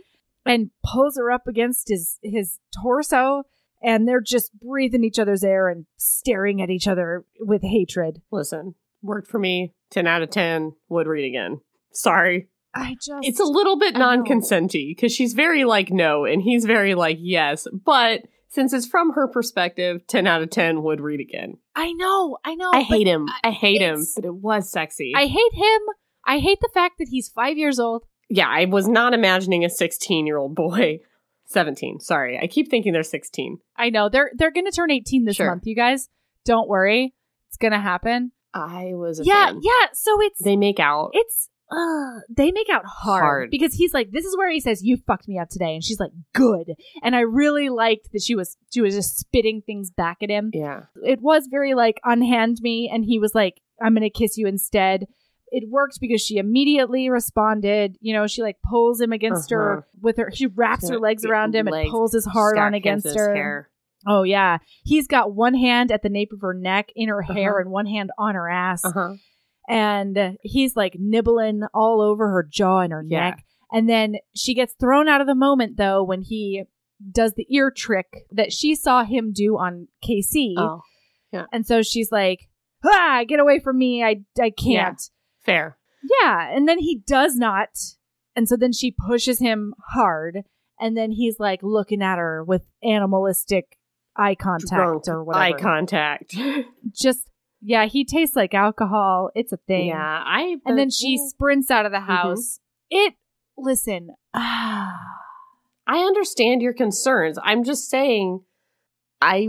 and pulls her up against his, his torso. And they're just breathing each other's air and staring at each other with hatred.
Listen, worked for me. 10 out of 10. Would read again. Sorry.
I just.
It's a little bit
I know.
non consenty because she's very like no and he's very like yes. But since it's from her perspective, 10 out of 10 would read again.
I know, I know.
I
but
hate him. I hate him.
it's-
But it was sexy.
I hate him. I hate the fact that he's five years old.
yeah, I was not imagining a 16 year old boy. 17. Sorry. I keep thinking they're 16.
I know they're they're gonna turn eighteen this
Sure.
month. You guys, don't worry, it's gonna happen.
I was a
Yeah,
fan.
yeah. So it's
They make out.
it's uh, they make out hard,
Hard.
because he's like, this is where he says you fucked me up today, and she's like, good. And I really liked that she was she was just spitting things back at him.
yeah.
It was very like unhand me, and he was like, I'm gonna kiss you instead. It worked because she immediately responded. You know, she like pulls him against
Uh-huh.
her with her. She wraps
So
her legs
it-
around him
legs.
and pulls his
She's
hard
got
on
hands in
against
his
her.
hair.
Oh yeah, he's got one hand at the nape of her neck, in her hair,
Uh-huh.
and one hand on her ass,
Uh-huh.
and he's like nibbling all over her jaw and her
Yeah.
neck. And then she gets thrown out of the moment though when he does the ear trick that she saw him do on KC,
Oh,
and so she's like, "Ah, get away from me! I I can't."
fair.
Yeah, and then he does not. And so then she pushes him hard, and then he's like looking at her with animalistic eye contact
Drunk
or whatever.
Eye contact.
Just yeah, he tastes like alcohol. It's a thing.
Yeah, Mm-hmm. I.
And then
but-
she sprints out of the house. It listen, ah,
I understand your concerns. I'm just saying, I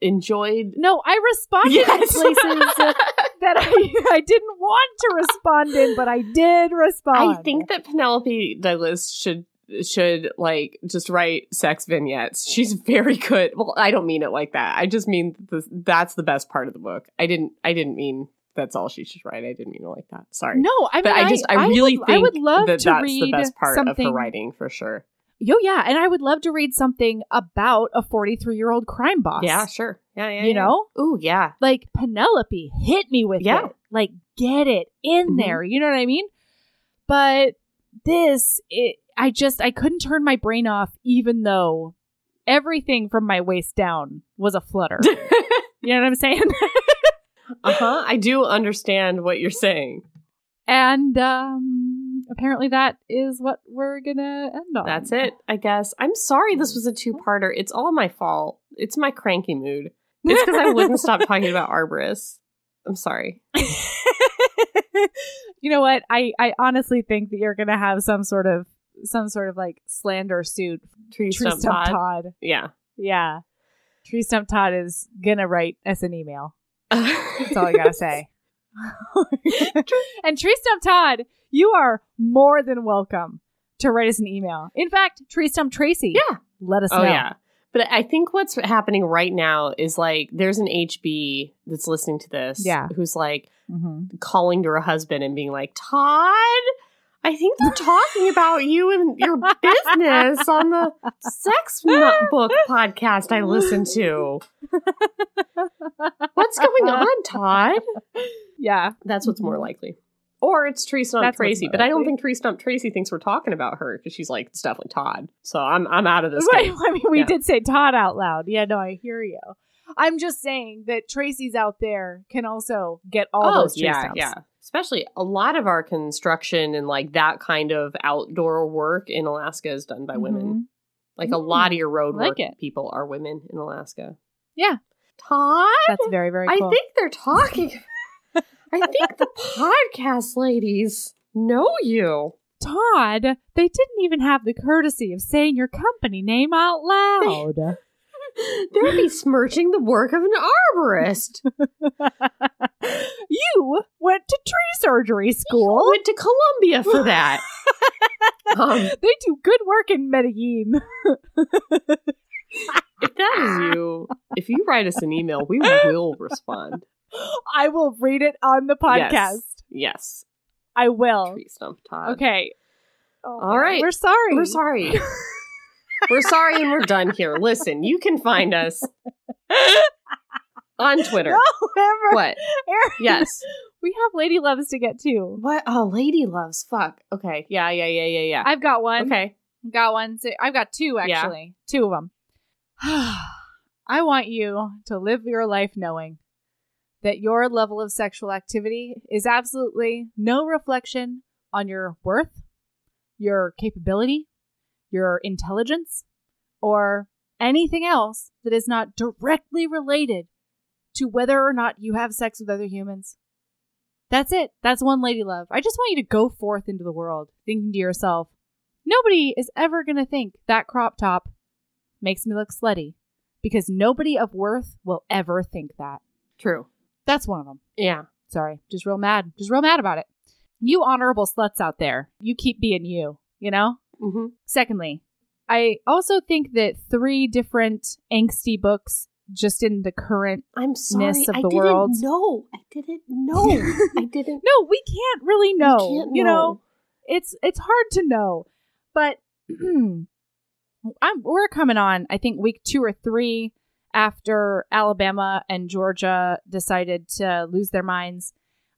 enjoyed.
no, I responded
Yes.
in places that I, I didn't want to respond in, but I did respond.
I think that Penelope Douglas should should like just write sex vignettes. She's very good. Well, I don't mean it like that. I just mean the, that's the best part of the book. I didn't. I didn't mean that's all she should write. I didn't mean it like that. Sorry.
no, I mean,
but I just, I, really
would,
think
I would love
that
to
that's
read
the best part
something
of her writing for sure.
Yo, yeah, and I would love to read something about a 43 year old crime boss.
Yeah, sure. Yeah, yeah.
you know,
Ooh, yeah.
like Penelope hit me with
Yeah.
it. Like, get it in
Mhm.
there. You know what I mean? But this, it, I just, I couldn't turn my brain off, even though everything from my waist down was a flutter.
uh
you know what I'm saying?
huh. Uh-huh, I do understand what you're saying.
and um, apparently, that is what we're gonna end on.
That's it, I guess. I'm sorry this was a two parter. It's all my fault. It's my cranky mood. It's because I wouldn't stop talking about arborists. I'm sorry.
you know what? I I honestly think that you're gonna have some sort of some sort of like slander suit.
Tree,
Tree
stump,
Stump
pod.
Todd.
Yeah.
Yeah. Tree Stump Todd is gonna write us an email. That's all I gotta say. and Tree Stump Todd, you are more than welcome to write us an email. In fact, Tree Stump Tracy,
Yeah.
let us
Oh
know.
yeah. But I think what's happening right now is like there's an HB that's listening to this,
Yeah.
who's like
Mhm.
calling to her husband and being like, Todd, I think they're talking about you and your business on the sex nut book podcast I listened to. What's going on, Todd?
Yeah.
That's what's more likely. Or it's Tree Stump
That's what's
Tracy,
more
but I don't
likely.
think Tree Stump Tracy thinks we're talking about her because she's like, it's definitely Todd. So I'm I'm out of this.
Right.
game.
I mean, we
Yeah.
did say Todd out loud. Yeah, no, I hear you. I'm just saying that Tracy's out there can also get all those tree
Oh, yeah,
stumps.
yeah. Especially a lot of our construction and like that kind of outdoor work in Alaska is done by women.
Mhm.
Like a lot of your road
Mm, like
work
it.
people are women in Alaska.
Yeah.
Todd,
That's very, very
I
cool.
think they're talking. I think the podcast ladies know you.
Todd, they didn't even have the courtesy of saying your company name out loud.
They're besmirching the work of an arborist.
you went to tree surgery school.
Went to Columbia for that. um,
They do good work in Medellin.
if that is you, if you write us an email, we will respond.
I will read it on the podcast.
Yes.
I will.
Tree stump Todd.
Okay. Oh,
All right.
We're sorry.
We're sorry. we're sorry and we're done here. Listen, you can find us on Twitter.
No, Amber,
What?
Erin,
Yes.
We have lady loves to get to.
What? Oh, lady loves. Fuck. Okay. Yeah, yeah, yeah, yeah, yeah.
I've got one.
okay.
Got one. So I've got two
Yeah.
actually. Two of them. I want you to live your life knowing that your level of sexual activity is absolutely no reflection on your worth, your capability, your intelligence, or anything else that is not directly related to whether or not you have sex with other humans. That's it. That's one lady love. I just want you to go forth into the world thinking to yourself, Nobody is ever going to think that crop top makes me look slutty because nobody of worth will ever think that.
True.
That's one of them.
Yeah.
Sorry. Just real mad. Just real mad about it. You honorable sluts out there, you keep being you, you know?
hmm
Secondly, I also think that three different angsty books just in the current.
I'm sorry.
Ness of
I
the
didn't
world.
know. I didn't know. I didn't
No, we can't really
I
know.
can't
you know, it's it's hard to know, but I'm, we're coming on. I think week two or three after Alabama and Georgia decided to lose their minds.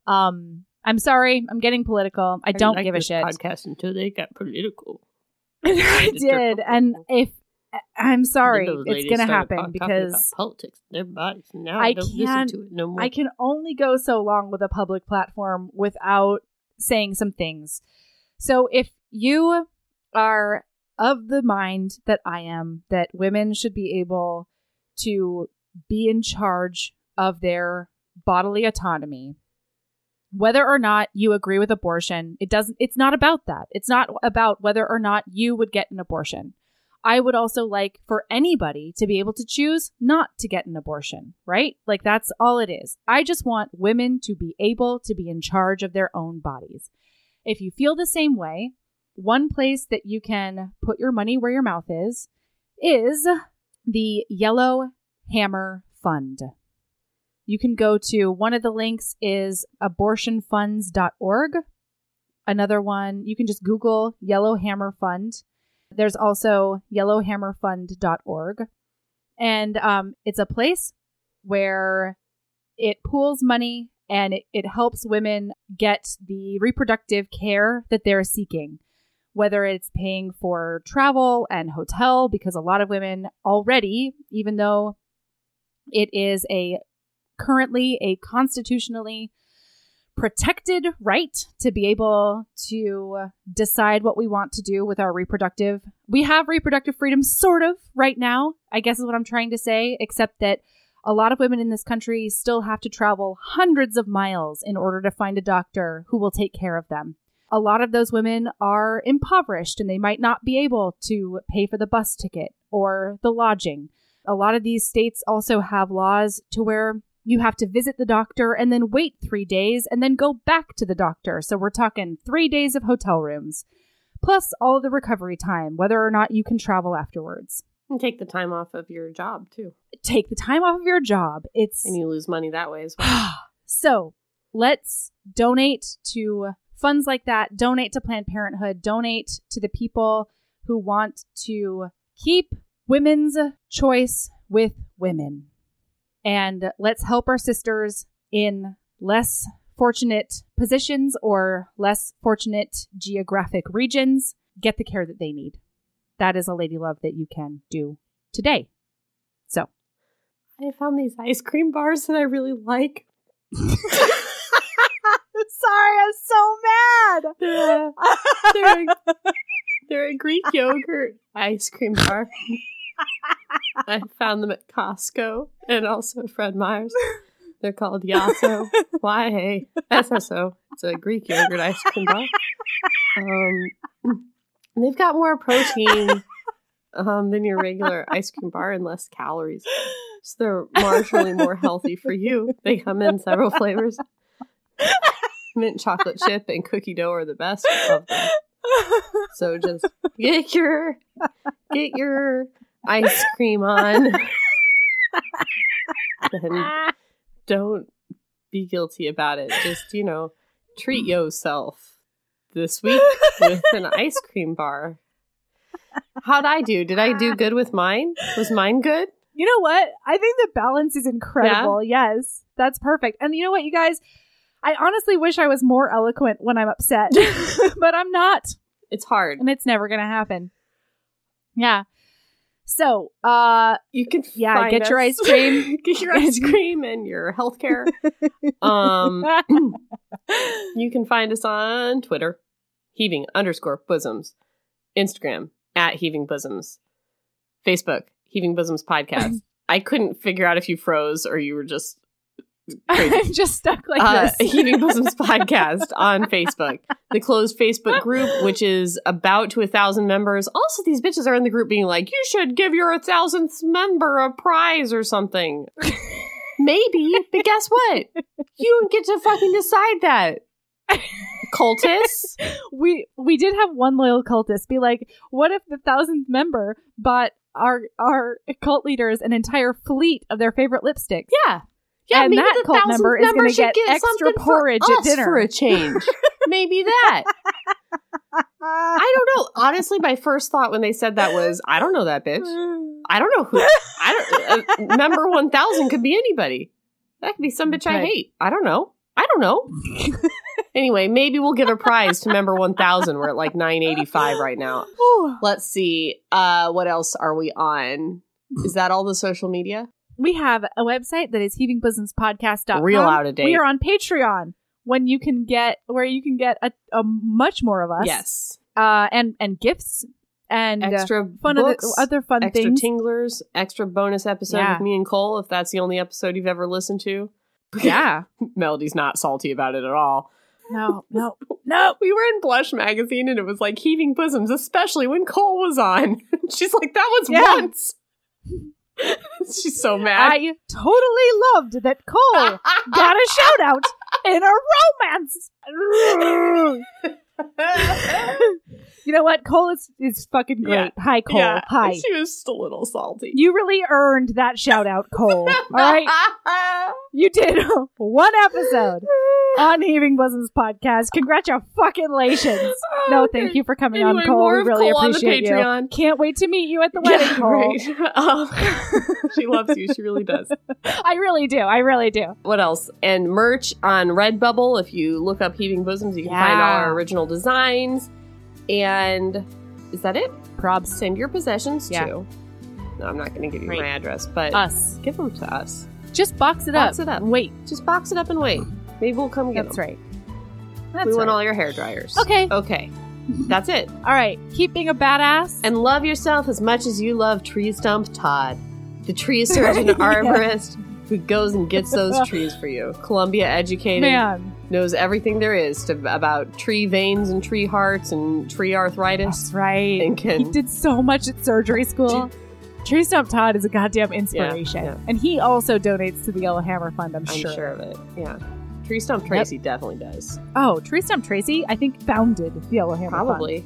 Um, I'm sorry, I'm getting political. I don't
like
give a
this
shit.
Podcast until they got political.
I
Just
did,
don't-
and if I'm sorry,
Those
it's
ladies
gonna
started
happen
talking about
because
politics, and their bodies. and Now
I
I, don't
can't-
listen to it no more.
I can only go so long with a public platform without saying some things. So if you are of the mind that I am, that women should be able to be in charge of their bodily autonomy, whether or not you agree with abortion, it doesn't it's not about that. It's not about whether or not you would get an abortion. I would also like for anybody to be able to choose not to get an abortion, right? Like that's all it is. I just want women to be able to be in charge of their own bodies. If you feel the same way, one place that you can put your money where your mouth is is the Yellow Hammer Fund. You can go to one of the links is abortionfunds.org. Another one, you can just Google Yellow Hammer Fund. There's also yellowhammerfund.org. And um, it's a place where it pools money and it, it helps women get the reproductive care that they're seeking, whether it's paying for travel and hotel, because a lot of women already, even though it is a currently a constitutionally protected right to be able to decide what we want to do with our reproductive. We have reproductive freedom, sort of, right now, I guess is what I'm trying to say, except that a lot of women in this country still have to travel hundreds of miles in order to find a doctor who will take care of them. A lot of those women are impoverished and they might not be able to pay for the bus ticket or the lodging. A lot of these states also have laws to where you have to visit the doctor and then wait three days and then go back to the doctor. So we're talking three days of hotel rooms, plus all the recovery time, whether or not you can travel afterwards.
And take the time off of your job too,
Take the time off of your job. It's
and you lose money that way as well.
so let's donate to funds like that, donate to Planned Parenthood, donate to the people who want to keep women's choice with women. And let's help our sisters in less fortunate positions or less fortunate geographic regions get the care that they need. That is a lady love that you can do today. So,
I found these ice cream bars that I really like.
sorry, I'm so mad.
They're a, they're a- they're a Greek yogurt ice cream bar. I found them at Costco and also Fred Meyer's. They're called Yasso. Y A S S O. It's a Greek yogurt ice cream bar. Um, they've got more protein um, than your regular ice cream bar and less calories. So they're marginally more healthy for you. They come in several flavors. Mint chocolate chip and cookie dough are the best of them. So just get your get your ice cream on. and don't be guilty about it. Just, you know, treat yourself this week with an ice cream bar. How'd I do? Did I do good with mine? Was mine good?
You know what? I think the balance is incredible. Yes, that's perfect. And you know what, you guys? I honestly wish I was more eloquent when I'm upset, but I'm not,
It's hard.
and it's never going to happen. Yeah. So, uh,
You can
Yeah,
find
get your
us-
ice cream.
get your ice cream and your healthcare. um, you can find us on Twitter, heaving underscore bosoms, Instagram at heaving bosoms, Facebook heaving bosoms podcast. I couldn't figure out if you froze or you were just crazy.
I'm just stuck like
uh,
this.
Heaving Bosoms podcast on Facebook. The closed Facebook group, which is about to a thousand members. Also, these bitches are in the group being like, "You should give your thousandth member a prize or something." Maybe, but guess what? You don't get to fucking decide that. Cultists,
we we did have one loyal cultist be like, "What if the thousandth member bought our our cult leaders an entire fleet of their favorite lipsticks?"
yeah, yeah.
And
maybe
that
the
cult
thousandth
member is gonna
should
get extra
something for
porridge at
us
dinner.
for a change. maybe that.
Ah.
I don't know. Honestly, my first thought when they said that was, I don't know that bitch. I don't know who. I don't. Uh, member one thousand could be anybody. That could be some bitch I
Right.
hate. I don't know. I don't know. anyway, maybe we'll give a prize to member one thousand. We're at like nine eighty five right now.
Whew.
Let's see. Uh, what else are we on? Is that all the social media?
we have a website that is heavingbosomspodcast.com.
Real out of date.
We are on Patreon when you can get where you can get a, a much more of us.
Yes.
Uh and and gifts and uh,
Extra
fun other,
books.
other fun
extra
things.
tinglers. Extra bonus episode
Yeah.
with me and Cole. If that's the only episode you've ever listened to.
yeah.
Melody's not salty about it at all.
No, no, no.
we were in Blush magazine and it was like heaving bosoms, especially when Cole was on. She's like, that was
Yeah.
once. She's so mad.
I totally loved that
Ah,
Cole got a shout out in a romance. you know what? Cole is, is fucking great.
Yeah.
Hi, Cole.
Yeah,
Hi.
She was just a little salty.
You really earned that shout out, Cole. All right. You did one episode on Heaving Bosoms podcast. Congratulations. No, thank you for coming
Oh, Anyway,
on, Cole.
more
We
of
really
Cole on the
appreciate you.
Patreon.
Can't wait to meet you at the wedding,
Yeah,
Cole.
right. Um, she loves you. She really does.
I really do. I really do.
What else? And merch on Redbubble. If you look up Heaving Bosoms, you can find all
Yeah.
our original designs. And is that it?
Probs
send your possessions
Yeah.
to. No, I'm not going to give you
Right.
my address, but
us.
give them to us.
Just box it
Box
up.
it up.
Wait.
Just box it up and wait. Maybe we'll come get
That's
them.
right. That's
we want
right.
all your hair dryers.
Okay.
Okay. That's it.
All right. Keep being a badass.
And love yourself as much as you love tree stump Todd, the tree surgeon arborist who goes and gets those trees for you. Columbia educated,
man.
knows everything there is to, about tree veins and tree hearts and tree arthritis,
That's right.
and
He
can
did so much at surgery school. Tree Stump Todd is a goddamn inspiration.
yeah.
And he also donates to the Yellow Hammer Fund, I'm,
I'm
sure.
sure. of it. Yeah, tree stump Tracy definitely does.
Oh, Tree Stump Tracy, I think, founded the Yellow Hammer Fund.
Probably.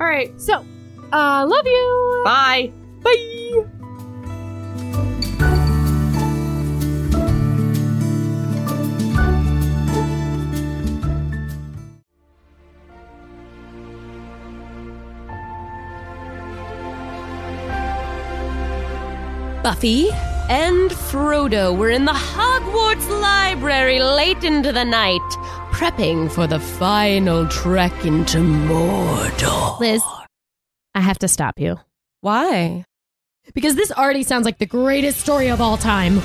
All right.
So, uh, love you.
Bye.
Bye.
Buffy and Frodo were in the Hogwarts library late into the night, prepping for the final trek into Mordor.
Liz, I have to stop you.
Why?
Because this already sounds like the greatest story of all time.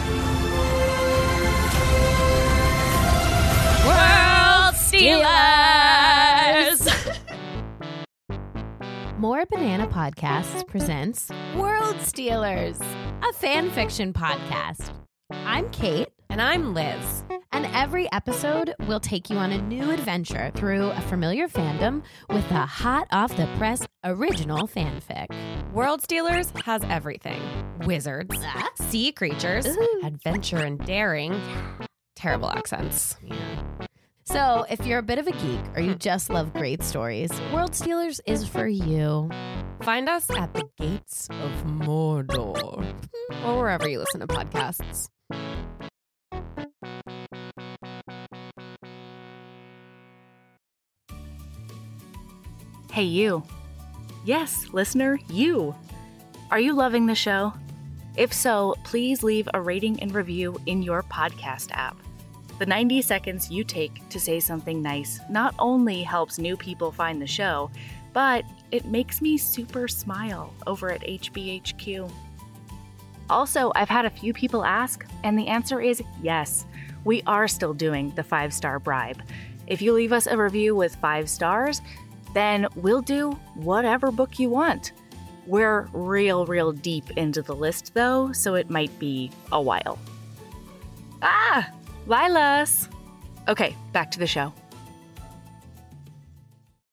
World Stealers!
More Banana Podcasts presents World Stealers, a fan fiction podcast. I'm Kate.
And I'm Liz. And every episode will take you on a new adventure through a familiar fandom with a hot off the press original fanfic.
World Stealers has everything wizards, sea creatures, adventure and daring, terrible accents.
So, if you're a bit of a geek or you just love great stories, World Stealers is for you.
Find us at the gates of Mordor or wherever you listen to podcasts.
Hey, you. Yes, listener, you. Are you loving the show? If so, please leave a rating and review in your podcast app. The 90 seconds you take to say something nice not only helps new people find the show, but it makes me super smile over at HBHQ. Also, I've had a few people ask, and the answer is yes. We are still doing the five star bribe. If you leave us a review with five stars, then we'll do whatever book you want. We're real, real deep into the list though, so it might be a while. Ah! Lilas! Okay, back to the show.